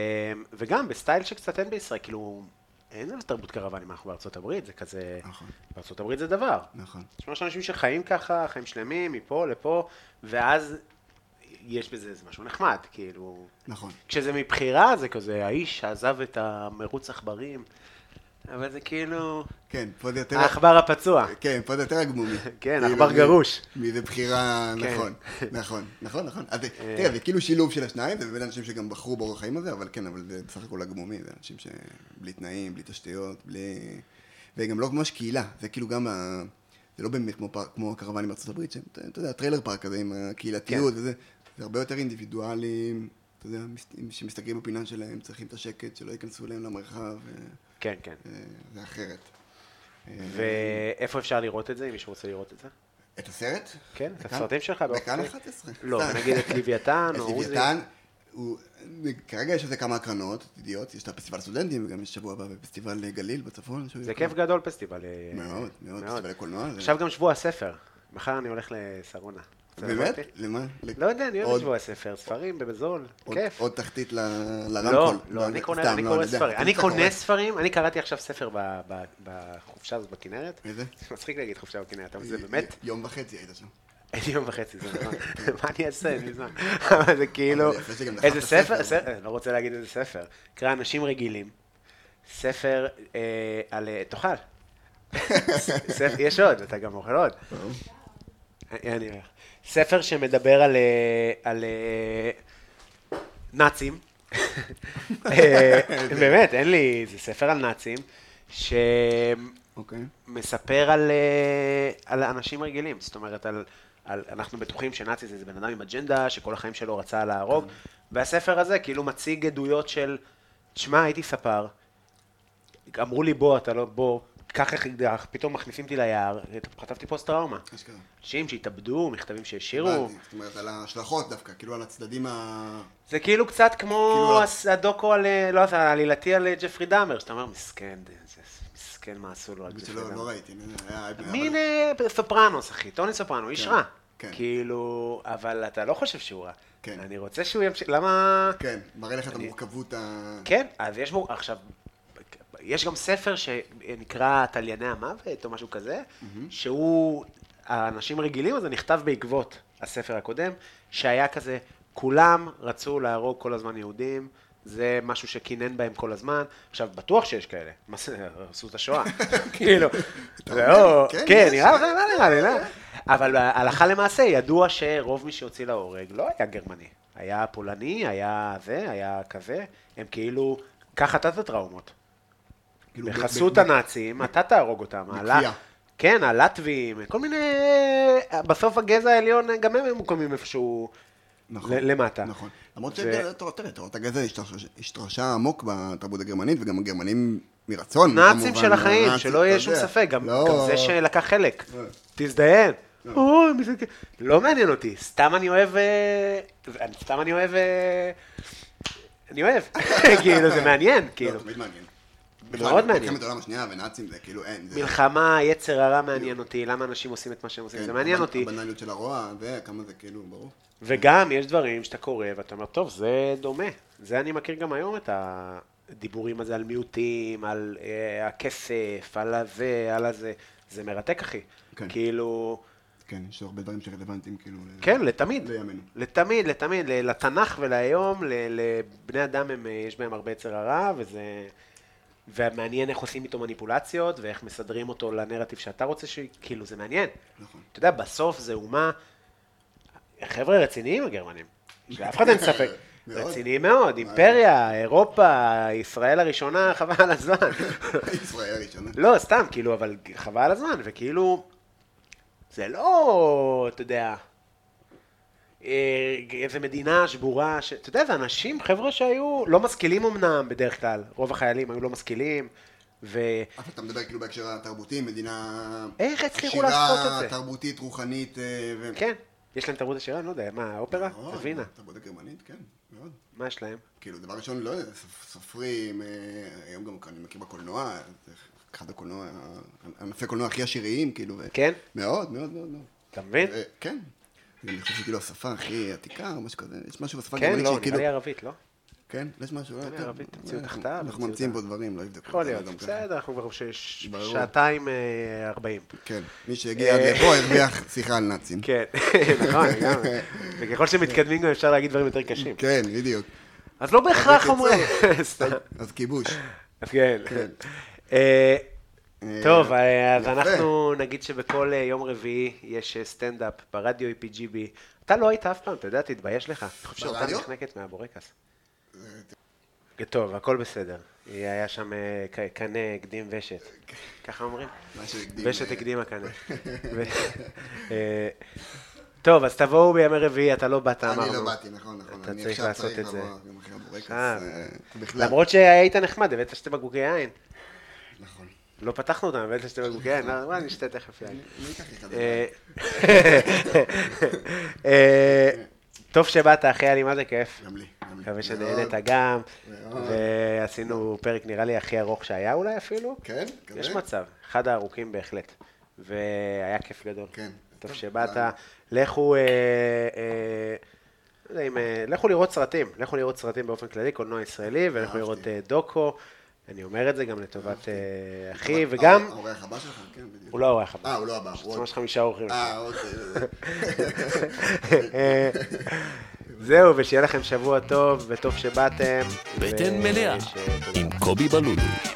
וגם בסטייל שקצת אין בישראל, כאילו, אין לנו תרבות קרוונים, אנחנו בארצות הברית, זה כזה...
נכון.
בארצות הברית זה דבר.
נכון.
יש ממש אנשים שחיים ככה, חיים שלמים, מפה לפה, ואז יש בזה איזה משהו נחמד, כאילו...
נכון.
כשזה מבחירה, זה כזה האיש שעזב את המרוץ עכברים, אבל זה כאילו...
כן, פה זה יותר...
העכבר הפצוע.
כן, פה זה יותר הגמומי.
כן,
כאילו,
עכבר
מ-
גרוש.
מזה בחירה,
כן. אה.
נכון, נכון, נכון, נכון. אז זה- תראה, זה כאילו שילוב של השניים, זה באמת אנשים שגם בחרו באורח חיים הזה, אבל כן, אבל זה בסך הכל הגמומי, זה אנשים שבלי תנאים, בלי תשתיות, בלי... וגם לא ממש קהילה, זה כאילו גם ה... זה לא באמת כמו, פארק- כמו הקרוונים בארצות הברית, שהם, אתה אתה יודע, טריילר פארק כזה עם הקהילתיות
כן.
וזה, זה הרבה יותר אינדיבידואלים, אתה יודע, מס- שמסתגרים בפינה שלהם, צריכים את השקט, שלא ייכנסו אליהם למרחב, אה,
כן, כן.
אה, זה אחרת. אה,
ואיפה אפשר לראות את זה, אם מישהו רוצה לראות את זה?
את הסרט?
כן, את
בכאן-
הסרטים שלך באופן
בכאן
כללי.
11.
לא,
סתם.
נגיד את לוויתן או
את
עוזי.
לוויתן, הוא- כרגע יש לזה כמה הקרנות, ידיעות, יש את הפסטיבל סטודנטים, וגם יש שבוע הבא בפסטיבל גליל בצפון. שהוא
זה
יקרה.
כיף גדול פסטיבל. אה,
כן. מאוד, מאוד, פסטיבל לקולנוע. זה-
עכשיו גם שבוע הספר. מחר אני הולך לשרונה. רוצה לראות
באמת?
אותי?
למה? ל-
לא יודע, אני אוהב את
עוד-
שבוע הספר, ספרים, בזול,
עוד-
כיף.
עוד תחתית ל-
לא,
לרמקול.
לא, אני קונה
סתם,
אני
לא,
קורא
יודע.
ספרים.
אתה
אני
קורא.
קונה ספרים, אני קראתי עכשיו ספר ב- ב- בחופשה הזאת בכנרת.
איזה?
זה מצחיק להגיד חופשה בכנרת, אבל זה באמת,
אה, יום וחצי היית שם.
אין לי יום וחצי זמן, מה אני אעשה, אין לי זמן. אבל זה כאילו,
אבל יפה שגם דחפת
איזה ספר,
ספר.
ספר- אני לא רוצה להגיד איזה ספר. קרא אנשים רגילים, ספר אה, על, אה, תאכל. ספר- יש עוד, אתה גם אוכל עוד. אה, אני אני הולך. ספר שמדבר על, אה, על אה, נאצים. אה, באמת, אין לי, זה ספר על נאצים, ש...
אוקיי.
מספר על, אה, על אנשים רגילים, זאת אומרת, על, על, אנחנו בטוחים שנאצי זה איזה בן אדם עם אג'נדה, שכל החיים שלו רצה להרוג,
כן.
והספר הזה כאילו מציג עדויות של, תשמע, הייתי ספר, אמרו לי בוא, אתה לא, בוא, קח איך אקדח, פתאום מכניסים אותי ליער, חטפתי פוסט טראומה.
אשכרה.
אנשים שהתאבדו, מכתבים שהשאירו,
הבנתי, זאת אומרת, על ההשלכות דווקא, כאילו על הצדדים ה...
זה כאילו קצת כמו
כאילו-
הס- הדוקו על, אה, לא, יודע, העלילתי על אה, ג'פרי דאמר, שאתה אומר, מסכן, זה- זה- מסכן מה עשו לו על ג'פרי
שלא
דאמר.
לא ראיתי. אני- היה- אבל-
מין אה, סופרנוס, אחי, טוני סופרנו, איש
כן,
רע.
כן.
כאילו, אבל אתה לא חושב שהוא רע.
כן.
אני רוצה שהוא ימשיך, למה...
כן, מראה לך את המורכבות ה...
כן, אז יש בו, עכשיו, יש גם ספר שנקרא תלייני המוות או משהו כזה, שהוא, האנשים רגילים, אז זה נכתב בעקבות הספר הקודם, שהיה כזה, כולם רצו להרוג כל הזמן יהודים. זה משהו שקינן בהם כל הזמן. עכשיו, בטוח שיש כאלה. מה זה, הרסו את השואה. כאילו, זה לא...
כן,
כן,
יש.
נראה לך, לא נראה לי, לא. אבל הלכה למעשה, ידוע שרוב מי שהוציא להורג לא היה גרמני. היה פולני, היה זה, היה כזה. הם כאילו, ככה אתה את הטראומות.
כאילו, ב-
בחסות
ב-
הנאצים, אתה תהרוג אותם.
בכפייה.
הלא- כן, הלטבים, כל מיני... בסוף הגזע העליון, גם הם ממוקמים איפשהו
נכון,
ל- למטה.
נכון. למרות
ו-
שתראה, תורת הגזע השתרש- השתרשה עמוק בתרבות הגרמנית, וגם הגרמנים מרצון,
נאצים
כמובן,
של החיים,
הנאצים,
שלא יהיה
אתה
שום
יודע.
ספק, גם
לא-
גם זה שלקח חלק.
לא.
תזדיין.
לא.
אוי, מי זה כ- לא מעניין אותי, סתם אני אוהב... אה, אני- סתם אני אוהב... אה, אני אוהב. כאילו, זה מעניין,
לא,
כאילו.
תמיד מעניין.
מאוד מעניין.
מלחמת העולם השנייה ונאצים זה כאילו אין. זה-
מלחמה, יצר הרע מעניין אותי, למה אנשים עושים את מה שהם עושים,
כן,
זה מעניין
הבנ-
אותי.
הבנאליות של הרוע, וכמה זה כאילו, ברור.
וגם יש דברים שאתה קורא ואתה אומר, טוב, זה דומה. זה אני מכיר גם היום את הדיבורים הזה על מיעוטים, על אה, הכסף, על הזה, על הזה. זה מרתק, אחי.
כן.
כאילו,
כן, יש הרבה דברים שרלוונטיים כאילו. ל-
כן, לתמיד.
לימינו.
לתמיד, לתמיד, ל- לתנ"ך ולהיום, ל- לבני אדם הם, אה, יש בהם הרבה יצר הרע, וזה... ומעניין איך עושים איתו מניפולציות, ואיך מסדרים אותו לנרטיב שאתה רוצה, ש... כאילו, זה מעניין.
נכון.
אתה יודע, בסוף זה אומה... חבר'ה רציניים הגרמנים. לאף אחד אין ספק.
מאוד.
רציניים מאוד, אימפריה, אירופה, ישראל הראשונה, חבל על הזמן.
ישראל הראשונה.
לא, סתם, כאילו, אבל חבל על הזמן, וכאילו, זה לא, אתה יודע, אה, איזה מדינה שבורה, ש... אתה יודע, זה אנשים, חבר'ה שהיו לא משכילים אמנם, בדרך כלל, רוב החיילים היו לא משכילים, ואיך
אבל אתה מדבר כאילו בהקשר התרבותי, מדינה...
הצליחו לעשות את זה?
עשירה, תרבותית, רוחנית, אה, ו...
כן, יש להם תרבות עשירה, אני לא יודע, מה, האופרה?
מאוד,
תבינה,
תרבות הגרמנית, כן, מאוד.
מה יש להם?
כאילו, דבר ראשון, לא יודע, סופ- סופרים, אה, היום גם אני מכיר בקולנוע, זה אחד הקולנוע, ענפי קולנוע הכי עשיריים, כאילו. ו-
כן?
מאוד, מאוד, מאוד, מאוד.
אתה מבין?
אה, כן. אני חושב שכאילו השפה הכי עתיקה, או משהו כזה, יש משהו בשפה
כן,
הגרמנית
לא,
שהיא
נראה
כאילו...
לי ערבית, לא?
כן? יש משהו? לא
אני
יותר?
ערבית, תמציאו
אנחנו-
תחתיו,
אנחנו
תמציאו
ממציאים פה
אותה.
דברים, לא יבדקו.
יכול
אותנו
להיות,
גם ככה.
בסדר, אנחנו כבר שש-
ברור.
שעתיים אה, ארבעים.
כן, מי שהגיע עד לפה הרוויח שיחה על נאצים.
אה, כן, נכון, לגמרי. וככל שמתקדמים גם אפשר להגיד דברים יותר קשים.
כן, בדיוק.
אז לא בהכרח
בקיצור,
אומרים... סתם.
אז כיבוש.
אז כן.
כן.
אה,
אה,
טוב, אה, אז
יפה.
אנחנו נגיד שבכל אה, יום רביעי יש אה, סטנדאפ ברדיו E EPGB. אתה לא היית אף פעם, אתה יודע, תתבייש לך. אני חושב שאותה
ברדיו?
נחנקת מהבורקס. טוב, הכל בסדר. היה שם אה, ק- קנה הקדים ושת. ככה אומרים?
משהו הקדים,
ושת
אה,
הקדימה קנה. ו- אה, טוב, אז תבואו בימי רביעי, אתה לא באת, אמרנו.
אני לא באתי, נכון, נכון.
אתה
אני
צריך
עכשיו
לעשות את זה.
לבוא יום אחרי הבורקס,
עכשיו.
אה, בכלל.
למרות שהיית נחמד, הבאת שתי בקבוקי יין.
נכון.
לא פתחנו אותם, הבאת שתי בקבוקי יין, לא, מה, נשתה תכף יין.
אני אקח אחד.
אה, אה, טוב שבאת, אחי, היה לי מה זה כיף.
גם לי, גם לי. אה,
מקווה
מאוד.
שנהנית גם,
מאוד.
ועשינו פרק נראה לי הכי ארוך שהיה אולי אפילו.
כן?
יש
מקווה.
מצב, אחד הארוכים בהחלט. והיה כיף גדול.
כן.
טוב
טוב,
שבאת.
תודה.
לכו, אה, אה, לא יודע אם, אה, לכו לראות סרטים. לכו לראות סרטים באופן כללי, קולנוע ישראלי, ולכו
אהבתי.
לראות אה, דוקו. אני אומר את זה גם לטובת אה, אחי,
הא-
וגם,
האורח הבא שלך, כן, בדיוק.
הוא לא האורח הבא.
אה, הוא לא הבא, הוא עוד.
ממש חמישה אורחים.
אה, אוקיי.
אה, זהו, ושיהיה לכם שבוע טוב, וטוב שבאתם.
בטן
ו-
מלאה
ש-
עם קובי בלולו.